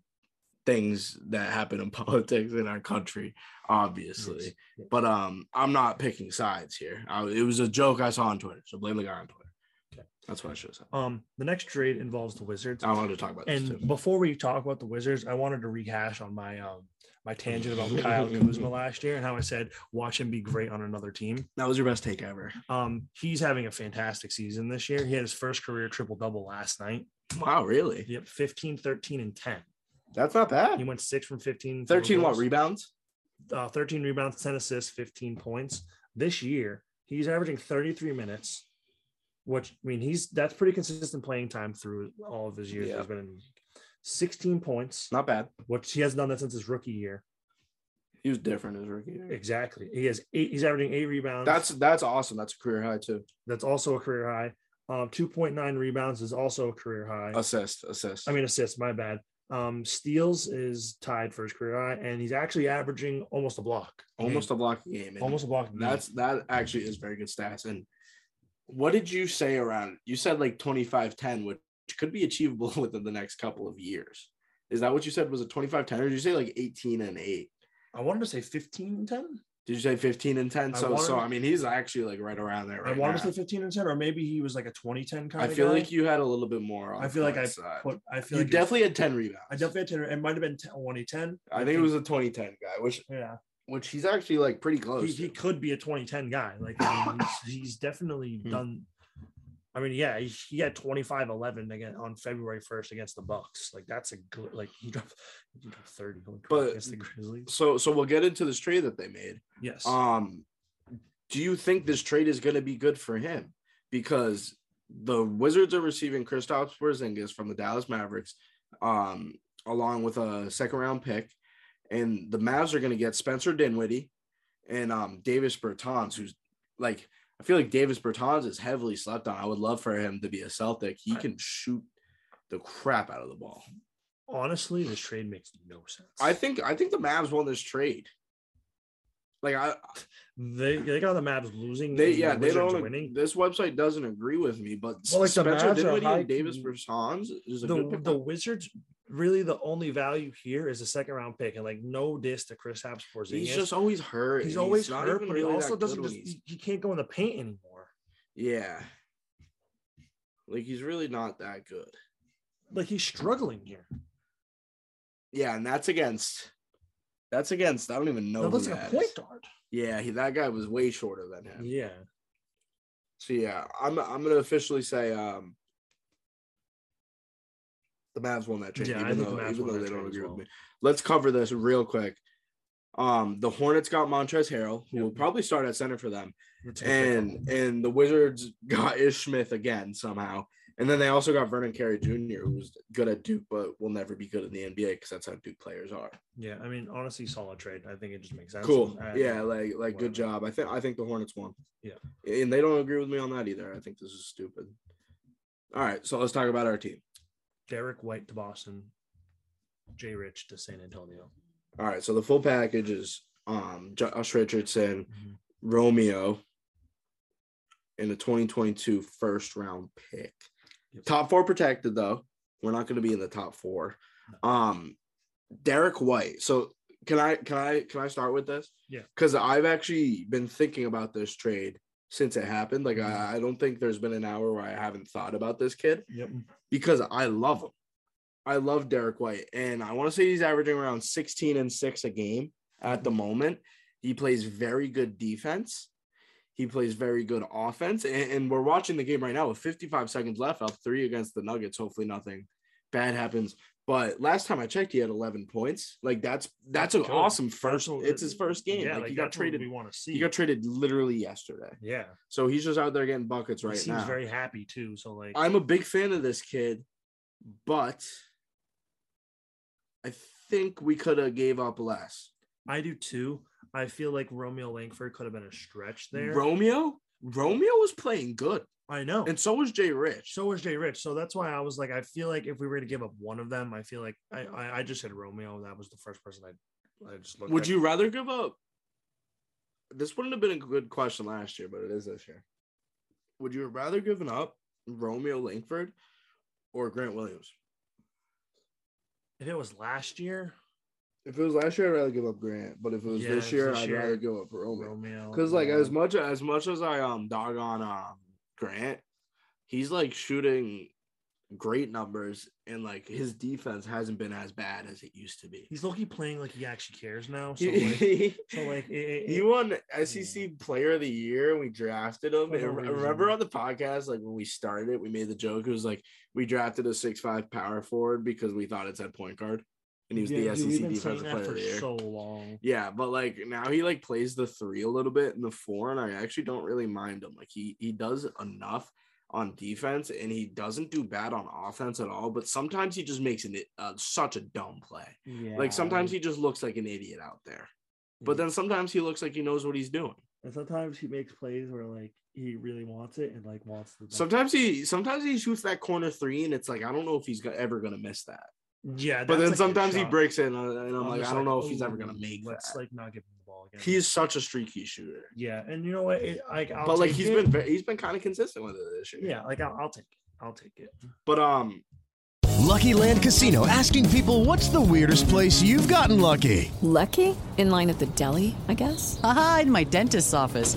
[SPEAKER 1] things that happen in politics in our country, obviously. But um, I'm not picking sides here. I, it was a joke I saw on Twitter, so blame the guy on Twitter. That's what I should have said.
[SPEAKER 2] Um, the next trade involves the Wizards.
[SPEAKER 1] I wanted to talk about this,
[SPEAKER 2] And
[SPEAKER 1] too.
[SPEAKER 2] before we talk about the Wizards, I wanted to rehash on my um my tangent about Kyle Kuzma last year and how I said watch him be great on another team.
[SPEAKER 1] That was your best take ever.
[SPEAKER 2] Um, he's having a fantastic season this year. He had his first career triple double last night.
[SPEAKER 1] Wow, really?
[SPEAKER 2] Yep, 15, 13, and 10.
[SPEAKER 1] That's not bad.
[SPEAKER 2] He went six from 15. field
[SPEAKER 1] 13 what
[SPEAKER 2] goals.
[SPEAKER 1] rebounds?
[SPEAKER 2] Uh, 13 rebounds, 10 assists, 15 points. This year, he's averaging 33 minutes, which I mean, he's that's pretty consistent playing time through all of his years.
[SPEAKER 1] Yeah.
[SPEAKER 2] He's been in the league. 16 points.
[SPEAKER 1] Not bad.
[SPEAKER 2] Which he hasn't done that since his rookie year.
[SPEAKER 1] He was different as rookie. year.
[SPEAKER 2] Exactly. He has eight, he's averaging eight rebounds.
[SPEAKER 1] That's that's awesome. That's a career high too.
[SPEAKER 2] that's also a career high. Um, 2.9 rebounds is also a career high.
[SPEAKER 1] Assist, assist.
[SPEAKER 2] I mean assists, my bad. Um, steals is tied for his career high, and he's actually averaging almost a block.
[SPEAKER 1] almost a block a game. and
[SPEAKER 2] Almost a block a game.
[SPEAKER 1] That's that actually is very good stats. And what did you say around? You said like 25-10, which could be achievable within the next couple of years. Is that what you said? Was it 25-10? Or did you say like 18 and 8?
[SPEAKER 2] I wanted to say 15 and 10.
[SPEAKER 1] Did you say 15 and 10?
[SPEAKER 2] I
[SPEAKER 1] So so
[SPEAKER 2] wanted-
[SPEAKER 1] I mean he's actually like right around there
[SPEAKER 2] I
[SPEAKER 1] right
[SPEAKER 2] want to
[SPEAKER 1] now.
[SPEAKER 2] say 15 and 10, or maybe he was like a 2010 kind
[SPEAKER 1] I
[SPEAKER 2] of
[SPEAKER 1] feel
[SPEAKER 2] guy.
[SPEAKER 1] like you had a little bit more. On
[SPEAKER 2] I feel like
[SPEAKER 1] that
[SPEAKER 2] I
[SPEAKER 1] side.
[SPEAKER 2] put I
[SPEAKER 1] you
[SPEAKER 2] feel like it was-
[SPEAKER 1] definitely had ten rebounds.
[SPEAKER 2] I definitely had 10. It might have been 10, 2010.
[SPEAKER 1] I think it was a 2010 guy, which
[SPEAKER 2] yeah,
[SPEAKER 1] which he's actually like pretty
[SPEAKER 2] he,
[SPEAKER 1] close.
[SPEAKER 2] he could be a 2010 guy. Like I mean, he's, he's definitely
[SPEAKER 1] Hmm.
[SPEAKER 2] done. I mean, yeah, he, he had 25 11 again on February 1st against the Bucks. Like that's a good like he dropped, he dropped 30 holy crap,
[SPEAKER 1] But-
[SPEAKER 2] against the Grizzlies.
[SPEAKER 1] so so we'll get into this trade that they made.
[SPEAKER 2] Yes.
[SPEAKER 1] Um, do you think this trade is going to be good for him? Because the Wizards are receiving Kristaps Porzingis from the Dallas Mavericks, um, along with a second round pick, and the Mavs are going to get Spencer Dinwiddie and um Davis Bertans, who's like I feel like Davis Bertans is heavily slept on. I would love for him to be a Celtic. He can shoot the crap out of the ball.
[SPEAKER 2] Honestly, this trade makes no sense.
[SPEAKER 1] I think I think the Mavs won this trade. Like I
[SPEAKER 2] They they got the Mavs losing.
[SPEAKER 1] they
[SPEAKER 2] and the
[SPEAKER 1] yeah they
[SPEAKER 2] Wizards
[SPEAKER 1] don't
[SPEAKER 2] winning.
[SPEAKER 1] this website doesn't agree with me, but
[SPEAKER 2] Well, like, the Mavs
[SPEAKER 1] Spencer
[SPEAKER 2] are
[SPEAKER 1] Dinwiddie
[SPEAKER 2] high-
[SPEAKER 1] and Davis Bertans is a good
[SPEAKER 2] the,
[SPEAKER 1] pick.
[SPEAKER 2] the Wizards really the only value here is a second round pick, and like no diss to Chris Habs Porzingis.
[SPEAKER 1] he's just always hurt.
[SPEAKER 2] he's
[SPEAKER 1] and
[SPEAKER 2] always
[SPEAKER 1] not
[SPEAKER 2] hurt,
[SPEAKER 1] even
[SPEAKER 2] but he
[SPEAKER 1] really
[SPEAKER 2] also
[SPEAKER 1] that good
[SPEAKER 2] doesn't
[SPEAKER 1] when
[SPEAKER 2] just
[SPEAKER 1] he's-
[SPEAKER 2] he, he can't go in the paint anymore.
[SPEAKER 1] yeah. Like he's really not that good.
[SPEAKER 2] Like he's struggling here.
[SPEAKER 1] Yeah, and that's against that's against I don't even know.
[SPEAKER 2] that
[SPEAKER 1] who
[SPEAKER 2] looks like
[SPEAKER 1] that
[SPEAKER 2] a
[SPEAKER 1] is.
[SPEAKER 2] point guard.
[SPEAKER 1] Yeah, he, that guy was way shorter than him.
[SPEAKER 2] Yeah.
[SPEAKER 1] So yeah, I'm I'm gonna officially say um the Mavs won that trade,
[SPEAKER 2] Yeah, I
[SPEAKER 1] even
[SPEAKER 2] think the
[SPEAKER 1] though
[SPEAKER 2] Mavs
[SPEAKER 1] even
[SPEAKER 2] won
[SPEAKER 1] though
[SPEAKER 2] that
[SPEAKER 1] they don't
[SPEAKER 2] trade as
[SPEAKER 1] agree
[SPEAKER 2] well.
[SPEAKER 1] with me. Let's cover this real quick. Um, the Hornets got Montrez Harrell, who will probably start at center for them,
[SPEAKER 2] That's what they
[SPEAKER 1] and and the Wizards got Ish Smith again somehow, and then they also got Vernon Carey Jr., who's good at Duke but will never be good in the NBA because that's how Duke players are.
[SPEAKER 2] Yeah, I mean, honestly, solid trade. I think it just makes sense. uh,
[SPEAKER 1] Cool,
[SPEAKER 2] I-
[SPEAKER 1] yeah, like like good job. I think I think the Hornets won.
[SPEAKER 2] Yeah.
[SPEAKER 1] and they don't agree with me on that either. I think this is stupid. All right, so let's talk about our team.
[SPEAKER 2] Derek White to Boston, Jay Rich to San Antonio.
[SPEAKER 1] All right, so the full package is um Josh Richardson,
[SPEAKER 2] Mm-hmm.
[SPEAKER 1] Romeo, and a 2022 first round pick. Top four protected though. We're not going to be in the top four. Um, Derek White. So can I can I can I start with this?
[SPEAKER 2] Yeah.
[SPEAKER 1] Because I've actually been thinking about this trade since it happened. Like I, I don't think there's been an hour where I haven't thought about this kid
[SPEAKER 2] Yep.
[SPEAKER 1] because I love him. I love Derek White, and I want to say he's averaging around 16 and six a game at the moment. He plays very good defense. He plays very good offense, and, and we're watching the game right now with 55 seconds left, up three against the Nuggets. Hopefully, nothing bad happens. But last time I checked, he had 11 points. Like that's that's an
[SPEAKER 2] Good.
[SPEAKER 1] awesome first.
[SPEAKER 2] That's what-
[SPEAKER 1] It's his first game.
[SPEAKER 2] Yeah,
[SPEAKER 1] like,
[SPEAKER 2] like,
[SPEAKER 1] he got
[SPEAKER 2] that's what
[SPEAKER 1] traded.
[SPEAKER 2] we wanna see.
[SPEAKER 1] He got traded literally yesterday.
[SPEAKER 2] Yeah.
[SPEAKER 1] So he's just out there getting buckets right
[SPEAKER 2] he seems
[SPEAKER 1] now.
[SPEAKER 2] very happy too. So like,
[SPEAKER 1] I'm a big fan of this kid, but I think we could have gave up less.
[SPEAKER 2] I do too. I feel like Romeo Langford could have been a stretch there.
[SPEAKER 1] Romeo, Romeo was playing good.
[SPEAKER 2] I know,
[SPEAKER 1] and so was Jay Rich.
[SPEAKER 2] So was Jay Rich. So that's why I was like, I feel like if we were to give up one of them, I feel like I I, I just said Romeo. That was the first person I I just looked.
[SPEAKER 1] Would
[SPEAKER 2] at.
[SPEAKER 1] you rather give up? This wouldn't have been a good question last year, but it is this year. Would you have rather given up Romeo Langford or Grant Williams?
[SPEAKER 2] If it was last year,
[SPEAKER 1] If it was last year, I'd rather give up Grant. But if it was
[SPEAKER 2] Yeah,
[SPEAKER 1] this
[SPEAKER 2] if
[SPEAKER 1] year,
[SPEAKER 2] this
[SPEAKER 1] I'd
[SPEAKER 2] year,
[SPEAKER 1] rather give up
[SPEAKER 2] Oh,
[SPEAKER 1] Romeo.
[SPEAKER 2] Romeo.
[SPEAKER 1] Because like
[SPEAKER 2] yeah.
[SPEAKER 1] as much as much as I um dog on um Grant, he's like shooting great numbers and like his defense hasn't been as bad as it used to be.
[SPEAKER 2] he's lucky playing like he actually cares now. So like,
[SPEAKER 1] He
[SPEAKER 2] so like it, it-
[SPEAKER 1] he
[SPEAKER 2] it-
[SPEAKER 1] won SEC Player of the Year. and We drafted him.
[SPEAKER 2] For
[SPEAKER 1] And
[SPEAKER 2] no
[SPEAKER 1] re-
[SPEAKER 2] reason.
[SPEAKER 1] remember on the podcast, like when we started it, we made the joke. It was like we drafted a six-five power forward because we thought it said point guard, and he was
[SPEAKER 2] Yeah,
[SPEAKER 1] the E
[SPEAKER 2] dude, we've
[SPEAKER 1] SEC
[SPEAKER 2] been
[SPEAKER 1] Defensive
[SPEAKER 2] saying that
[SPEAKER 1] Player of the Year.
[SPEAKER 2] for so long.
[SPEAKER 1] Yeah, but like now he like plays the three a little bit in the four, and I actually don't really mind him. Like he he does enough on defense, and he doesn't do bad on offense at all. But sometimes he just makes an uh, such a dumb play.
[SPEAKER 2] Yeah,
[SPEAKER 1] Like sometimes he just looks like an idiot out there, but then sometimes he looks like he knows what he's doing.
[SPEAKER 2] and sometimes he makes plays where like he really wants it and like wants the
[SPEAKER 1] Sometimes he sometimes he shoots that corner three, and it's like I don't know if he's go- ever gonna miss that.
[SPEAKER 2] yeah.
[SPEAKER 1] but
[SPEAKER 2] that's,
[SPEAKER 1] then
[SPEAKER 2] like, a
[SPEAKER 1] sometimes he
[SPEAKER 2] shot.
[SPEAKER 1] breaks it, and, I- and I'm, like,
[SPEAKER 2] just
[SPEAKER 1] I don't know if he's
[SPEAKER 2] "Ooh,
[SPEAKER 1] ever gonna make
[SPEAKER 2] Let's
[SPEAKER 1] that.
[SPEAKER 2] like not give him the ball again.
[SPEAKER 1] He's such a streaky shooter.
[SPEAKER 2] yeah, and you know what? It, like, I'll
[SPEAKER 1] but like
[SPEAKER 2] take
[SPEAKER 1] he's
[SPEAKER 2] it.
[SPEAKER 1] been ve- he's been kind of consistent with it this year.
[SPEAKER 2] yeah, like I'll, I'll take it. I'll take it.
[SPEAKER 1] But um,
[SPEAKER 9] Lucky Land Casino asking people what's the weirdest place you've gotten lucky?
[SPEAKER 10] Lucky? In line at the deli, I guess? Aha, in my dentist's office.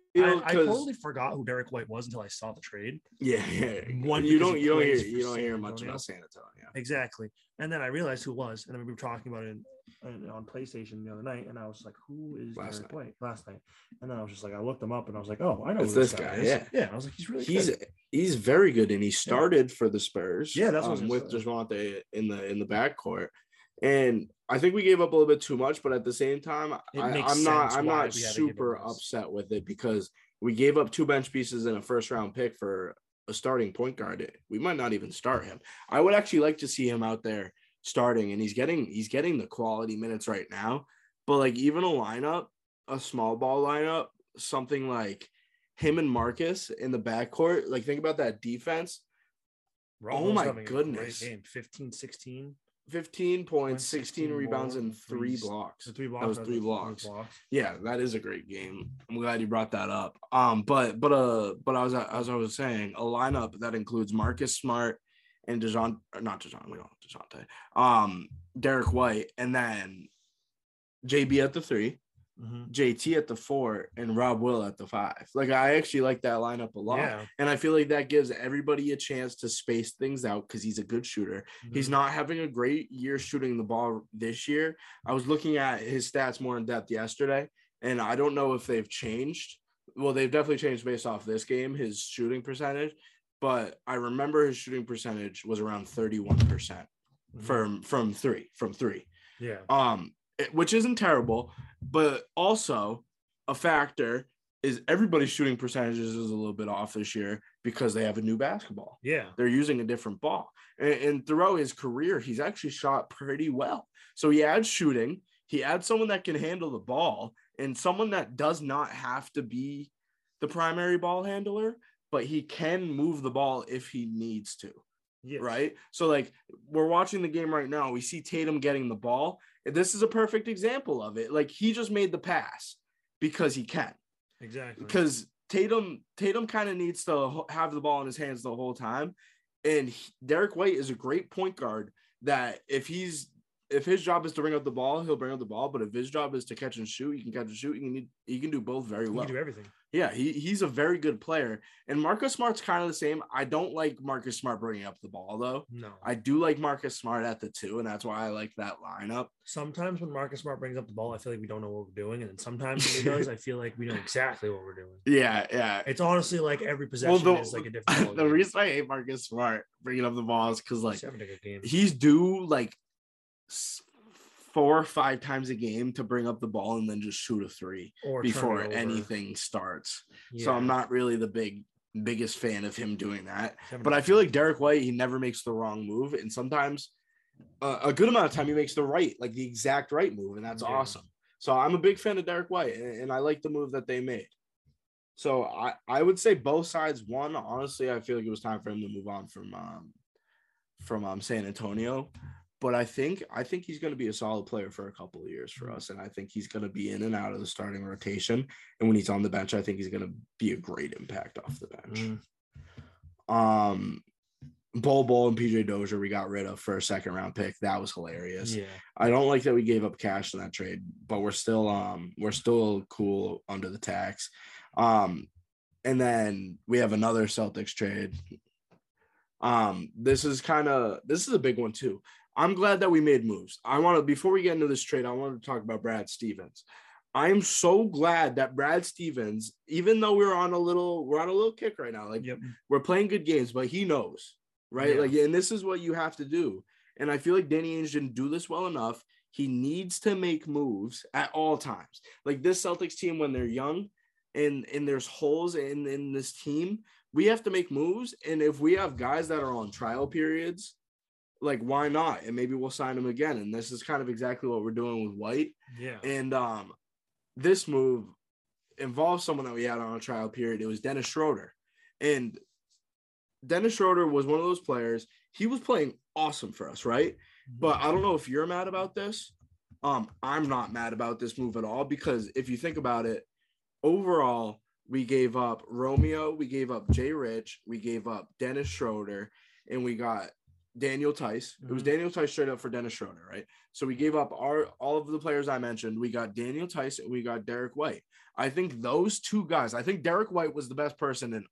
[SPEAKER 2] I, I
[SPEAKER 1] 'cause-
[SPEAKER 2] totally forgot who Derek White was until I saw the trade.
[SPEAKER 1] Yeah, yeah.
[SPEAKER 2] One,
[SPEAKER 1] you
[SPEAKER 2] because
[SPEAKER 1] don't
[SPEAKER 2] he
[SPEAKER 1] you don't hear
[SPEAKER 2] plays for
[SPEAKER 1] you don't
[SPEAKER 2] San
[SPEAKER 1] hear much
[SPEAKER 2] Antonio.
[SPEAKER 1] about San Antonio.
[SPEAKER 2] Exactly. And then I realized who it was, and then we were talking about it in, on PlayStation the other night, and I was like, "Who is
[SPEAKER 1] Last
[SPEAKER 2] Derek White?" Last night, and then I was just like, I looked him up, and I was like, "Oh, I know
[SPEAKER 1] It's
[SPEAKER 2] who
[SPEAKER 1] this guy,
[SPEAKER 2] is."
[SPEAKER 1] yeah,
[SPEAKER 2] yeah. I was like, "He's really
[SPEAKER 1] he's
[SPEAKER 2] good.
[SPEAKER 1] he's very good, and he started for the Spurs. um,
[SPEAKER 2] Yeah, that's what I was gonna
[SPEAKER 1] with Dejounte in the in the backcourt, and I think we gave up a little bit too much, but at the same time,
[SPEAKER 2] It
[SPEAKER 1] I,
[SPEAKER 2] makes
[SPEAKER 1] I'm not
[SPEAKER 2] sense
[SPEAKER 1] I'm
[SPEAKER 2] why
[SPEAKER 1] not
[SPEAKER 2] we had to give up
[SPEAKER 1] super upset with it because we gave up two bench pieces and a first round pick for a starting point guard. We might not even start him. I would actually like to see him out there starting, and he's getting he's getting the quality minutes right now. But like even a lineup, a small ball lineup, something like him and Marcus in the backcourt, like think about that defense.
[SPEAKER 2] Romo's
[SPEAKER 1] oh my
[SPEAKER 2] having a great
[SPEAKER 1] goodness.
[SPEAKER 2] Game. 15, 16.
[SPEAKER 1] 15 points, 16 rebounds,
[SPEAKER 2] more,
[SPEAKER 1] and three
[SPEAKER 2] three-
[SPEAKER 1] blocks.
[SPEAKER 2] the three blocks,
[SPEAKER 1] That was
[SPEAKER 2] that was
[SPEAKER 1] three
[SPEAKER 2] the three
[SPEAKER 1] blocks.
[SPEAKER 2] blocks.
[SPEAKER 1] Yeah, that is a great game. I'm glad you brought that up. Um, but but uh, but I was as I was saying, a lineup that includes Marcus Smart and Dejon, or not Dejon, we don't have Dejounte, um, Derek White, and then JB at the 3
[SPEAKER 2] Mm-hmm.
[SPEAKER 1] JT at the four, and Rob Will at the five. Like I actually like that lineup a lot,
[SPEAKER 2] Yeah.
[SPEAKER 1] and I feel like that gives everybody a chance to space things out because he's a good shooter. He's not having a great year shooting the ball this year. I was looking at his stats more in depth yesterday, and I don't know if they've changed. Well, they've definitely changed based off this game, his shooting percentage. But I remember his shooting percentage was around thirty-one percent from from three from three
[SPEAKER 2] mm-hmm. Yeah.
[SPEAKER 1] um it- which isn't terrible but also a factor is everybody's shooting percentages is a little bit off this year because they have a new basketball
[SPEAKER 2] Yeah.
[SPEAKER 1] they're using a different ball and, and throughout his career he's actually shot pretty well so he adds shooting he adds someone that can handle the ball and someone that does not have to be the primary ball handler but he can move the ball if he needs to right? So like we're watching the game right now. We see Tatum getting the ball. This is a perfect example of it. Like he just made the pass because he can.
[SPEAKER 2] Exactly.
[SPEAKER 1] Because Tatum Tatum kind of needs to ho- have the ball in his hands the whole time, and he- Derek White is a great point guard that if he's if his job is to bring up the ball, he'll bring up the ball. But if his job is to catch and shoot, he can catch and shoot. He can he can do both very
[SPEAKER 2] You
[SPEAKER 1] well.
[SPEAKER 2] can do everything.
[SPEAKER 1] Yeah, he, he's a very good player. And Marcus Smart's kind of the same. I don't like Marcus Smart bringing up the ball, though.
[SPEAKER 2] No.
[SPEAKER 1] I do like Marcus Smart at the two, and that's why I like that lineup.
[SPEAKER 2] Sometimes when Marcus Smart brings up the ball, I feel like we don't know what we're doing. And then sometimes when he does, I feel like we know exactly what we're doing.
[SPEAKER 1] Yeah, yeah.
[SPEAKER 2] It's honestly like every
[SPEAKER 1] Well,
[SPEAKER 2] possession
[SPEAKER 1] the,
[SPEAKER 2] is like a different ball
[SPEAKER 1] the
[SPEAKER 2] game.
[SPEAKER 1] reason I hate Marcus Smart bringing up the ball is because, like,
[SPEAKER 2] He's having a good game.
[SPEAKER 1] he's due like s- four or five times a game to bring up the ball and then just shoot a three
[SPEAKER 2] Or turn
[SPEAKER 1] before
[SPEAKER 2] it over.
[SPEAKER 1] anything starts. So I'm
[SPEAKER 2] Yeah.
[SPEAKER 1] not really the big biggest fan of him doing that.
[SPEAKER 2] having
[SPEAKER 1] But
[SPEAKER 2] a
[SPEAKER 1] I feel like Derek White, he never makes the wrong move, and sometimes uh, a good amount of time he makes the right, like the exact right move, and that's
[SPEAKER 2] Yeah.
[SPEAKER 1] awesome. So I'm a big fan of Derek White, and, and I like the move that they made. So I, I would say both sides won. Honestly, I feel like it was time for him to move on from um, from um, San Antonio. But I think I think he's going to be a solid player for a couple of years for us, and I think he's going to be in and out of the starting rotation. And when he's on the bench, I think he's going to be a great impact off the
[SPEAKER 2] Mm,
[SPEAKER 1] bench. Um, Bol Bol and PJ Dozier we got rid of for a second round pick. That was hilarious.
[SPEAKER 2] Yeah.
[SPEAKER 1] I don't like that we gave up cash in that trade, but we're still um we're still cool under the tax. Um, and then we have another Celtics trade. Um, this is kind of this is a big one too. I'm glad that we made moves. I want to before we get into this trade, I wanted to talk about Brad Stevens. I'm so glad that Brad Stevens, even though we're on a little we're on a little kick right now, like we're playing good games, but he knows, right?
[SPEAKER 2] Yeah.
[SPEAKER 1] Like, and this is what you have to do. And I feel like Danny Ainge didn't do this well enough. He needs to make moves at all times. Like this Celtics team, when they're young, and and there's holes in in this team, we have to make moves. And if we have guys that are on trial periods, like why not? And maybe we'll sign them again. And this is kind of exactly what we're doing with White.
[SPEAKER 2] Yeah.
[SPEAKER 1] And um, this move involves someone that we had on a trial period. It was Dennis Schroeder. And Dennis Schroeder was one of those players. He was playing awesome for us, right? But I don't know if you're mad about this. Um, I'm not mad about this move at all because if you think about it, overall, we gave up Romeo, we gave up Jay Rich, we gave up Dennis Schroeder, and we got Daniel Tice. It was
[SPEAKER 2] Mhm.
[SPEAKER 1] Daniel Tice straight up for Dennis Schroeder, right? So we gave up our all of the players I mentioned. We got Daniel Tice and we got Derek White. I think those two guys, I think Derek White was the best person in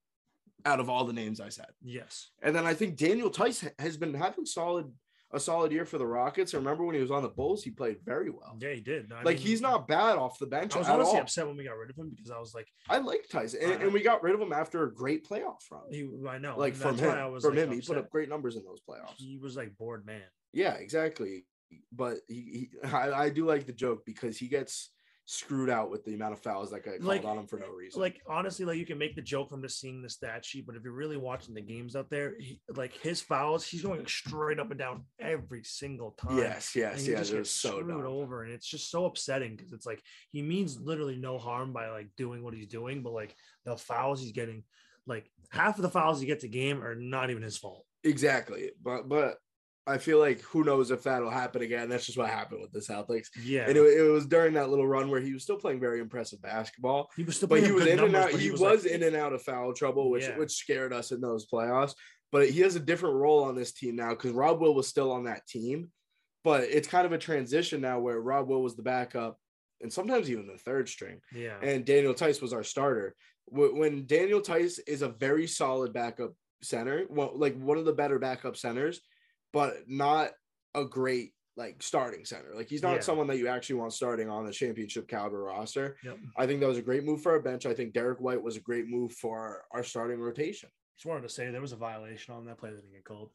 [SPEAKER 1] out of all the names I said.
[SPEAKER 2] Yes.
[SPEAKER 1] And then I think Daniel Tice ha- has been having solid a solid year for the Rockets. I remember when he was on the Bulls, he played very well.
[SPEAKER 2] Yeah, he did. No, I
[SPEAKER 1] like
[SPEAKER 2] mean,
[SPEAKER 1] he's not bad off the bench
[SPEAKER 2] I was
[SPEAKER 1] at
[SPEAKER 2] honestly
[SPEAKER 1] all.
[SPEAKER 2] upset when we got rid of him because I was like,
[SPEAKER 1] I like Tice, and,
[SPEAKER 2] I-
[SPEAKER 1] and we got rid of him after a great playoff run.
[SPEAKER 2] he, I know.
[SPEAKER 1] like
[SPEAKER 2] and
[SPEAKER 1] from
[SPEAKER 2] that's
[SPEAKER 1] him,
[SPEAKER 2] why I was
[SPEAKER 1] from
[SPEAKER 2] like,
[SPEAKER 1] him, he put
[SPEAKER 2] upset.
[SPEAKER 1] up great numbers in those playoffs.
[SPEAKER 2] He was like bored man.
[SPEAKER 1] Yeah, exactly. But he, he I, I do like the joke because he gets screwed out with the amount of fouls that got called
[SPEAKER 2] Like-
[SPEAKER 1] on him for no reason.
[SPEAKER 2] Like honestly, like you can make the joke from just seeing the stat sheet, but if you're really watching the games out there, he, like his fouls, he's going straight up and down every single time.
[SPEAKER 1] Yes, yes,
[SPEAKER 2] and he
[SPEAKER 1] yes,
[SPEAKER 2] Just
[SPEAKER 1] it
[SPEAKER 2] gets
[SPEAKER 1] was so
[SPEAKER 2] screwed over, and it's just so upsetting because it's like he means literally no harm by like doing what he's doing, but like the fouls he's getting, like half of the fouls he gets a game are not even his fault.
[SPEAKER 1] Exactly. But but I feel like who knows if that'll happen again. That's just what happened with the Celtics.
[SPEAKER 2] Yeah.
[SPEAKER 1] And it, wa- it was during that little run where he was still playing very impressive basketball.
[SPEAKER 2] He was still
[SPEAKER 1] but he
[SPEAKER 2] playing
[SPEAKER 1] was
[SPEAKER 2] good
[SPEAKER 1] in
[SPEAKER 2] numbers,
[SPEAKER 1] and out.
[SPEAKER 2] but
[SPEAKER 1] He,
[SPEAKER 2] he
[SPEAKER 1] was,
[SPEAKER 2] was like-
[SPEAKER 1] in and out of foul trouble, which
[SPEAKER 2] Yeah.
[SPEAKER 1] which scared us in those playoffs. But he has a different role on this team now because Rob Will was still on that team. But it's kind of a transition now where Rob Will was the backup and sometimes even the third string
[SPEAKER 2] Yeah.
[SPEAKER 1] and Daniel Tice was our starter. Wh- When Daniel Tice is a very solid backup center, well, like one of the better backup centers, but not a great like starting center. Like he's not
[SPEAKER 2] Yeah.
[SPEAKER 1] someone that you actually want starting on a championship caliber roster.
[SPEAKER 2] Yep.
[SPEAKER 1] I think that was a great move for our bench. I think Derek White was a great move for our starting rotation.
[SPEAKER 2] Just wanted to say there was a violation on that play that didn't get called.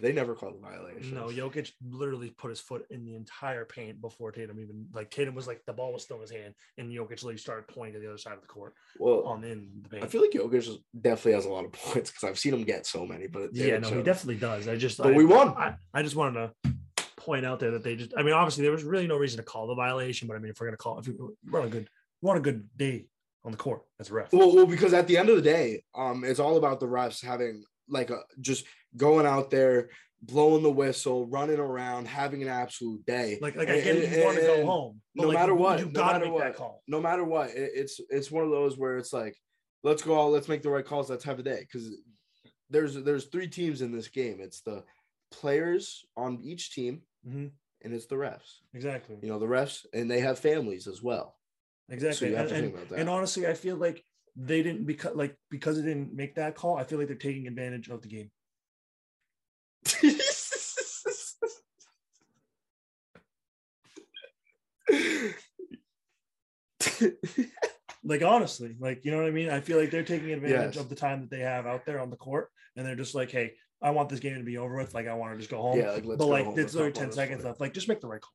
[SPEAKER 1] They never called a violation.
[SPEAKER 2] No, Jokic literally put his foot in the entire paint before Tatum even like Tatum was like the ball was still in his hand, and Jokic literally started pointing to the other side of the court.
[SPEAKER 1] Well,
[SPEAKER 2] on in the paint.
[SPEAKER 1] I feel like Jokic definitely has a lot of points because I've seen him get so many. But
[SPEAKER 2] yeah, no, he
[SPEAKER 1] so-
[SPEAKER 2] definitely does. I just
[SPEAKER 1] But
[SPEAKER 2] I,
[SPEAKER 1] we won.
[SPEAKER 2] I, I just wanted to point out there that they just. I mean, obviously there was really no reason to call the violation, but I mean, if we're gonna call, if we, we're on a good, we're on a good day on the court as a ref.
[SPEAKER 1] Well, well, because at the end of the day, um, it's all about the refs having like a just going out there, blowing the whistle, running around, having an absolute day.
[SPEAKER 2] Like- like, I get it, you wanna go home, but,
[SPEAKER 1] No
[SPEAKER 2] like,
[SPEAKER 1] matter
[SPEAKER 2] you-
[SPEAKER 1] what,
[SPEAKER 2] you
[SPEAKER 1] no
[SPEAKER 2] gotta
[SPEAKER 1] matter
[SPEAKER 2] make
[SPEAKER 1] what,
[SPEAKER 2] that call.
[SPEAKER 1] no matter what, it- it's it's one of those where it's like, let's go out, let's make the right calls, let's have a day. Because there's there's three teams in this game. It's the players on each team,
[SPEAKER 2] Mhm.
[SPEAKER 1] and it's the refs.
[SPEAKER 2] Exactly.
[SPEAKER 1] You know the refs, and they have families as well. So
[SPEAKER 2] Exactly.
[SPEAKER 1] you have
[SPEAKER 2] and,
[SPEAKER 1] to think
[SPEAKER 2] and-
[SPEAKER 1] about that.
[SPEAKER 2] and honestly, I feel like they didn't because like because they didn't make that call, I feel like they're taking advantage of the game. like honestly, like you know what I mean? I feel like they're taking advantage
[SPEAKER 1] Yes.
[SPEAKER 2] of the time that they have out there on the court and they're just like, hey, I want this game to be over with. Like I want to just go home.
[SPEAKER 1] Yeah, like, let's
[SPEAKER 2] but
[SPEAKER 1] go
[SPEAKER 2] like
[SPEAKER 1] home. Let's
[SPEAKER 2] it's literally
[SPEAKER 1] not blow
[SPEAKER 2] 10
[SPEAKER 1] this
[SPEAKER 2] seconds left. Like just make the right call.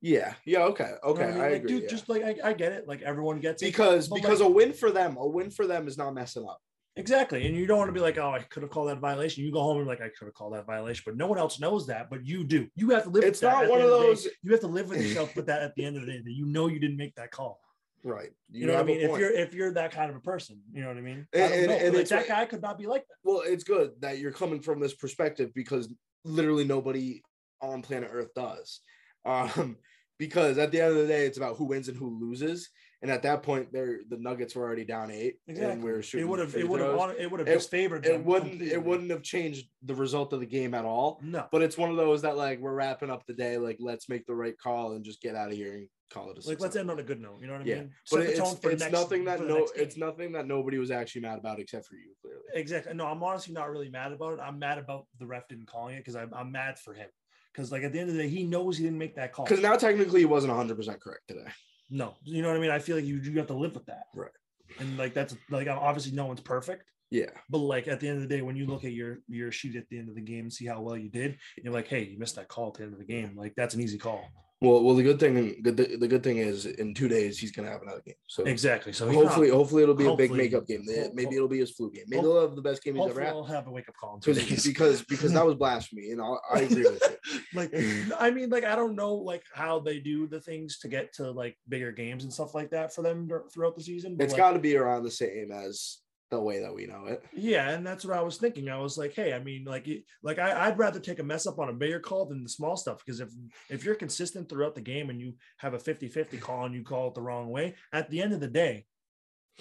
[SPEAKER 1] Yeah. Yeah. Okay.
[SPEAKER 2] You know
[SPEAKER 1] Okay.
[SPEAKER 2] what mean?
[SPEAKER 1] I
[SPEAKER 2] like,
[SPEAKER 1] agree.
[SPEAKER 2] Dude,
[SPEAKER 1] yeah.
[SPEAKER 2] just like I, I get it. Like everyone gets it.
[SPEAKER 1] because
[SPEAKER 2] But,
[SPEAKER 1] because
[SPEAKER 2] like,
[SPEAKER 1] a win for them, a win for them is not messing up.
[SPEAKER 2] Exactly. And you don't want to be like, oh, I could have called that violation. You go home and be like, I could have called that violation, but no one else knows that, but you do. You have to live
[SPEAKER 1] It's
[SPEAKER 2] with
[SPEAKER 1] not
[SPEAKER 2] that. at the
[SPEAKER 1] one
[SPEAKER 2] end
[SPEAKER 1] of
[SPEAKER 2] the day.
[SPEAKER 1] those-
[SPEAKER 2] you have to live with yourself with that at the end of the day that you know you didn't make that call.
[SPEAKER 1] Right.
[SPEAKER 2] You, know what I
[SPEAKER 1] have a
[SPEAKER 2] mean? If
[SPEAKER 1] point.
[SPEAKER 2] you're if you're that kind of a person, you know what I mean? I
[SPEAKER 1] And-
[SPEAKER 2] don't
[SPEAKER 1] and-
[SPEAKER 2] know,
[SPEAKER 1] and
[SPEAKER 2] but, like,
[SPEAKER 1] it's
[SPEAKER 2] that
[SPEAKER 1] what-
[SPEAKER 2] guy could not be like that.
[SPEAKER 1] well, it's good that you're coming from this perspective because literally nobody on planet Earth does. Um, because at the end of the day, it's about who wins and who loses. And at that point, there the Nuggets were already down eight, and we
[SPEAKER 2] Exactly.
[SPEAKER 1] were
[SPEAKER 2] It
[SPEAKER 1] shooting.
[SPEAKER 2] would have- it
[SPEAKER 1] free
[SPEAKER 2] would have
[SPEAKER 1] throws.
[SPEAKER 2] hon- it would have disfavored
[SPEAKER 1] It
[SPEAKER 2] them
[SPEAKER 1] wouldn't.
[SPEAKER 2] completely.
[SPEAKER 1] It wouldn't have changed the result of the game at all.
[SPEAKER 2] No.
[SPEAKER 1] But it's one of those that like we're wrapping up the day. Like let's make the right call and just get out of here and call it a.
[SPEAKER 2] Like
[SPEAKER 1] six
[SPEAKER 2] let's end on a good note. You know what I
[SPEAKER 1] yeah,
[SPEAKER 2] mean?
[SPEAKER 1] but
[SPEAKER 2] Set the
[SPEAKER 1] it's,
[SPEAKER 2] tone for
[SPEAKER 1] it's
[SPEAKER 2] next-
[SPEAKER 1] nothing that
[SPEAKER 2] for the
[SPEAKER 1] no,
[SPEAKER 2] next game.
[SPEAKER 1] it's nothing that nobody was actually mad about except for you, clearly.
[SPEAKER 2] Exactly. No, I'm honestly not really mad about it. I'm mad about the ref didn't calling it because I'm, I'm mad for him. Because like at the end of the day, he knows he didn't make that call.
[SPEAKER 1] Because now technically he wasn't 100 percent correct today.
[SPEAKER 2] No, you know what I mean. I feel like you you have to live with that,
[SPEAKER 1] right?
[SPEAKER 2] And like that's like obviously no one's perfect,
[SPEAKER 1] Yeah,
[SPEAKER 2] but like at the end of the day, when you look at your your sheet at the end of the game and see how well you did, you're like, hey, you missed that call at the end of the game. Like that's an easy call.
[SPEAKER 1] Well, well, the good thing, good, the good thing is, in two days he's gonna have another game. So
[SPEAKER 2] Exactly. So he's
[SPEAKER 1] hopefully,
[SPEAKER 2] not-
[SPEAKER 1] hopefully it'll be a big
[SPEAKER 2] hopefully-
[SPEAKER 1] makeup game. They-
[SPEAKER 2] ho-
[SPEAKER 1] Maybe
[SPEAKER 2] ho-
[SPEAKER 1] it'll be his flu game. Maybe
[SPEAKER 2] ho-
[SPEAKER 1] he'll have the best game he's ever
[SPEAKER 2] Hopefully,
[SPEAKER 1] had.
[SPEAKER 2] I'll have a wake up call. in two
[SPEAKER 1] Because
[SPEAKER 2] days.
[SPEAKER 1] because because that was blasphemy, and I, I agree with you.
[SPEAKER 2] like I mean, like I don't know like how they do the things to get to like bigger games and stuff like that for them dur- throughout the season.
[SPEAKER 1] It's
[SPEAKER 2] like,
[SPEAKER 1] got to be around the same as the way that we know it.
[SPEAKER 2] Yeah, and that's what I was thinking. I was like, hey, I mean, like, it- like I, I'd rather take a mess up on a bigger call than the small stuff because if if you're consistent throughout the game and you have a 50-50 call and you call it the wrong way, at the end of the day,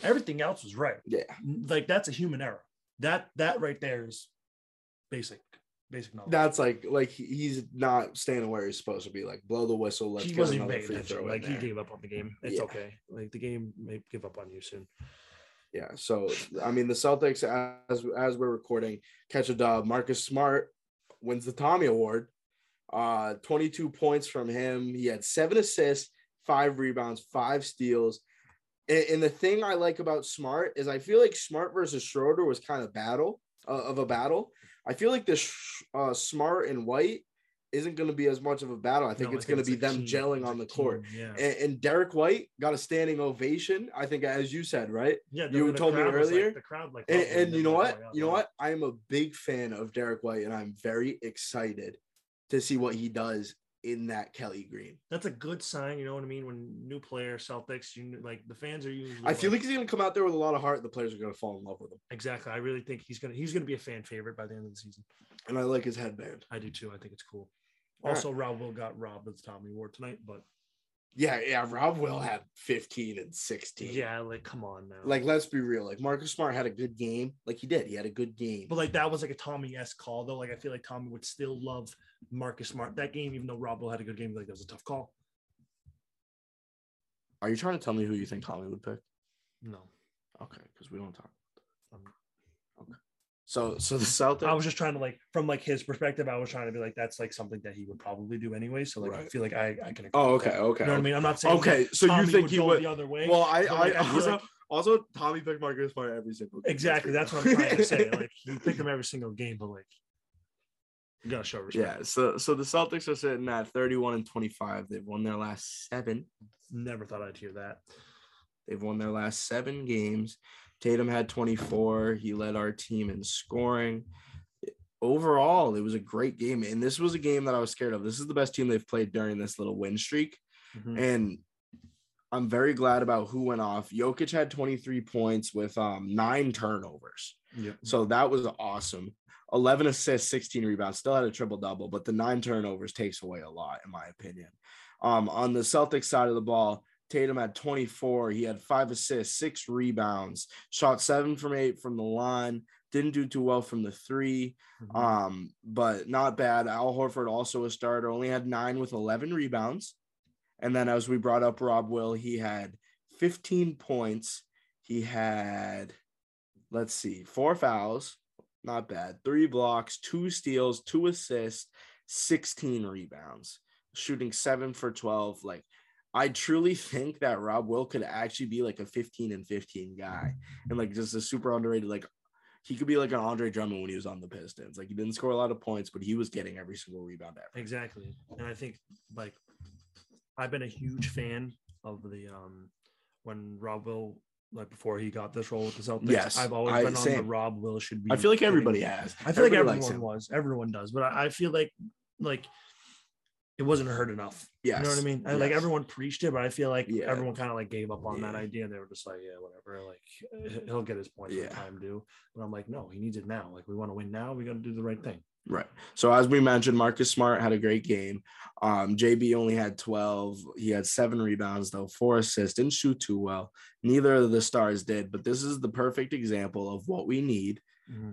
[SPEAKER 2] everything else was right.
[SPEAKER 1] Yeah,
[SPEAKER 2] like that's a human error. That that right there is basic basic knowledge.
[SPEAKER 1] That's like like he- he's not standing where he's supposed to be. Like blow the whistle. Let's
[SPEAKER 2] he
[SPEAKER 1] get
[SPEAKER 2] wasn't even
[SPEAKER 1] another
[SPEAKER 2] paying
[SPEAKER 1] free throw.
[SPEAKER 2] attention.
[SPEAKER 1] in
[SPEAKER 2] Like he
[SPEAKER 1] there.
[SPEAKER 2] gave up on the game. It's
[SPEAKER 1] Yeah.
[SPEAKER 2] okay. Like the game may give up on you soon.
[SPEAKER 1] Yeah. So I mean, the Celtics, as as we're recording, catch a dub. Marcus Smart wins the Tommy Award. Uh, 22 points from him. He had seven assists, five rebounds, five steals. And, and the thing I like about Smart is I feel like Smart versus Schroeder was kind of battle uh, of a battle. I feel like this uh, Smart and White isn't going to be as much of a battle. I think
[SPEAKER 2] No, I
[SPEAKER 1] it's
[SPEAKER 2] think
[SPEAKER 1] going to
[SPEAKER 2] it's
[SPEAKER 1] be
[SPEAKER 2] a
[SPEAKER 1] them
[SPEAKER 2] team.
[SPEAKER 1] gelling
[SPEAKER 2] It's
[SPEAKER 1] on
[SPEAKER 2] a
[SPEAKER 1] the court.
[SPEAKER 2] team, yeah.
[SPEAKER 1] And, and Derek White got a standing ovation. I think, as you said, right?
[SPEAKER 2] Yeah, the-
[SPEAKER 1] you
[SPEAKER 2] the
[SPEAKER 1] told me
[SPEAKER 2] crowd was like-
[SPEAKER 1] earlier.
[SPEAKER 2] the crowd, like,
[SPEAKER 1] and,
[SPEAKER 2] loved him.
[SPEAKER 1] and
[SPEAKER 2] They
[SPEAKER 1] you know
[SPEAKER 2] were
[SPEAKER 1] what?
[SPEAKER 2] like,
[SPEAKER 1] You know what? I am a big fan of Derek White, and I'm very excited to see what he does in that Kelly Green.
[SPEAKER 2] That's a good sign, you know what I mean? When new player Celtics, you kn- like the fans are usually.
[SPEAKER 1] I feel like he's going to come out there with a lot of heart. The players are going to fall in love with him.
[SPEAKER 2] exactly. I really think he's gonna he's gonna be a fan favorite by the end of the season.
[SPEAKER 1] And I like his headband.
[SPEAKER 2] I do too. I think it's cool.
[SPEAKER 1] All right.
[SPEAKER 2] Also, Rob Will got robbed of the Tommy Ward tonight, but
[SPEAKER 1] Yeah, yeah. Rob Will had 15 and 16.
[SPEAKER 2] yeah, like come on now.
[SPEAKER 1] Like, let's be real. Like, Marcus Smart had a good game. Like, he did. He had a good game.
[SPEAKER 2] But like that was like a Tommy S call though. Like I feel like Tommy would still love Marcus Smart that game, even though Rob Will had a good game. Like that was a tough call.
[SPEAKER 1] Are you trying to tell me who you think Tommy would pick?
[SPEAKER 2] No,
[SPEAKER 1] Okay, because we don't talk.
[SPEAKER 2] Um,
[SPEAKER 1] Okay. So, so the Celtics.
[SPEAKER 2] I was just trying to like from like his perspective. I was trying to be like that's like something that he would probably do anyway. So like I
[SPEAKER 1] Right.
[SPEAKER 2] feel like I I can.
[SPEAKER 1] Oh,
[SPEAKER 2] agree with
[SPEAKER 1] okay,
[SPEAKER 2] that.
[SPEAKER 1] okay.
[SPEAKER 2] You know what I mean? I'm not saying
[SPEAKER 1] Okay, so you
[SPEAKER 2] Tommy
[SPEAKER 1] think he
[SPEAKER 2] go
[SPEAKER 1] would
[SPEAKER 2] the other way?
[SPEAKER 1] Well, I,
[SPEAKER 2] but,
[SPEAKER 1] I,
[SPEAKER 2] like, feel
[SPEAKER 1] also,
[SPEAKER 2] like-
[SPEAKER 1] also Tommy picked Marcus Smart every single. game.
[SPEAKER 2] exactly that's what I'm trying to say. Like you pick him every single game, but like you gotta show respect.
[SPEAKER 1] yeah. So, so the Celtics are sitting at 31 and 25. They've won their last seven.
[SPEAKER 2] Never thought I'd hear that.
[SPEAKER 1] They've won their last seven games. Tatum had 24. He led our team in scoring. Overall, it was a great game. And this was a game that I was scared of. This is the best team they've played during this little win streak.
[SPEAKER 2] Mhm.
[SPEAKER 1] And I'm very glad about who went off. Jokic had 23 points with um, nine turnovers.
[SPEAKER 2] Yep.
[SPEAKER 1] So that was awesome. 11 assists, 16 rebounds, still had a triple double, but the nine turnovers takes away a lot, in my opinion. Um, on the Celtics side of the ball, Tatum had 24. He had five assists, six rebounds, shot seven from eight from the line. Didn't do too well from the 3
[SPEAKER 2] Mm-hmm.
[SPEAKER 1] um, but not bad. Al Horford, also a starter, only had nine with 11 rebounds. And then, as we brought up Rob Will, he had 15 points. He had, let's see, four fouls, not bad, three blocks, two steals, two assists, 16 rebounds, shooting seven for 12. Like, I truly think that Rob Will could actually be like a 15 and 15 guy and like just a super underrated, like, he could be like an Andre Drummond when he was on the Pistons. Like, he didn't score a lot of points, but he was getting every single rebound ever.
[SPEAKER 2] Exactly. And I think like I've been a huge fan of the um when Rob Will like before he got this role with the Celtics.
[SPEAKER 1] Yes,
[SPEAKER 2] I've always
[SPEAKER 1] I-
[SPEAKER 2] been on the
[SPEAKER 1] same.
[SPEAKER 2] Rob Will should be
[SPEAKER 1] I feel like
[SPEAKER 2] getting-
[SPEAKER 1] everybody has.
[SPEAKER 2] I feel like
[SPEAKER 1] Everybody likes
[SPEAKER 2] everyone
[SPEAKER 1] him.
[SPEAKER 2] was. Everyone does. But I, I feel like like it wasn't heard enough. You know what I
[SPEAKER 1] Yes,
[SPEAKER 2] mean? I, like
[SPEAKER 1] yes.
[SPEAKER 2] everyone preached it, but I feel like
[SPEAKER 1] Yeah.
[SPEAKER 2] everyone kind of like gave up on that
[SPEAKER 1] Yeah.
[SPEAKER 2] idea. They were just like, yeah, whatever. Like he'll get his points
[SPEAKER 1] Yeah.
[SPEAKER 2] when time due. But I'm like, no, he needs it now. Like we want to win now. We got to do the right thing.
[SPEAKER 1] Right. So as we mentioned, Marcus Smart had a great game. Um, JB only had 12. He had seven rebounds, though, four assists, didn't shoot too well. Neither of the stars did, but this is the perfect example of what we need.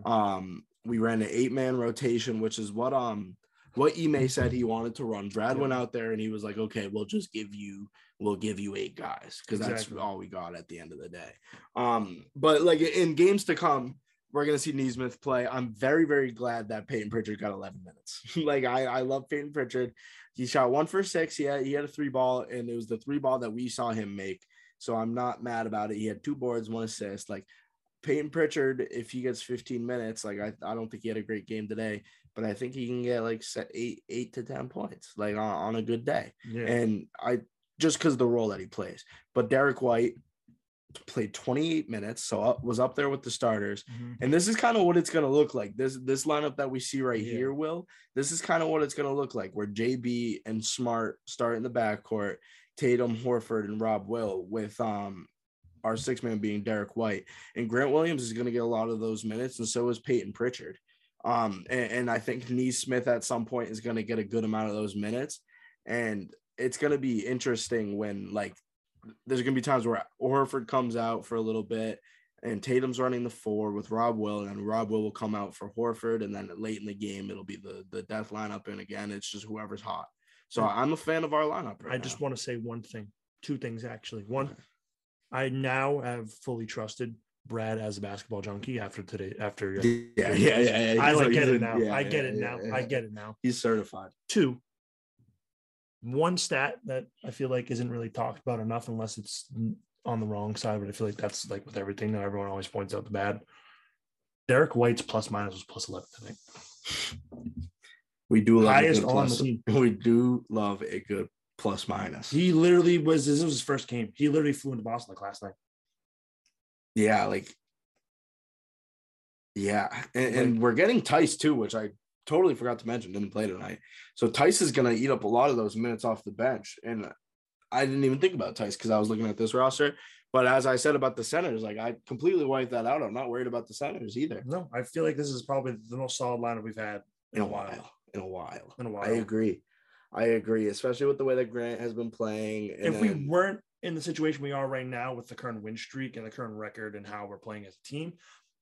[SPEAKER 1] Um, we ran an eight-man rotation, which is what um what Ime said he wanted to run. Brad went out there and he was like, Okay, we'll just give you we'll give you eight guys because
[SPEAKER 2] Exactly.
[SPEAKER 1] that's all we got at the end of the day. Um, but like in games to come, we're gonna see Neesmith play. I'm very, very glad that Peyton Pritchard got 11 minutes. like I, I love Peyton Pritchard. He shot one for six. He had, he had a three ball, and it was the three ball that we saw him make. So I'm not mad about it. He had two boards, one assist. Like Peyton Pritchard, if he gets 15 minutes, like I, I don't think he had a great game today, but I think he can get like se- eight eight to ten points, like on, on a good day.
[SPEAKER 2] Yeah.
[SPEAKER 1] And I just because of the role that he plays. But Derek White played 28 minutes, so up, was up there with the starters.
[SPEAKER 2] Mhm.
[SPEAKER 1] And this is kind of what it's going to look like. This this lineup that we see right here, Will, this is kind of what it's going to look like, where JB and Smart start in the backcourt, Tatum, Horford, and Rob Will, with um our six man being Derek White. And Grant Williams is going to get a lot of those minutes, and so is Peyton Pritchard. Um, and, and I think Nee Smith at some point is going to get a good amount of those minutes. And it's going to be interesting when, like, there's going to be times where Horford comes out for a little bit and Tatum's running the four with Rob Will, and then Rob Will will come out for Horford. And then late in the game, it'll be the, the death lineup. And again, it's just whoever's hot. So I'm a fan of our lineup. Right
[SPEAKER 2] I just
[SPEAKER 1] now.
[SPEAKER 2] want to say one thing, two things actually. One, I now have fully trusted Brad as a basketball junkie after today. After
[SPEAKER 1] yeah, yeah, yeah, yeah.
[SPEAKER 2] I
[SPEAKER 1] He's
[SPEAKER 2] like
[SPEAKER 1] like-
[SPEAKER 2] get
[SPEAKER 1] he's
[SPEAKER 2] it
[SPEAKER 1] like,
[SPEAKER 2] now.
[SPEAKER 1] yeah,
[SPEAKER 2] I get
[SPEAKER 1] yeah,
[SPEAKER 2] it
[SPEAKER 1] yeah,
[SPEAKER 2] now.
[SPEAKER 1] yeah.
[SPEAKER 2] I get it now.
[SPEAKER 1] He's certified.
[SPEAKER 2] Two, one stat that I feel like isn't really talked about enough, unless it's on the wrong side. But I feel like that's like with everything that everyone always points out the bad. Derek White's plus minus was plus eleven tonight.
[SPEAKER 1] We do love
[SPEAKER 2] Highest
[SPEAKER 1] a good
[SPEAKER 2] on
[SPEAKER 1] plus.
[SPEAKER 2] the team.
[SPEAKER 1] We do love a good plus minus.
[SPEAKER 2] He literally was. This was his first game. He literally flew into Boston like last night.
[SPEAKER 1] Yeah, like yeah, and, and we're getting Tice too, which I totally forgot to mention. Didn't play tonight, so Tice is going to eat up a lot of those minutes off the bench. And I didn't even think about Tice because I was looking at this roster. But as I said about the centers, like I completely wiped that out. I'm not worried about the centers either
[SPEAKER 2] No, I feel like this is probably the most solid lineup we've had
[SPEAKER 1] in a while. In a while.
[SPEAKER 2] In a while.
[SPEAKER 1] I agree. I agree, especially with the way that Grant has been playing. and
[SPEAKER 2] if we
[SPEAKER 1] then-
[SPEAKER 2] weren't in the situation we are right now with the current win streak and the current record and how we're playing as a team,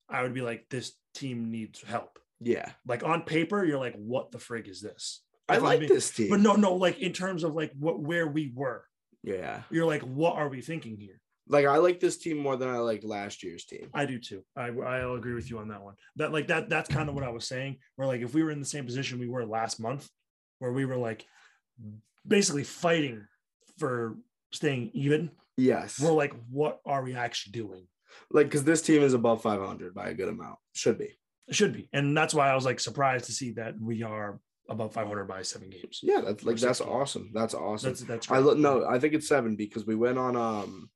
[SPEAKER 2] I would be like, this team needs help.
[SPEAKER 1] yeah,
[SPEAKER 2] Like on paper, you're like, what the frig is this?
[SPEAKER 1] I
[SPEAKER 2] If I'm
[SPEAKER 1] like
[SPEAKER 2] being-
[SPEAKER 1] this team.
[SPEAKER 2] but no, no, like in terms of like what where we were,
[SPEAKER 1] yeah,
[SPEAKER 2] you're like, what are we thinking here?
[SPEAKER 1] like I like this team more than I liked last year's team.
[SPEAKER 2] I do too. I I'll agree with you on that one. That like that that's kind of what I was saying. Where like if we were in the same position we were last month, where we were like basically fighting for staying even.
[SPEAKER 1] Yes.
[SPEAKER 2] We're like, what are we actually doing?
[SPEAKER 1] Like, because this team is above 500 by a good amount. Should be.
[SPEAKER 2] It should be, and that's why I was like surprised to see that we are above 500 by seven games.
[SPEAKER 1] Yeah, that's
[SPEAKER 2] Or
[SPEAKER 1] like
[SPEAKER 2] six
[SPEAKER 1] that's
[SPEAKER 2] games.
[SPEAKER 1] awesome. That's awesome.
[SPEAKER 2] That's- that's
[SPEAKER 1] I
[SPEAKER 2] great.
[SPEAKER 1] lo- no, I think it's seven because we went on um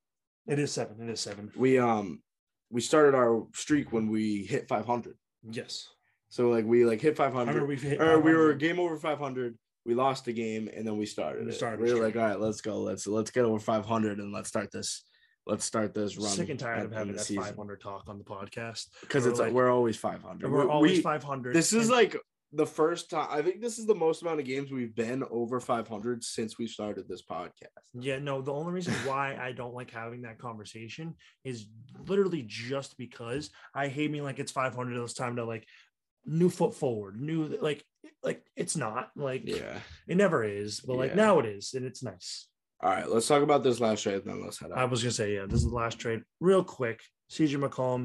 [SPEAKER 2] It is seven. It is seven.
[SPEAKER 1] we um we started our streak when we hit 500.
[SPEAKER 2] Yes.
[SPEAKER 1] So like we like hit
[SPEAKER 2] I
[SPEAKER 1] 500.
[SPEAKER 2] remember we've hit
[SPEAKER 1] or we were
[SPEAKER 2] 500.
[SPEAKER 1] game over 500. We lost the game and then we started.
[SPEAKER 2] We
[SPEAKER 1] We
[SPEAKER 2] started
[SPEAKER 1] We
[SPEAKER 2] the
[SPEAKER 1] were like, all right, let's go. Let's let's get over 500 and let's start this. Let's start this run.
[SPEAKER 2] Sick and tired
[SPEAKER 1] at
[SPEAKER 2] of
[SPEAKER 1] the end
[SPEAKER 2] having
[SPEAKER 1] the
[SPEAKER 2] that
[SPEAKER 1] season.
[SPEAKER 2] 500 talk on the podcast
[SPEAKER 1] because
[SPEAKER 2] We're
[SPEAKER 1] it's like, we're always 500
[SPEAKER 2] We're
[SPEAKER 1] We-
[SPEAKER 2] always
[SPEAKER 1] we-
[SPEAKER 2] 500.
[SPEAKER 1] this is
[SPEAKER 2] And-
[SPEAKER 1] like the first time i think this is the most amount of games we've been over 500 since we started this podcast
[SPEAKER 2] Yeah, no, the only reason why I don't like having that conversation is literally just because I hate me like it's 500 it's time to like new foot forward, new like like it's not like
[SPEAKER 1] yeah
[SPEAKER 2] it never is, but like
[SPEAKER 1] Yeah.
[SPEAKER 2] now it is and it's nice.
[SPEAKER 1] all right let's talk about this last trade and then let's head out
[SPEAKER 2] I was gonna say, yeah, this is the last trade. Real quick, CJ McCollum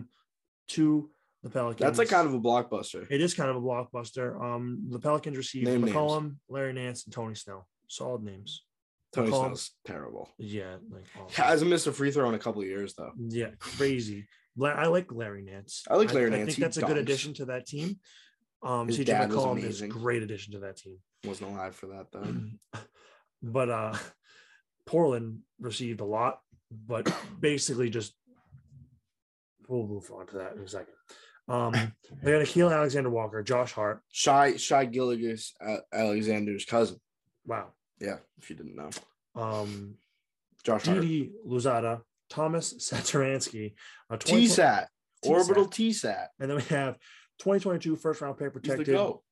[SPEAKER 2] to the Pelicans.
[SPEAKER 1] that's like kind of a blockbuster
[SPEAKER 2] it is kind of a blockbuster. Um the Pelicans received
[SPEAKER 1] Name names.
[SPEAKER 2] McCollum, Larry Nance, and Tony Snell. Solid names.
[SPEAKER 1] tony
[SPEAKER 2] McCollum-
[SPEAKER 1] Snell's terrible
[SPEAKER 2] Yeah, like oh.
[SPEAKER 1] hasn't missed a free throw in a couple of years though
[SPEAKER 2] Yeah, crazy. La- I like Larry Nance.
[SPEAKER 1] I like Larry
[SPEAKER 2] I
[SPEAKER 1] Nance.
[SPEAKER 2] think
[SPEAKER 1] He
[SPEAKER 2] that's a good
[SPEAKER 1] dunks.
[SPEAKER 2] addition to that team. Um,
[SPEAKER 1] His
[SPEAKER 2] CJ
[SPEAKER 1] dad was
[SPEAKER 2] McCollum is a
[SPEAKER 1] amazing. Um,
[SPEAKER 2] great addition to that team.
[SPEAKER 1] wasn't alive for that though
[SPEAKER 2] But uh, Portland received a lot, but basically just we'll move on to that in a second. Um, they got Akeel Alexander Walker, Josh Hart.
[SPEAKER 1] shy shy gilligas uh, alexander's cousin
[SPEAKER 2] Wow.
[SPEAKER 1] yeah if you didn't know
[SPEAKER 2] Um,
[SPEAKER 1] josh Hart.
[SPEAKER 2] Didi Luzada, Thomas Satoransky, a
[SPEAKER 1] tsat
[SPEAKER 2] 20 T-Sat.
[SPEAKER 1] orbital tsat
[SPEAKER 2] And then we have 2022 first round pick
[SPEAKER 1] he's the
[SPEAKER 2] protected.
[SPEAKER 1] goat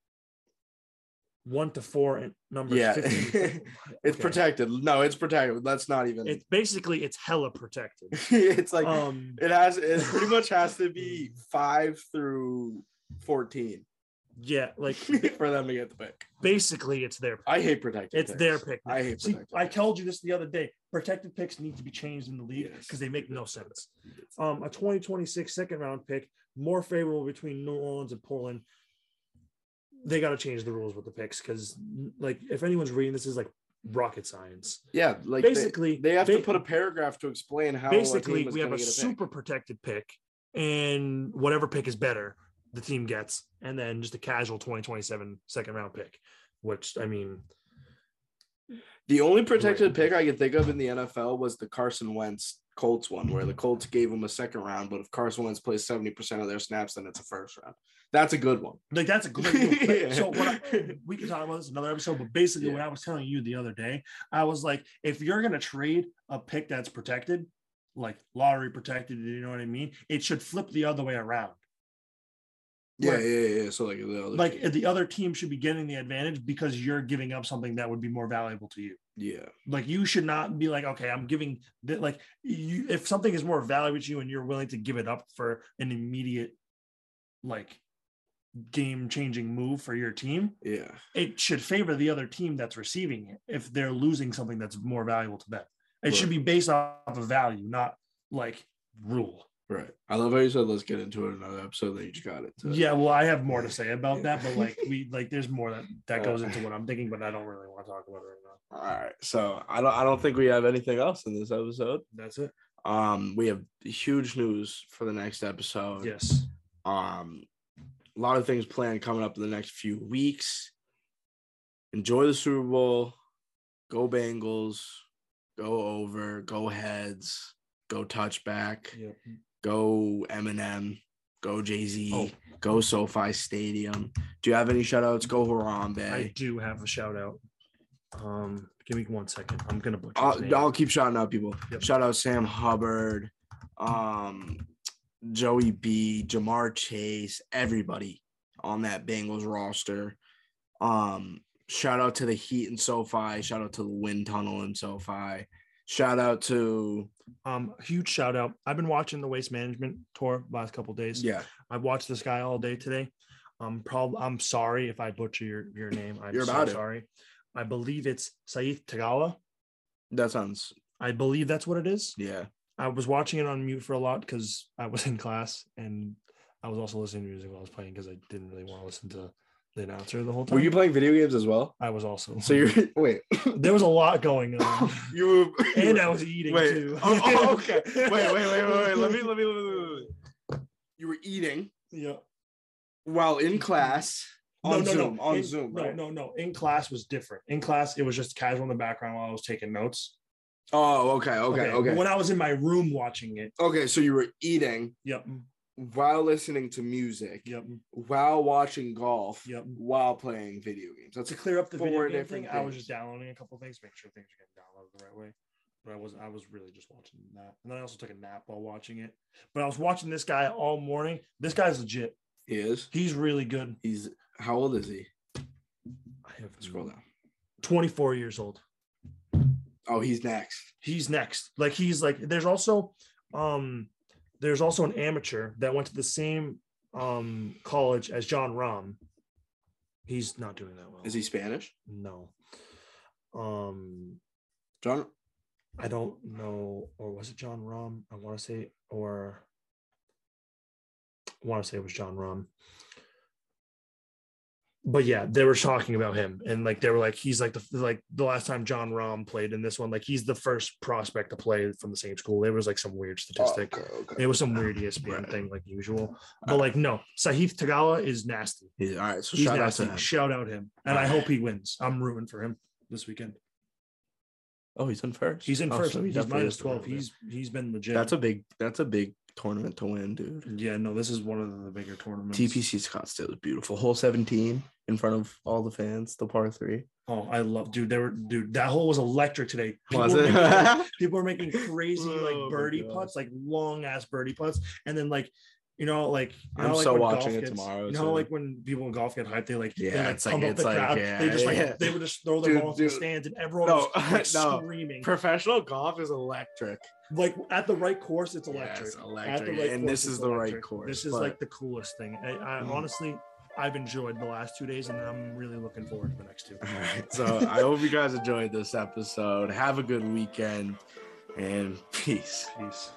[SPEAKER 2] one to four and number
[SPEAKER 1] yeah
[SPEAKER 2] 15.
[SPEAKER 1] it's
[SPEAKER 2] Okay.
[SPEAKER 1] protected no it's protected let's not even
[SPEAKER 2] It's basically it's hella protected.
[SPEAKER 1] it's like
[SPEAKER 2] Um,
[SPEAKER 1] it has it pretty much has to be five through fourteen
[SPEAKER 2] yeah, like
[SPEAKER 1] for them to get the pick.
[SPEAKER 2] basically it's their pick.
[SPEAKER 1] I hate protected.
[SPEAKER 2] it's their
[SPEAKER 1] picks.
[SPEAKER 2] pick.
[SPEAKER 1] I hate
[SPEAKER 2] See,
[SPEAKER 1] protected.
[SPEAKER 2] I told you this the other day. Protected picks need to be changed in the league because they make no sense. Um, a 2026 second round pick, more favorable between New Orleans and Portland. They got to change the rules with the picks because, like, if anyone's reading this, is like rocket science.
[SPEAKER 1] Yeah, like
[SPEAKER 2] basically,
[SPEAKER 1] basically they, have
[SPEAKER 2] they-
[SPEAKER 1] to put a paragraph to explain how a team
[SPEAKER 2] basically
[SPEAKER 1] is
[SPEAKER 2] we have
[SPEAKER 1] gonna
[SPEAKER 2] a
[SPEAKER 1] get pick.
[SPEAKER 2] super protected pick and whatever pick is better the team gets and then just a casual 2027 second round pick which i mean
[SPEAKER 1] The only protected pick I could think of in the NFL was the Carson Wentz Colts one, where the Colts gave him a second round, but if Carson Wentz plays seventy percent of their snaps, then it's a first round. That's a good one.
[SPEAKER 2] like that's a great deal. But-
[SPEAKER 1] Yeah.
[SPEAKER 2] so what I, we can talk about this in another episode but basically what i was telling you the other day i was like if you're going to trade a pick that's protected like lottery protected you know what i mean it should flip the other way around
[SPEAKER 1] Yeah,
[SPEAKER 2] Where-
[SPEAKER 1] yeah, yeah. So like the other
[SPEAKER 2] like the other team should be getting the advantage because you're giving up something that would be more valuable to you
[SPEAKER 1] yeah.
[SPEAKER 2] like you should not be like okay i'm giving that like you if something is more valuable to you and you're willing to give it up for an immediate like game changing move for your team
[SPEAKER 1] Yeah.
[SPEAKER 2] it should favor the other team that's receiving it if they're losing something that's more valuable to them it should be based off of value not like rule
[SPEAKER 1] Right. I love how you said let's get into it in another episode. Then you just got it. to-
[SPEAKER 2] yeah well i have more to say about that but like we like there's more that that
[SPEAKER 1] Uh,
[SPEAKER 2] goes into what i'm thinking but i don't really want to talk about it right now
[SPEAKER 1] All right. So I don't I don't think we have anything else in this episode.
[SPEAKER 2] that's it
[SPEAKER 1] Um we have huge news for the next episode.
[SPEAKER 2] yes
[SPEAKER 1] Um a lot of things planned coming up in the next few weeks. enjoy the Super Bowl. Go Bengals. Go over. Go heads. Go touchback. Go Eminem. Go Jay Z.
[SPEAKER 2] Oh.
[SPEAKER 1] Go SoFi Stadium. Do you have any shout outs? Go Harambe.
[SPEAKER 2] I do have a shout out. Um, give me one second. I'm gonna butcher his
[SPEAKER 1] I'll,
[SPEAKER 2] name.
[SPEAKER 1] I'll keep shouting out people. Shout out Sam Hubbard, um, Joey B, Jamar Chase, everybody on that Bengals roster. Um, shout out to the Heat and SoFi. Shout out to the Wind Tunnel and SoFi. Shout out to
[SPEAKER 2] um huge shout out. I've been watching the waste management tour last couple days.
[SPEAKER 1] Yeah.
[SPEAKER 2] I watched this guy all day today. I'm probably I'm sorry if I butcher your, your name. I'm
[SPEAKER 1] You're
[SPEAKER 2] so
[SPEAKER 1] about it.
[SPEAKER 2] sorry. I believe it's Saeed Tagawa.
[SPEAKER 1] That sounds
[SPEAKER 2] I believe that's what it is.
[SPEAKER 1] Yeah.
[SPEAKER 2] I was watching it on mute for a lot because I was in class and I was also listening to music while I was playing because I didn't really want to listen to the announcer the whole time.
[SPEAKER 1] Were you playing video games as well?
[SPEAKER 2] I was also.
[SPEAKER 1] So you're wait.
[SPEAKER 2] There was a lot going on.
[SPEAKER 1] you were,
[SPEAKER 2] and I was eating
[SPEAKER 1] wait.
[SPEAKER 2] too.
[SPEAKER 1] Oh, oh, okay. Wait, wait, wait, wait, wait. Let me, let me, let me, let me- let me. You were eating.
[SPEAKER 2] Yeah.
[SPEAKER 1] While in class. On
[SPEAKER 2] no,
[SPEAKER 1] Zoom.
[SPEAKER 2] No,
[SPEAKER 1] On
[SPEAKER 2] in-
[SPEAKER 1] Zoom.
[SPEAKER 2] No,
[SPEAKER 1] right?
[SPEAKER 2] no, no. In class was different. In class, it was just casual in the background while I was taking notes.
[SPEAKER 1] Oh, okay, okay, okay.
[SPEAKER 2] When I was in my room watching it.
[SPEAKER 1] Okay, so you were eating.
[SPEAKER 2] Yep.
[SPEAKER 1] While listening to music.
[SPEAKER 2] Yep.
[SPEAKER 1] While watching golf.
[SPEAKER 2] Yep.
[SPEAKER 1] While playing video games. That's
[SPEAKER 2] to clear up the video
[SPEAKER 1] four
[SPEAKER 2] game
[SPEAKER 1] different
[SPEAKER 2] thing, I was
[SPEAKER 1] things.
[SPEAKER 2] just downloading a couple things, make sure things are getting downloaded the right way. But I was I was really just watching that, and then I also took a nap while watching it. But I was watching this guy all morning. This guy's legit.
[SPEAKER 1] He is.
[SPEAKER 2] He's really good.
[SPEAKER 1] He's how old is he?
[SPEAKER 2] I have
[SPEAKER 1] scroll down.
[SPEAKER 2] 24 years old.
[SPEAKER 1] Oh, he's next.
[SPEAKER 2] He's next. Like he's like there's also um there's also an amateur that went to the same um college as John Rahm. He's not doing that well.
[SPEAKER 1] Is he Spanish?
[SPEAKER 2] No. Um
[SPEAKER 1] John
[SPEAKER 2] I don't know or was it John Rahm? I want to say or I want to say it was John Rahm. But yeah, they were talking about him, and like they were like he's like the like the last time John Rahm played in this one, like he's the first prospect to play from the same school. There was like some weird
[SPEAKER 1] Oh,
[SPEAKER 2] statistic. It was some weird E ESPN thing, like usual. But like no, Sahith Tagawa is nasty.
[SPEAKER 1] All right, so
[SPEAKER 2] He's
[SPEAKER 1] shout
[SPEAKER 2] nasty.
[SPEAKER 1] out to him.
[SPEAKER 2] Shout out him, and
[SPEAKER 1] All
[SPEAKER 2] I
[SPEAKER 1] right.
[SPEAKER 2] hope he wins. I'm rooting for him this weekend.
[SPEAKER 1] Oh, he's in first.
[SPEAKER 2] He's in
[SPEAKER 1] Oh,
[SPEAKER 2] first.
[SPEAKER 1] so he
[SPEAKER 2] he's
[SPEAKER 1] definitely
[SPEAKER 2] minus
[SPEAKER 1] is the
[SPEAKER 2] twelve.
[SPEAKER 1] winner.
[SPEAKER 2] He's he's been legit.
[SPEAKER 1] That's a big. That's a big tournament to win, dude.
[SPEAKER 2] Yeah, no, this is one of the bigger tournaments.
[SPEAKER 1] TPC Scottsdale is beautiful. Hole 17 in front of all the fans. The par three.
[SPEAKER 2] Oh, I love, dude. They were, dude. That hole was electric today.
[SPEAKER 1] Was
[SPEAKER 2] were
[SPEAKER 1] it? Oh
[SPEAKER 2] making, people were making crazy like
[SPEAKER 1] my
[SPEAKER 2] birdie
[SPEAKER 1] God.
[SPEAKER 2] putts, like long ass birdie putts, and then like, you know, like you
[SPEAKER 1] I'm
[SPEAKER 2] know, like,
[SPEAKER 1] so
[SPEAKER 2] when
[SPEAKER 1] watching
[SPEAKER 2] golf
[SPEAKER 1] it
[SPEAKER 2] gets-
[SPEAKER 1] tomorrow,
[SPEAKER 2] You know,
[SPEAKER 1] too.
[SPEAKER 2] like when people in golf get hyped, they like, they,
[SPEAKER 1] Yeah, it's like-
[SPEAKER 2] pump up
[SPEAKER 1] it's
[SPEAKER 2] the
[SPEAKER 1] like,
[SPEAKER 2] crowd.
[SPEAKER 1] yeah,
[SPEAKER 2] they just like
[SPEAKER 1] yeah.
[SPEAKER 2] they would just throw their
[SPEAKER 1] Dude,
[SPEAKER 2] ball into the
[SPEAKER 1] dude.
[SPEAKER 2] stands, and everyone
[SPEAKER 1] No,
[SPEAKER 2] was like,
[SPEAKER 1] no.
[SPEAKER 2] screaming.
[SPEAKER 1] Professional golf is electric.
[SPEAKER 2] Like at the right course, it's electric.
[SPEAKER 1] Yes,
[SPEAKER 2] At the
[SPEAKER 1] electric.
[SPEAKER 2] right
[SPEAKER 1] And
[SPEAKER 2] course,
[SPEAKER 1] this
[SPEAKER 2] it's
[SPEAKER 1] is the right
[SPEAKER 2] electric.
[SPEAKER 1] course,
[SPEAKER 2] This is
[SPEAKER 1] but-
[SPEAKER 2] like the coolest thing. I, I
[SPEAKER 1] Mm.
[SPEAKER 2] honestly, I've enjoyed the last two days, and I'm really looking forward to the next two.
[SPEAKER 1] All right. So I hope you guys enjoyed this episode. Have a good weekend and peace.
[SPEAKER 2] Peace.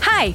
[SPEAKER 11] Hi,